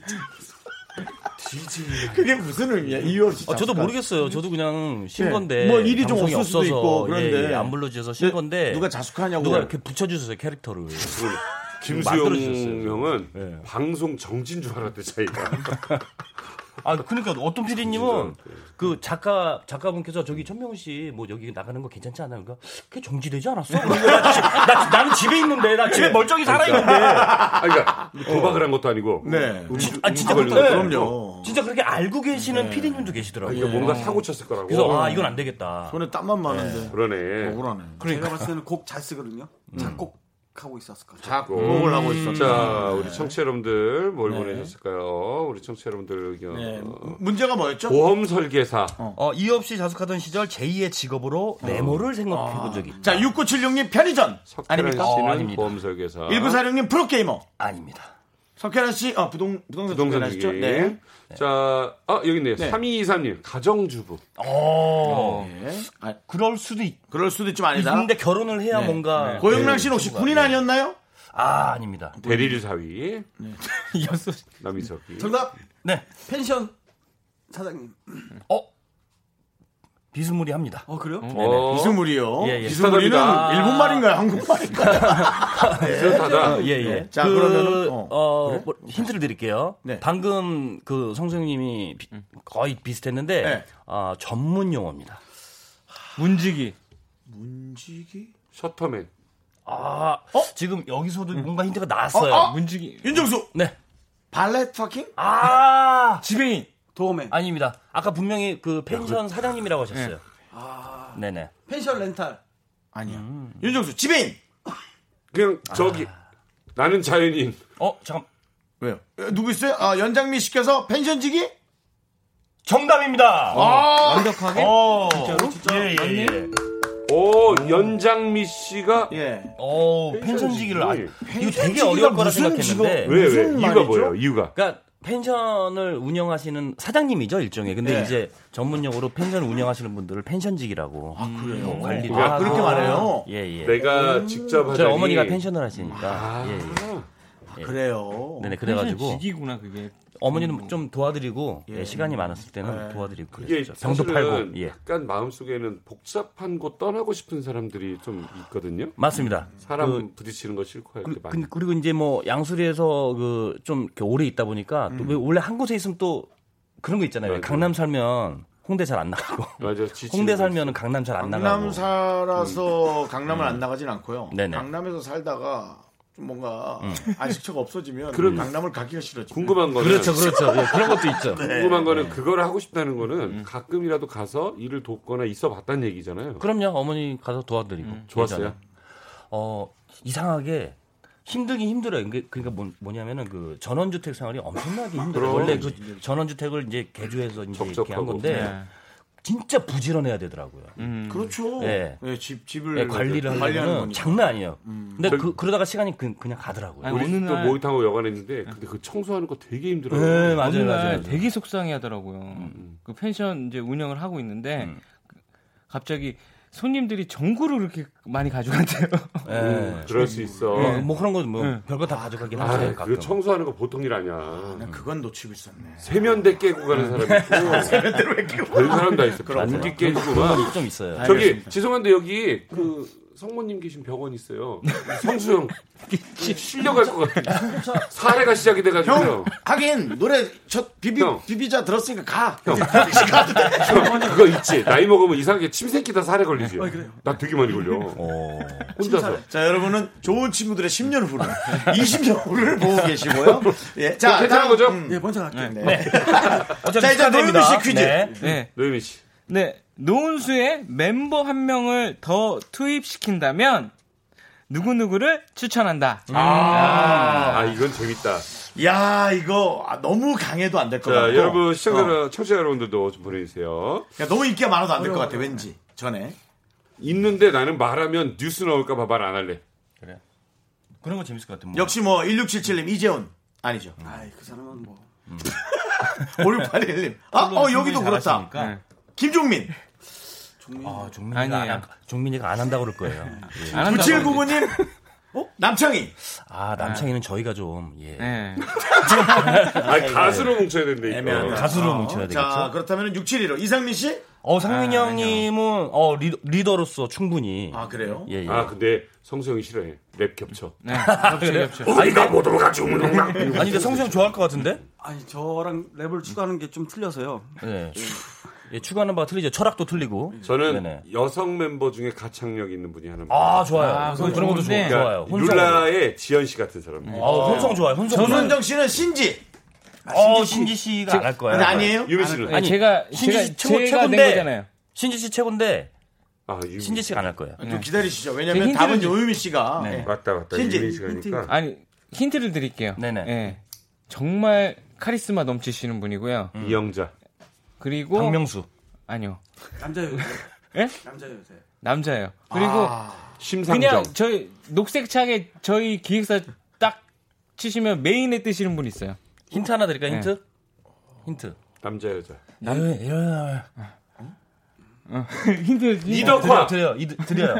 Speaker 1: 그게 무슨 의미야? 이유 없이.
Speaker 9: 아, 저도
Speaker 1: 잠깐.
Speaker 9: 모르겠어요. 저도 그냥 신
Speaker 1: 예.
Speaker 9: 건데.
Speaker 1: 뭐 일이 좀
Speaker 9: 방송이
Speaker 1: 없을 수도
Speaker 9: 없어서,
Speaker 1: 있고 그런데.
Speaker 9: 예, 예, 안 불러주셔서 신
Speaker 1: 네,
Speaker 9: 건데.
Speaker 1: 누가 자숙하냐고.
Speaker 9: 누가 이렇게 붙여주셨어요, 캐릭터를.
Speaker 2: 김수영
Speaker 9: 만들어주셨어요.
Speaker 2: 형은 방송 정진 줄 알았대 자기가.
Speaker 9: 아, 그러니까 어떤 PD님은 그 작가, 작가분께서 저기 천명훈 씨 뭐 여기 나가는 거 괜찮지 않아요? 그러니까 그게 정지되지 않았어? 그런 거야. 나, 지- 나, 나는 집에 있는데, 나 집에 멀쩡히 살아있는데.
Speaker 2: 아, 그러니까 도박을 한 것도 아니고.
Speaker 1: 네.
Speaker 2: 음주,
Speaker 9: 아, 진짜
Speaker 2: 걸린
Speaker 9: 그렇다.
Speaker 2: 것도
Speaker 9: 네.
Speaker 2: 아니고.
Speaker 9: 진짜 그렇게 알고 계시는 PD님도
Speaker 2: 아니,
Speaker 9: 계시더라고요.
Speaker 1: 그러니까 뭐 예.
Speaker 2: 이거 그러니까 뭔가 사고 쳤을 거라고.
Speaker 9: 그래서 아, 이건 안 되겠다.
Speaker 1: 손에 땀만 많은데.
Speaker 2: 그러네.
Speaker 1: 억울하네.
Speaker 9: 그러니까.
Speaker 8: 제가 봤을 때는 곡 잘 쓰거든요. 작곡 하고 있었을 거예요.
Speaker 1: 작곡을 하고 있었다.
Speaker 2: 음. 자, 우리 청취 자 여러분들 뭘 보내셨을까요? 우리 청취 자 여러분들 의견.
Speaker 1: 네. 문제가 뭐였죠?
Speaker 2: 보험 설계사.
Speaker 9: 어, 이 없이 자숙하던 시절 제2의 직업으로 네모를 생각해 본 적이
Speaker 1: 어. 아. 자, 6976님 편의점.
Speaker 2: 석태란
Speaker 1: 아닙니까?
Speaker 9: 어,
Speaker 2: 씨는
Speaker 9: 아닙니다.
Speaker 2: 보험 설계사.
Speaker 1: 1946님 프로게이머.
Speaker 9: 아닙니다.
Speaker 1: 석현아 씨, 어, 부동, 부동산
Speaker 2: 부동산
Speaker 1: 하시죠?
Speaker 2: 주기.
Speaker 1: 네.
Speaker 2: 자, 아, 여기 있네요. 3223님, 가정주부.
Speaker 9: 어,
Speaker 1: 아,
Speaker 9: 그럴 수도 있,
Speaker 1: 그럴 수도 있지만 아니다. 네.
Speaker 9: 근데 결혼을 해야 뭔가. 네.
Speaker 1: 고영랑 씨는 혹시 군인 아니었나요?
Speaker 9: 아, 아닙니다.
Speaker 1: 네.
Speaker 2: 대리를 사위.
Speaker 9: [LAUGHS] 이겼어.
Speaker 2: 남이석이.
Speaker 8: 정답
Speaker 9: 네.
Speaker 8: 펜션 사장님.
Speaker 9: 어? 비스무리합니다.
Speaker 8: 어 그래요?
Speaker 1: 네.
Speaker 2: 어,
Speaker 1: 비스무리요.
Speaker 9: 예, 아, 네. 예.
Speaker 1: 비스무리는
Speaker 2: 비슷하답니다.
Speaker 1: 일본 말인가요? 한국 말인가요?
Speaker 2: 비슷하다.
Speaker 1: 네.
Speaker 9: 예, 예.
Speaker 1: 자,
Speaker 9: 그,
Speaker 1: 그러면은, 어,
Speaker 9: 어, 뭐, 힌트를 드릴게요.
Speaker 1: 네.
Speaker 9: 방금 그 성수님이 거의 비슷했는데,
Speaker 1: 네.
Speaker 9: 아, 전문 용어입니다.
Speaker 10: 문지기.
Speaker 2: 셔터맨.
Speaker 9: 아, 지금 여기서도 뭔가 힌트가 음. 나왔어요.
Speaker 1: 어, 어?
Speaker 10: 문지기.
Speaker 1: 윤정수!
Speaker 9: 네.
Speaker 1: 발렛 파킹?
Speaker 9: 아!
Speaker 10: 지배인.
Speaker 8: 도어맨.
Speaker 9: 아닙니다. 아까 분명히 그 펜션 사장님이라고 하셨어요. 네. 네
Speaker 8: 펜션 렌탈.
Speaker 1: 아니야.
Speaker 9: 음.
Speaker 1: 윤정수, 지배인!
Speaker 2: 그냥 저기.
Speaker 1: 아.
Speaker 2: 나는 자연인.
Speaker 9: 어, 잠깐.
Speaker 1: 왜요? 에, 누구 있어요? 아, 연장미 시켜서 펜션지기?
Speaker 9: 정답입니다.
Speaker 10: 완벽하게.
Speaker 9: 아! 어.
Speaker 10: 진짜로?
Speaker 9: 예, 예, 예.
Speaker 2: 오, 연장미 씨가
Speaker 1: 예.
Speaker 9: 어, 펜션지기를 아, 이거 되게 어려울 거라 생각했는데.
Speaker 2: 왜, 왜?
Speaker 1: 무슨
Speaker 2: 이유가
Speaker 1: 말이죠?
Speaker 2: 뭐예요? 이유가.
Speaker 9: 그러니까 펜션을 운영하시는 사장님이죠, 일종의. 근데
Speaker 1: 네.
Speaker 9: 이제 전문용어로 펜션을 운영하시는 분들을 펜션직이라고. 아, 그래요? 관리도.
Speaker 2: 아, 네.
Speaker 9: 하고.
Speaker 1: 그렇게 말해요?
Speaker 9: 예, 예.
Speaker 2: 내가 직접 하자니
Speaker 9: 저희 어머니가 펜션을
Speaker 2: 아,
Speaker 9: 하시니까. 예, 예.
Speaker 1: 그래요.
Speaker 9: 네네, 그래가지고.
Speaker 10: 지기구나 그게.
Speaker 9: 어머니는 좀 도와드리고 예, 시간이 많았을 때는 도와드리고
Speaker 2: 이게
Speaker 9: 그랬죠. 병도
Speaker 2: 사실은
Speaker 9: 팔고. 예.
Speaker 2: 약간 마음속에는 복잡한 곳 떠나고 싶은 사람들이 좀 있거든요.
Speaker 9: 맞습니다.
Speaker 2: 사람
Speaker 9: 그,
Speaker 2: 부딪히는 거 싫고 할때
Speaker 9: 그,
Speaker 2: 많이.
Speaker 9: 근- 그리고 이제 뭐 양수리에서 그 좀 이렇게 오래 있다 보니까 또왜 원래 한 곳에 있으면 또 그런 거 있잖아요.
Speaker 2: 맞아요.
Speaker 9: 강남 살면 홍대 잘 안 나가고.
Speaker 2: 맞아, 지치는
Speaker 9: 홍대
Speaker 2: 거
Speaker 9: 살면은 강남 잘 안 나가고. 음.
Speaker 1: 강남 살아서 강남을 안 나가진 않고요.
Speaker 9: 네네. 음.
Speaker 1: 강남에서 살다가 좀 뭔가 안식처가 없어지면
Speaker 2: 그럼
Speaker 1: 강남을 가기가 싫어지.
Speaker 2: 궁금한 거는
Speaker 9: 그렇죠, 예.
Speaker 10: [LAUGHS]
Speaker 9: 그렇죠. 예, 그런 것도 있죠.
Speaker 10: 네.
Speaker 2: 궁금한 거는 그걸 하고 싶다는 거는
Speaker 9: 음.
Speaker 2: 가끔이라도 가서 일을 돕거나 있어 봤다는 얘기잖아요.
Speaker 9: 그럼요. 어머니 가서 도와드리고.
Speaker 10: 음.
Speaker 2: 좋았어요?
Speaker 9: 예전에. 어, 이상하게 힘들긴 힘들어요. 그게- 그러니까 뭐, 뭐냐면은 그 전원주택 생활이
Speaker 10: 아,
Speaker 9: 엄청나게 힘들어요.
Speaker 2: 그럼.
Speaker 9: 원래 그 전원주택을 이제 개조해서 이제 이렇게 한
Speaker 2: 적적하고.
Speaker 9: 건데
Speaker 10: 네.
Speaker 9: 진짜 부지런해야 되더라고요.
Speaker 10: 음.
Speaker 1: 그렇죠.
Speaker 9: 예.
Speaker 1: 예, 집 집을
Speaker 9: 예, 관리를
Speaker 1: 관리하는
Speaker 9: 하려면
Speaker 1: 거니까.
Speaker 9: 장난 아니에요. 근데 그, 그러다가 시간이 그, 냥 가더라고요.
Speaker 10: 음. 아니,
Speaker 2: 우리
Speaker 10: 어느
Speaker 2: 집도
Speaker 10: 날-
Speaker 2: 모이탕하고 여관 했는데 근데 그 청소하는 거 되게 힘들어요.
Speaker 9: 네, 맞아요,
Speaker 10: 어느
Speaker 9: 맞아요.
Speaker 10: 날
Speaker 9: 맞아요. 음,
Speaker 10: 되게 속상해 하더라고요. 그 펜션 이제 운영을 하고 있는데 갑자기 손님들이 전구를 이렇게 많이 가져간대요.
Speaker 2: 음, 그럴 수 있어.
Speaker 9: 예,
Speaker 2: 네.
Speaker 9: 뭐 그런 건뭐 별거 다 가져가긴 하죠. 네.
Speaker 2: 아, 그 청소하는 거 보통 일 아니야.
Speaker 9: 음.
Speaker 1: 그건 놓치고 있었네.
Speaker 2: 세면대 깨고 가는 사람
Speaker 9: [LAUGHS]
Speaker 2: 있고.
Speaker 1: 세면대를 왜 깨고
Speaker 2: 별 사람 다 있어.
Speaker 9: 그렇구나.
Speaker 2: 안기
Speaker 9: 그런
Speaker 2: 깨지고만.
Speaker 9: 건좀 있어요.
Speaker 2: 저기
Speaker 9: 알겠습니다.
Speaker 2: 죄송한데 여기 그 성모님 계신 병원 있어요.
Speaker 9: [LAUGHS]
Speaker 2: 성수형 실려갈 것 같아. 사례가 시작이 돼가지고요.
Speaker 1: 형, 하긴 노래 첫 비비
Speaker 2: 형.
Speaker 1: 비비자 들었으니까 가.
Speaker 2: 형. 형, [LAUGHS] 그거 있지. 나이 먹으면 이상하게 침 새끼다 사례 걸리지.
Speaker 9: 아,
Speaker 2: 나 되게 많이 걸려.
Speaker 9: 어.
Speaker 2: 혼자서.
Speaker 1: 자, 여러분은 좋은 친구들의 10년 후를 20년 후를 보고
Speaker 2: [LAUGHS]
Speaker 1: 계시고요. 예, 자,
Speaker 2: 뭐 괜찮은
Speaker 1: 다음,
Speaker 2: 거죠?
Speaker 1: 음.
Speaker 8: 예, 먼저
Speaker 1: [LAUGHS]
Speaker 8: 갈게요.
Speaker 1: 네. 자, 이제 노유미 씨 퀴즈.
Speaker 10: 네. 네.
Speaker 2: 노유미 씨.
Speaker 10: 네. 노은수의 멤버 한 명을 더 투입시킨다면 누구누구를 추천한다.
Speaker 2: 아, 이건 재밌다.
Speaker 1: 야, 이거 아, 너무 강해도 안 될 것
Speaker 2: 자,
Speaker 10: 어.
Speaker 1: 같고.
Speaker 2: 여러분, 시청자, 청취자 여러분들도 좀 보내주세요.
Speaker 1: 야, 너무 인기가 많아도 안 될 것 같아. 왠지 전에.
Speaker 2: 있는데 나는 말하면 뉴스 나올까봐 말 안 할래.
Speaker 9: 그런 거 재밌을 것 같은
Speaker 2: 음.
Speaker 9: 뭐.
Speaker 1: 역시 뭐 1677님 이재훈 아니죠.
Speaker 8: 아이, 그 사람은 뭐.
Speaker 2: 음.
Speaker 1: [LAUGHS] 5681님. 아, 어 여기도 그렇다.
Speaker 9: 잘하시니까.
Speaker 2: 네.
Speaker 1: 김종민.
Speaker 9: 아, 종민이가 안,
Speaker 10: 아니에요.
Speaker 9: 할- 종민이가 안 한다 그럴 거예요.
Speaker 10: [LAUGHS]
Speaker 9: 예.
Speaker 10: 안 한다고
Speaker 1: 9799님. 어? 남창희.
Speaker 9: 아 남창이는 저희가 좀 예.
Speaker 10: 네.
Speaker 2: 아, 가수로 뭉쳐야 된대, 이거.
Speaker 9: 가수로 뭉쳐야 되겠죠.
Speaker 1: 자, 그렇다면 6715 이상민 씨?
Speaker 9: 아, 어 상민 이 형님은 어 리, 더로서 충분히.
Speaker 1: 아, 그래요?
Speaker 9: 예, 예.
Speaker 2: 아, 근데 성수형이 싫어해. 랩 겹쳐. [LAUGHS]
Speaker 10: 네. 겹쳐, 겹쳐.
Speaker 2: 우리가 모두 같이 우는 막.
Speaker 9: 아니 근데 성수 형 좋아할 것 같은데?
Speaker 8: 아니, 저랑 랩을 추가하는 게 좀 틀려서요.
Speaker 9: 예. 예, 추가하는 바가 틀리죠. 철학도 틀리고.
Speaker 2: 저는
Speaker 9: 네네.
Speaker 2: 여성 멤버 중에 가창력 있는 분이 하나.
Speaker 9: 아 좋아요.
Speaker 10: 아, 그건
Speaker 9: 그런 것도 좋
Speaker 10: 좋은데.
Speaker 9: 아요
Speaker 2: 그러니까 룰라의 지연 씨 같은 사람.
Speaker 9: 아, 혼성 좋아요. 혼성.
Speaker 1: 조선정 씨는 신지.
Speaker 9: 어, 신지 씨가 안 할 거야.
Speaker 1: 근데 아니에요? 예.
Speaker 2: 유미 씨는.
Speaker 10: 아니, 제가
Speaker 9: 신지
Speaker 10: 제가
Speaker 9: 씨 최고
Speaker 10: 제가 낸 거잖아요.
Speaker 9: 최고인데. 신지 씨 최고인데
Speaker 2: 아, 유미.
Speaker 9: 신지 씨가 안 할 거예요.
Speaker 1: 좀 기다리시죠.
Speaker 10: 제
Speaker 1: 왜냐면
Speaker 10: 힌트를
Speaker 1: 답은
Speaker 10: 좀-
Speaker 1: 조유미 씨가. 예.
Speaker 2: 맞다, 맞다.
Speaker 1: 신지,
Speaker 2: 유미 씨가니까.
Speaker 10: 아니 힌트를 드릴게요.
Speaker 9: 네네.
Speaker 10: 예. 정말 카리스마 넘치시는 분이고요.
Speaker 9: 아.
Speaker 2: 이영자.
Speaker 10: 그리고
Speaker 9: 음, 박명수.
Speaker 10: 아니요
Speaker 8: 남자 요새.
Speaker 10: [LAUGHS] 예?
Speaker 8: 남자 요새. 아,
Speaker 10: 남자예요. 그리고
Speaker 2: 심상정.
Speaker 10: 그냥 저희 녹색 차게 저희 기획사 딱 치시면 메인에 뜨시는 분 있어요.
Speaker 9: 힌트 하나 드릴까 힌트? 힌트.
Speaker 2: 남자, 여자.
Speaker 9: 남... 예, 예,
Speaker 10: 힌트
Speaker 9: 드려,
Speaker 2: 이덕화.
Speaker 9: 드려요. 이,
Speaker 2: [LAUGHS]
Speaker 9: 드려요.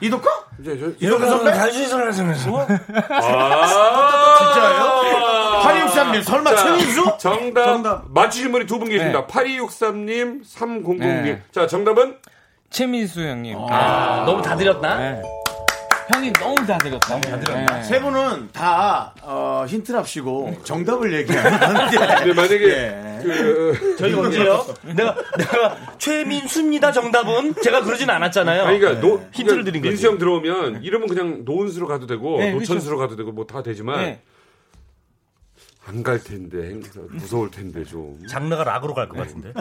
Speaker 1: 이덕화?
Speaker 9: 이렇게 선배 다시
Speaker 2: 뭐?
Speaker 9: 설명해서.
Speaker 2: 아. 진짜요?
Speaker 1: 8263님, 설마 최민수?
Speaker 2: 정답.
Speaker 8: 정답.
Speaker 2: 맞히신 분이 두 분
Speaker 10: 네.
Speaker 2: 계십니다. 8263님, 3006님.
Speaker 10: 네.
Speaker 2: 자, 정답은?
Speaker 10: 최민수 형님.
Speaker 9: 아, 너무 다 드렸나?
Speaker 10: 예. 형이 너무 다 드렸다. 너무 다 드렸다.
Speaker 1: 세 분은 다 어, 힌트를 합시고 정답을 얘기하는
Speaker 2: 근데 만약에,
Speaker 1: 예.
Speaker 2: 그,
Speaker 9: 저희 언제요? 내가 내가 최민수입니다. 정답은 제가 그러진 않았잖아요.
Speaker 2: 아니, 그러니까, 노,
Speaker 9: 힌트를 드린 거지.
Speaker 2: 민수 형 들어오면, 이름은 그냥 노은수로 가도 되고,
Speaker 10: 네,
Speaker 2: 노천수로 가도 되고, 뭐 다 되지만,
Speaker 10: 네.
Speaker 2: 안 갈 텐데, 행사 무서울 텐데, 좀.
Speaker 9: 장르가 락으로 갈 것 같은데.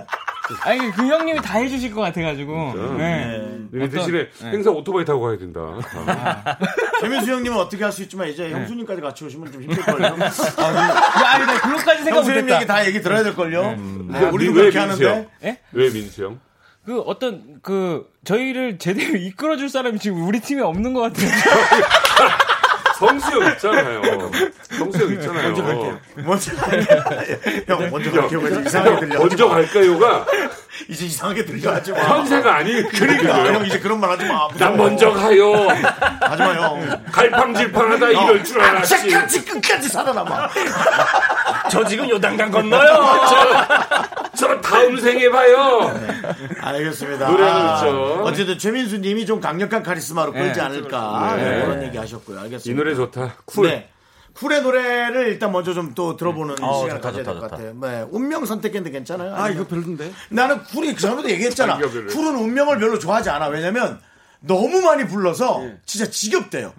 Speaker 10: 아니 그 형님이 다 해주실 것 같아가지고. 네.
Speaker 2: 너네 대신에 행사 오토바이 타고 가야 된다. 아.
Speaker 1: 최민수 형님은 어떻게 할 수 있지만 이제 형수님까지 같이 오시면 좀 힘들걸요.
Speaker 10: 야, 아니 나 그것까지 생각
Speaker 1: 형수님
Speaker 10: 못했다.
Speaker 1: 얘기 다 얘기 들어야 될걸요. 아,
Speaker 2: 근데
Speaker 1: 우리도
Speaker 2: 음. 왜
Speaker 1: 그렇게
Speaker 2: 민수 형?
Speaker 1: 하는데.
Speaker 10: 예?
Speaker 2: 왜 민수 형?
Speaker 10: 그 어떤 그 저희를 제대로 이끌어줄 사람이 지금 우리 팀에 없는 것 같아요.
Speaker 2: 성수 형 있잖아요. 성수 형 있잖아요. 어. 먼저 갈게요.
Speaker 1: 먼저 형 먼저 그렇게 해서 이상하게 들려.
Speaker 2: 그러니까 [LAUGHS] 먼저 갈까요가
Speaker 1: 이제 이상하게 들려 하지 마.
Speaker 2: 현세가 아니,
Speaker 1: 아,
Speaker 2: 그러니까.
Speaker 1: 형 이제 그런 말 하지 마. 무서워.
Speaker 2: 난 먼저 가요.
Speaker 1: 하지 마 형.
Speaker 2: 갈팡질팡하다 이럴 줄 알았지.
Speaker 1: 끝까지 끝까지
Speaker 2: [LAUGHS]
Speaker 1: 살아남아.
Speaker 9: 저
Speaker 10: 아,
Speaker 9: 지금
Speaker 10: [LAUGHS]
Speaker 9: 요단강 건너요.
Speaker 2: 저 다음 생에 봐요.
Speaker 1: 알겠습니다.
Speaker 2: 노래하는
Speaker 1: 아,
Speaker 2: 거죠.
Speaker 1: 어쨌든 최민수 님이 좀 강력한 카리스마로 끌지 않을까 네, 그런 얘기 하셨고요.
Speaker 2: 이
Speaker 1: 알겠습니다.
Speaker 2: 노래 좋다. 쿨.
Speaker 1: 네. 쿨의 노래를 일단 먼저 좀 또 들어보는
Speaker 2: 음.
Speaker 9: 어,
Speaker 1: 시간을
Speaker 9: 좋다,
Speaker 1: 가져야 될
Speaker 9: 좋다,
Speaker 1: 것
Speaker 9: 좋다.
Speaker 1: 같아요. 네. 운명 선택했는데 괜찮아요?
Speaker 8: 아,
Speaker 1: 아니면-
Speaker 8: 이거 별론데.
Speaker 1: 나는 쿨이 그 전에도 얘기했잖아.
Speaker 2: 아, 이거 별로예요.
Speaker 1: 쿨은 운명을 별로 좋아하지 않아. 왜냐면 너무 많이 불러서
Speaker 2: 예.
Speaker 1: 진짜 지겹대요.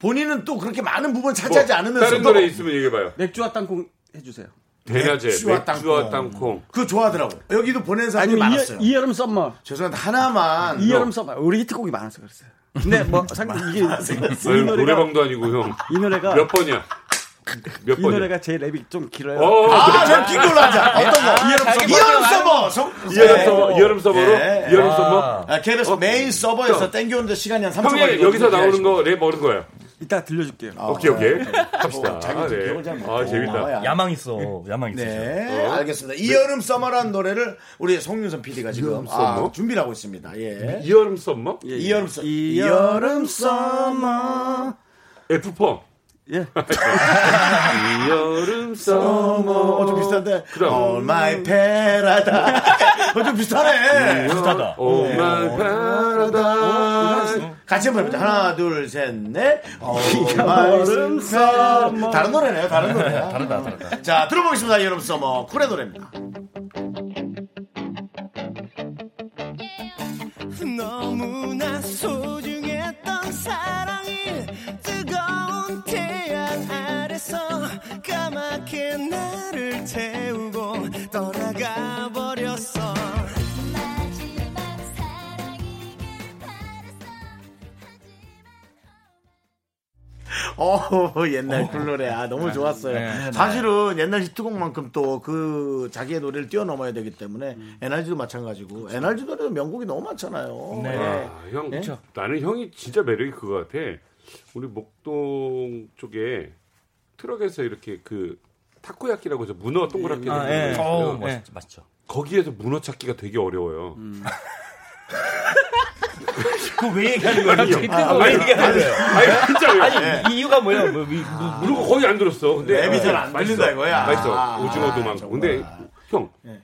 Speaker 1: 본인은 또 그렇게 많은 부분 차지하지
Speaker 2: 뭐, 다른
Speaker 1: 않으면서도
Speaker 2: 노래 있으면 얘기해봐요.
Speaker 8: 맥주와 땅콩 해주세요.
Speaker 2: 대낮에
Speaker 1: 맥주와 땅콩.
Speaker 2: 맥주와 땅콩.
Speaker 1: 그거 좋아하더라고. 여기도 보낸 사람이
Speaker 8: 아니면
Speaker 1: 많았어요.
Speaker 8: 이, 여름 썸머.
Speaker 1: 죄송한데 하나만
Speaker 8: 이 여름 썸머. 우리 히트곡이 많아서 그랬어요. 근데 뭐, 상당히 이게,
Speaker 2: 아유,
Speaker 8: 이 노래가,
Speaker 2: 노래방도 아니고 형.
Speaker 8: 이 노래가,
Speaker 2: 몇 번이야? 몇
Speaker 8: 이
Speaker 2: 번이야?
Speaker 8: 노래가 제 랩이 좀 길어요.
Speaker 2: 어,
Speaker 1: 아, 그냥 긴 걸로 하자. 어떤 거? 이 여름 서버. 성-
Speaker 2: 이 여름 서버, 이 여름 서버로?
Speaker 1: 네.
Speaker 2: 이 여름 서버?
Speaker 1: 아, KBS 메인 서버에서 땡겨오는데 시간이 한 3초
Speaker 2: 형이
Speaker 1: 걸리고
Speaker 2: 여기서 나오는 거, 랩 어른 거예요.
Speaker 8: 이따 들려줄게요.
Speaker 2: 오케이, 오케이.
Speaker 1: 네.
Speaker 2: 갑시다.
Speaker 1: 어, 자기
Speaker 2: 아, 네.
Speaker 1: 기억을 잘못
Speaker 2: 아, 재밌다.
Speaker 9: 야망 있어. 야망 있어.
Speaker 1: 네, 알겠습니다. 이 여름 서머라는 노래를 우리 송윤선 PD가 지금
Speaker 2: 여름
Speaker 1: 아,
Speaker 2: 서머? 네.
Speaker 1: 준비를 하고 있습니다. 예.
Speaker 2: 이 여름 썸머?
Speaker 1: 이 여름 서
Speaker 8: 이
Speaker 1: 여름
Speaker 8: 서머
Speaker 2: F펌.
Speaker 8: 예.
Speaker 2: [LAUGHS] 이 여름 썸머.
Speaker 1: 어, 좀 비슷한데.
Speaker 2: 그럼.
Speaker 1: All my paradise. [LAUGHS] 어, 좀 비슷하네.
Speaker 9: 비슷하다.
Speaker 1: 예.
Speaker 2: 오만
Speaker 8: 어,
Speaker 2: 파라다.
Speaker 1: 같이 한번 해보자. 하나, 둘, 셋, 넷.
Speaker 9: 어,
Speaker 1: All my summer. 다른 노래네요, 다른
Speaker 9: [LAUGHS]
Speaker 1: 노래야.
Speaker 9: 다르다, 다르다.
Speaker 1: 자, 들어보겠습니다. 이 여름 서머. 쿨의 노래입니다.
Speaker 3: 너무나 소중했던 사랑이 뜨거운 태양 아래서 까맣게 나를 태우고 떠나가 버렸어.
Speaker 1: 어 옛날 쿨 노래. 아,
Speaker 9: 네.
Speaker 1: 너무 좋았어요. 사실은 옛날 히트곡만큼 또 그 자기의 노래를 뛰어넘어야 되기 때문에
Speaker 9: 음.
Speaker 1: NRG도 마찬가지고. NRG 노래도 명곡이 너무 많잖아요.
Speaker 9: 그렇죠. 네.
Speaker 1: 예.
Speaker 2: 아, 형,
Speaker 1: 네?
Speaker 2: 나는 형이 진짜 매력이 그거 같아. 우리 목동 쪽에 트럭에서 이렇게 그 타코야키라고 해서 문어 동그랗게
Speaker 10: 아,
Speaker 2: 생긴
Speaker 10: 예.
Speaker 2: 거
Speaker 9: 어우,
Speaker 2: 있어요.
Speaker 9: 맛있, 맛있죠.
Speaker 2: 거기에서 문어 찾기가 되게 어려워요.
Speaker 1: 음.
Speaker 9: 그
Speaker 1: [LAUGHS]
Speaker 9: 왜 얘기하는 거야?
Speaker 2: 아니요.
Speaker 9: 왜 얘기하는 거예요?
Speaker 2: 아니 진짜요? 음.
Speaker 9: 아니, 이유가 뭐야? 뭐, 이- 뭐,
Speaker 2: 물은 거 거의 안 들었어. 근데
Speaker 1: 랩이 잘안
Speaker 2: 맛있어.
Speaker 1: 들린다 이거야.
Speaker 2: 맛있어.
Speaker 1: 아,
Speaker 2: 오징어도 많고. 근데 형,
Speaker 1: 예.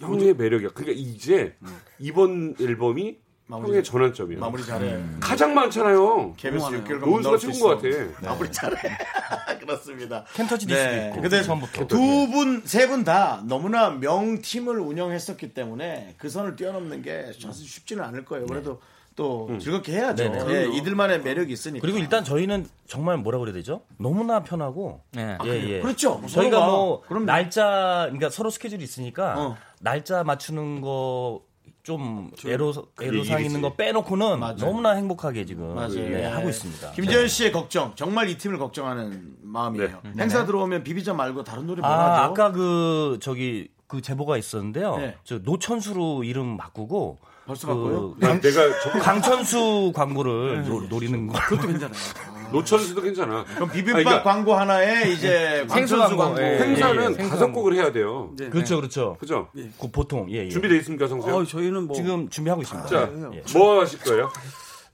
Speaker 2: 형의 매력이야. 그러니까 이제 이번 앨범이
Speaker 1: 음. 마무리.
Speaker 2: 형의 전환점이야.
Speaker 9: 음.
Speaker 1: 마무리 잘해.
Speaker 2: 가장 많잖아요.
Speaker 1: KBS 6개월
Speaker 2: 노은수가 네. 찍은 것 같아.
Speaker 1: 마무리 잘해. [LAUGHS] 그렇습니다. 네.
Speaker 9: 캔 터지일 수도 있고.
Speaker 1: 근데
Speaker 9: 처음부터.
Speaker 1: 두 분, 세 분 다 너무나 명팀을 운영했었기 때문에 그 선을 뛰어넘는 게 사실 쉽지는 않을 거예요. 그래도 또
Speaker 2: 음.
Speaker 1: 즐겁게 해야죠.
Speaker 9: 네,
Speaker 1: 예, 이들만의 매력이 있으니까.
Speaker 9: 그리고 일단 저희는 정말 뭐라 그래야 되죠? 너무나 편하고
Speaker 10: 네.
Speaker 9: 예, 예.
Speaker 1: 그렇죠. 뭐
Speaker 9: 저희가
Speaker 1: 서로가.
Speaker 9: 뭐
Speaker 1: 그럼요.
Speaker 9: 날짜 그러니까 서로 스케줄이 있으니까
Speaker 1: 어.
Speaker 9: 날짜 맞추는 거 좀 애로 애로상
Speaker 2: 일이지.
Speaker 9: 있는 거 빼놓고는
Speaker 1: 그 맞아요.
Speaker 9: 너무나 행복하게 지금
Speaker 1: 맞아요.
Speaker 9: 네,
Speaker 1: 예.
Speaker 9: 하고 있습니다. 네.
Speaker 1: 김재현 씨의 걱정, 정말 이 팀을 걱정하는 마음이에요.
Speaker 2: 네.
Speaker 1: 행사 들어오면 비비자 말고 다른 노래 뭐
Speaker 9: 네. 아,
Speaker 1: 하죠?
Speaker 9: 아까 그 저기 그 제보가 있었는데요.
Speaker 1: 네.
Speaker 9: 저 노천수로 이름 바꾸고
Speaker 1: 벌써
Speaker 9: 그
Speaker 1: 바꿔요?
Speaker 9: 강,
Speaker 2: 내가 저-
Speaker 9: 천수
Speaker 10: 네.
Speaker 9: 광고를 노, 노리는 거. 그것도 괜찮아요.
Speaker 2: 노천수도 괜찮아.
Speaker 1: 그럼 비빔밥
Speaker 2: 아니, 그러니까 네.
Speaker 1: 광고 하나에 이제
Speaker 10: 생수
Speaker 1: 광천수
Speaker 10: 광고.
Speaker 1: 광고.
Speaker 9: 네.
Speaker 10: 예, 예.
Speaker 2: 행사는
Speaker 10: 예, 예.
Speaker 2: 다섯 곡을 해야 돼요.
Speaker 9: 그렇죠, 그렇죠.
Speaker 2: 그죠?
Speaker 9: 그 보통 예, 예.
Speaker 2: 준비돼 있습니까, 성수형?
Speaker 8: 어, 저희는 뭐
Speaker 9: 지금 준비하고 있습니다.
Speaker 2: 자,
Speaker 9: 예.
Speaker 2: 뭐 하실 거예요?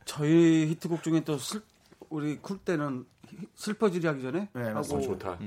Speaker 8: 저희 히트곡 중에 또 슬, 우리 쿨 때는 히- 슬퍼지리 하기 전에
Speaker 1: 네, 맞습니다.
Speaker 8: 하고
Speaker 2: 어, 좋다.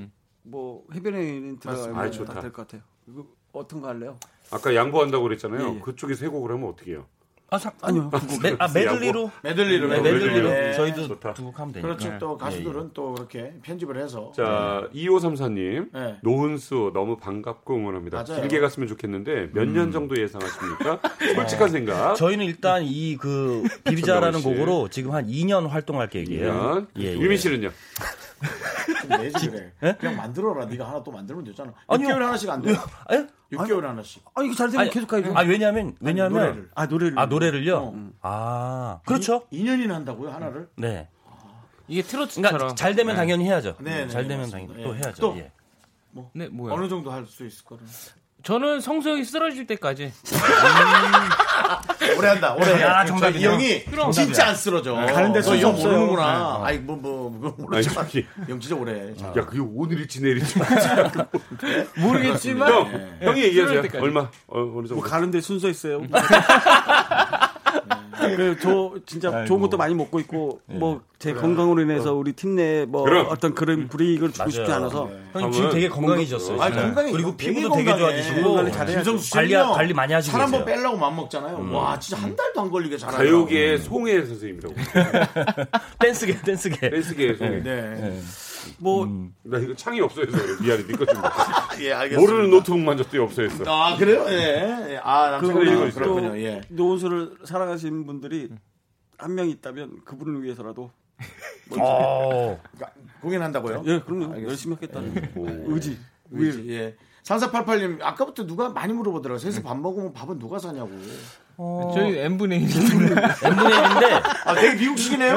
Speaker 8: 뭐 해변에 있는
Speaker 2: 아이,
Speaker 8: 들어가면
Speaker 2: 좋다.
Speaker 8: 될것 같아요. 이거 어떤 거 할래요?
Speaker 2: 아까 양보한다고 그랬잖아요.
Speaker 8: 예, 예.
Speaker 2: 그쪽이 세 곡을 하면 어떻게 해요? 뭐
Speaker 9: 아, 자,
Speaker 8: 아니요.
Speaker 9: 메, 아, 메들리로
Speaker 1: 메들리로.
Speaker 9: 네,
Speaker 2: 메들리로.
Speaker 9: 메들리로
Speaker 1: 네.
Speaker 9: 저희도
Speaker 2: 좋다.
Speaker 9: 두 곡 하면 되니까.
Speaker 1: 그렇죠. 또
Speaker 9: 예, 예.
Speaker 1: 가수들은 또 그렇게 편집을 해서.
Speaker 2: 자, 2534님.
Speaker 1: 네.
Speaker 2: 노은수 너무 반갑고 응원합니다.
Speaker 1: 맞아요.
Speaker 2: 길게 갔으면 좋겠는데 몇 년 정도 예상하십니까? 솔직한 생각.
Speaker 9: 저희는 일단 이 그 비비자라는
Speaker 2: 정다운 씨.
Speaker 9: 곡으로 지금 한 2년 활동할 계획이에요.
Speaker 2: 면 유민 씨는요?
Speaker 1: 좀 내지 그래. 그냥 만들어라. 네가 하나 또 만들면 되잖아.
Speaker 9: 예? 아니요.
Speaker 1: 6개월에 하나씩 안 돼.
Speaker 9: 예?
Speaker 1: 6개월 에 하나씩.
Speaker 8: 아 이거 잘 되면
Speaker 9: 아니,
Speaker 8: 계속 가요.
Speaker 9: 아, 왜냐면 왜냐면
Speaker 1: 노래를.
Speaker 8: 아 노래를
Speaker 9: 아 노래를요?
Speaker 1: 어.
Speaker 9: 아 그렇죠.
Speaker 1: 2년이나 한다고요, 하나를?
Speaker 9: 네.
Speaker 10: 이게 트로트처럼.
Speaker 9: 그러니까 잘 되면 당연히 해야죠.
Speaker 1: 네, 네,
Speaker 9: 잘
Speaker 1: 네,
Speaker 9: 되면
Speaker 1: 맞습니다.
Speaker 9: 당연히
Speaker 1: 예.
Speaker 9: 또 해야죠.
Speaker 1: 또.
Speaker 9: 예.
Speaker 10: 네, 뭐야?
Speaker 1: 어느 정도 할 수
Speaker 9: [LAUGHS]
Speaker 1: 있을 거를.
Speaker 10: 저는 성수형이 쓰러질 때까지.
Speaker 1: 오래 한다. 오래. 해.
Speaker 9: 아,
Speaker 1: 저이
Speaker 9: 정답이네요. 네,
Speaker 1: 형이 진짜 안 쓰러져.
Speaker 8: 가는 데 순서
Speaker 1: 영
Speaker 8: 없어요.
Speaker 1: 모르는구나. 아이 뭐뭐 그건 모르지만
Speaker 2: 아니, 저기.
Speaker 1: 영 진짜 오래. 해. 자,
Speaker 2: 야, 그게 오늘일지 내일지.
Speaker 10: 아. 모르겠지만. 네.
Speaker 2: 형, 형이 얘기하세요.
Speaker 10: 그럴 때까지.
Speaker 2: 얼마? 어, 어느 정도?
Speaker 8: 뭐 가는데 순서 있어요. 그저 진짜 좋은 것도 많이 먹고 있고 뭐 제 건강으로 인해서 우리 팀 내에 뭐
Speaker 2: 그럼.
Speaker 8: 어떤 그런 불이익을 주고 싶지 않아서
Speaker 9: 형님 지금
Speaker 2: 그러면
Speaker 9: 되게 건강해졌어요.
Speaker 1: 아,
Speaker 9: 지금.
Speaker 1: 건강해.
Speaker 9: 네. 그리고
Speaker 1: 되게
Speaker 9: 피부도 되게
Speaker 1: 건강해.
Speaker 9: 좋아지시고
Speaker 8: 관리 잘해야죠.
Speaker 1: 김성수 씨는
Speaker 9: 관리 관리 많이 하시고
Speaker 1: 사람 뭐
Speaker 9: 계세요.
Speaker 1: 빼려고 마음 먹잖아요. 와 진짜 한 달도 안 걸리게 잘하요
Speaker 10: 어.
Speaker 2: 가요계의 송혜 선생님이라고.
Speaker 9: 댄스계 댄스계. [LAUGHS]
Speaker 2: 댄스계의 송혜.
Speaker 1: 네.
Speaker 8: 뭐
Speaker 2: 나 이거 창이 없어져서 그래. 미안해, 니꺼좀
Speaker 1: [LAUGHS] 예 알겠습니다.
Speaker 2: 모르는 노트북만 줬더니 없어졌어.
Speaker 1: 아 그래요? 예. 예. 아
Speaker 2: 그리고
Speaker 1: 남자분이
Speaker 2: 있어요.
Speaker 1: 그렇군요. 예.
Speaker 8: 노원수를 사랑하시는 분들이 한 명 있다면
Speaker 1: [LAUGHS]
Speaker 8: 그분을 위해서라도
Speaker 9: 어.
Speaker 1: 그러니까 공연한다고요?
Speaker 8: 예 그럼요 열심히 하겠다는 의지 네.
Speaker 1: 의지, 예. 3488님, 아까부터 누가 많이 물어보더라고요. 셋이 밥 먹으면 밥은 누가 사냐고.
Speaker 10: 저희 N분의 1인데.
Speaker 9: N분의 1인데
Speaker 1: 아, 되게 미국식이네요.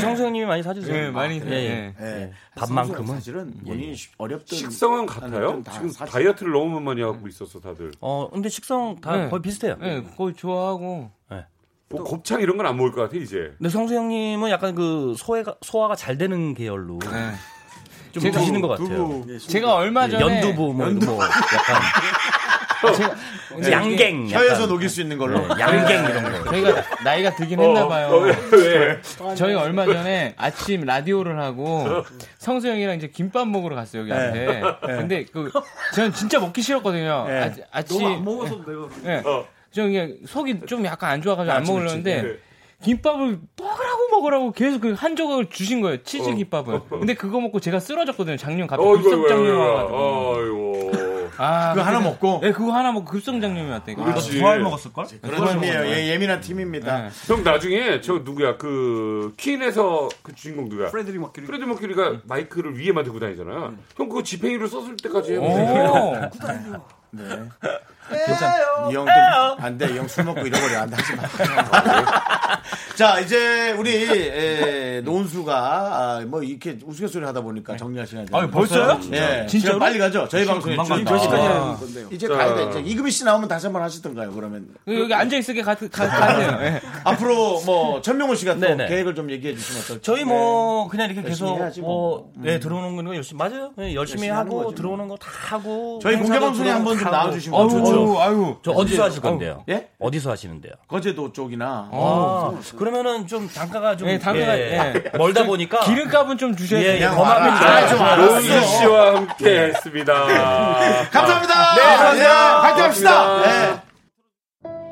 Speaker 9: 성수 형님이 많이 사주세요.
Speaker 10: 네, 많이
Speaker 9: 아,
Speaker 10: 사요. 예.
Speaker 9: 예.
Speaker 1: 예.
Speaker 9: 밥만큼은? 예.
Speaker 1: 사실은 본인이 어렵던
Speaker 2: 식성은 같아요?
Speaker 1: 다
Speaker 2: 지금
Speaker 1: 사실-
Speaker 2: 다이어트를 너무 많이 하고 있었어, 다들.
Speaker 9: 어 근데 식성 다
Speaker 10: 네.
Speaker 9: 거의 비슷해요.
Speaker 10: 네, 그거 좋아하고.
Speaker 9: 네.
Speaker 2: 뭐 곱창 이런 건 안 먹을 것 같아 이제.
Speaker 9: 근데 성수 형님은 약간 그 소화가 소화가 잘 되는 계열로 좀 드시는
Speaker 1: 뭐
Speaker 9: 것 같아요.
Speaker 1: 예,
Speaker 10: 제가 얼마 전에
Speaker 9: 연두부 뭐, 뭐 약간
Speaker 10: 오늘 이렇게-
Speaker 9: 양갱 약간. 네, 양갱
Speaker 1: 예,
Speaker 10: 네.
Speaker 9: 이런 거.
Speaker 10: 저희가 나이가 들긴
Speaker 9: 어,
Speaker 10: 했나 봐요.
Speaker 9: 어, 왜, 왜?
Speaker 10: 저희 얼마 전에 아침 라디오를 하고 성수 형이랑 이제 김밥 먹으러 갔어요 여기
Speaker 9: 네.
Speaker 10: 앞에.
Speaker 9: 네.
Speaker 10: 근데 그 저는 진짜 먹기 싫었거든요. 아, 아침
Speaker 8: 너무 안 먹어서 내가.
Speaker 10: 예. 저 그냥 속이 좀 약간 안 좋아가지고 안
Speaker 8: 그렇지,
Speaker 10: 먹으려는데
Speaker 8: 그렇지.
Speaker 10: 김밥을 먹으라고 먹으라고 계속 그 한 조각을 주신 거예요 치즈 김밥을. 근데 그거 먹고 제가 쓰러졌거든요 작년 갑자기
Speaker 2: 어이구,
Speaker 10: 급성장염
Speaker 2: 어이구,
Speaker 10: 와가지고.
Speaker 2: 어이구.
Speaker 10: 아,
Speaker 1: 그거 하나
Speaker 10: 먹고?
Speaker 9: 예,
Speaker 10: 네, 그거 하나 먹고 급성장염이 왔대.
Speaker 2: 그렇지. 너 부활 먹었을걸?
Speaker 1: 그런 팀이에요. 예, 예민한 팀입니다.
Speaker 2: 형 나중에 저 누구야 그 퀸에서 그 주인공 누구야?
Speaker 8: 프레드리 머큐리.
Speaker 2: 프레드 머큐리가
Speaker 1: 음.
Speaker 2: 마이크를 위에만 들고 다니잖아요.
Speaker 1: 네.
Speaker 2: 형 그거 지팡이로 썼을 때까지 해.
Speaker 1: 오. 네. 괜찮. 이형안 돼. 이 형 술 먹고 잃어버려. 안 돼. 하지 마. [LAUGHS] 자, 이제 우리 에, 노은수가 아, 뭐 이렇게 우스갯소리 하다 보니까 정리할 시간이
Speaker 9: 아, 벌써요?
Speaker 1: 예.
Speaker 9: 진짜로?
Speaker 1: 시간 빨리 가죠. 저희
Speaker 9: 시간
Speaker 1: 방송에
Speaker 9: 금방
Speaker 1: 주-
Speaker 9: 간다.
Speaker 1: 몇 시까지
Speaker 9: 아.
Speaker 1: 하는 건데요. 이제
Speaker 9: 자.
Speaker 1: 가야 돼. 이제 이금희 씨 나오면 다시 한번 하시던가요, 그러면.
Speaker 10: 여기 앉아있으게 가, 가, 가세요. 예.
Speaker 1: [LAUGHS] 앞으로 뭐 천명훈 씨가 또
Speaker 9: 네네.
Speaker 1: 계획을 좀 얘기해 주시면 어떨지. 예.
Speaker 9: 저희 뭐 그냥 이렇게
Speaker 1: 열심히
Speaker 9: 계속
Speaker 1: 해야지
Speaker 9: 뭐,
Speaker 1: 뭐.
Speaker 9: 네,
Speaker 1: 음.
Speaker 9: 들어오는 거는 열심히 맞아요. 네, 열심히,
Speaker 1: 열심히 하는
Speaker 9: 하고
Speaker 1: 거지. 뭐.
Speaker 9: 들어오는 거 다 하고
Speaker 1: 저희 공개 방송에 한번 좀 나와주시면
Speaker 9: 아유,
Speaker 1: 좋죠.
Speaker 9: 아유. 저 어디서
Speaker 1: 어디서
Speaker 9: 하실 건데요?
Speaker 1: 아유. 예?
Speaker 9: 어디서 하시는데요?
Speaker 1: 거제도 쪽이나.
Speaker 9: 아, 그러면은 좀 단가가 좀
Speaker 10: 예, 단가가, 예.
Speaker 9: 멀다 보니까
Speaker 10: 기름값은 좀 주셔야
Speaker 9: 예,
Speaker 10: 돼요.
Speaker 9: 그냥 거만하면
Speaker 10: 아,
Speaker 9: 좋아요.
Speaker 10: 좀 알았어.
Speaker 2: 노은수 씨와 그 함께
Speaker 1: [LAUGHS]
Speaker 2: 했습니다.
Speaker 1: 네, 감사합니다.
Speaker 2: 네, 감사합니다.
Speaker 1: 네, 파이팅 합시다.
Speaker 2: 고맙습니다.
Speaker 1: 네.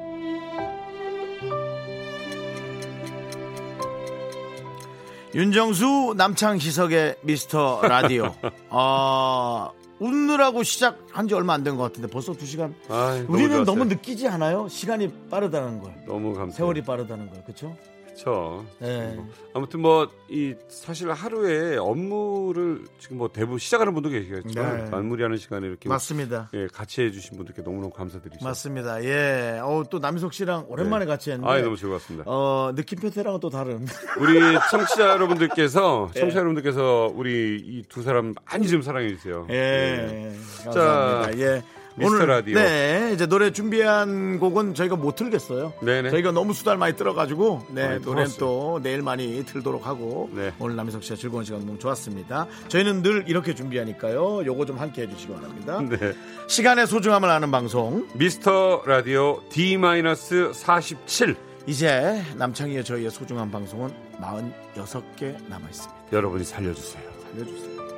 Speaker 1: 윤정수 남창희석의 미스터
Speaker 2: [LAUGHS]
Speaker 1: 라디오. 아, 웃느라고 시작한 지 얼마 안 된 것 같은데 벌써 두 시간.
Speaker 2: 아이, 너무
Speaker 1: 우리는 너무,
Speaker 2: 좋았어요.
Speaker 1: 느끼지 않아요? 시간이 빠르다는 걸.
Speaker 2: 너무 감사해요.
Speaker 1: 세월이 빠르다는 걸. 그렇죠?
Speaker 2: 그렇죠.
Speaker 1: 네.
Speaker 2: 아무튼 뭐 이 사실 하루에 업무를 지금 뭐 대부분 시작하는 분도 계시겠죠.
Speaker 1: 네.
Speaker 2: 마무리하는 시간에 이렇게
Speaker 1: 맞습니다.
Speaker 2: 예, 같이 해주신 분들께 너무너무 감사드리죠.
Speaker 1: 맞습니다. 예. 어, 또 남희석 씨랑 오랜만에
Speaker 2: 네.
Speaker 1: 같이 했는데.
Speaker 2: 아이, 너무 즐거웠습니다.
Speaker 1: 어, 느낌표 때랑은 또 다른. [LAUGHS]
Speaker 2: 우리 청취자 여러분들께서 청취자 여러분들께서 우리 이 두 사람 많이 좀 사랑해 주세요.
Speaker 1: 예.
Speaker 2: 자,
Speaker 1: 감사합니다. 예.
Speaker 2: 미스터 라디오.
Speaker 1: 네, 이제 노래 준비한 곡은 저희가 못 틀겠어요.
Speaker 2: 네네.
Speaker 1: 저희가 너무 수달 많이 들어가지고, 네,
Speaker 2: 많이
Speaker 1: 노래는
Speaker 2: 풀었어요.
Speaker 1: 또 내일 많이 들도록 하고,
Speaker 2: 네.
Speaker 1: 오늘 남희석 씨와 즐거운 시간 너무 좋았습니다. 저희는 늘 이렇게 준비하니까요. 요거 좀 함께 해주시기 바랍니다.
Speaker 2: 네.
Speaker 1: 시간의 소중함을 아는 방송.
Speaker 2: 미스터 라디오 D-47
Speaker 1: 이제 남창희의 저희의 소중한 방송은 46개 남아있습니다.
Speaker 2: 여러분이 살려주세요.
Speaker 1: 알려주세요.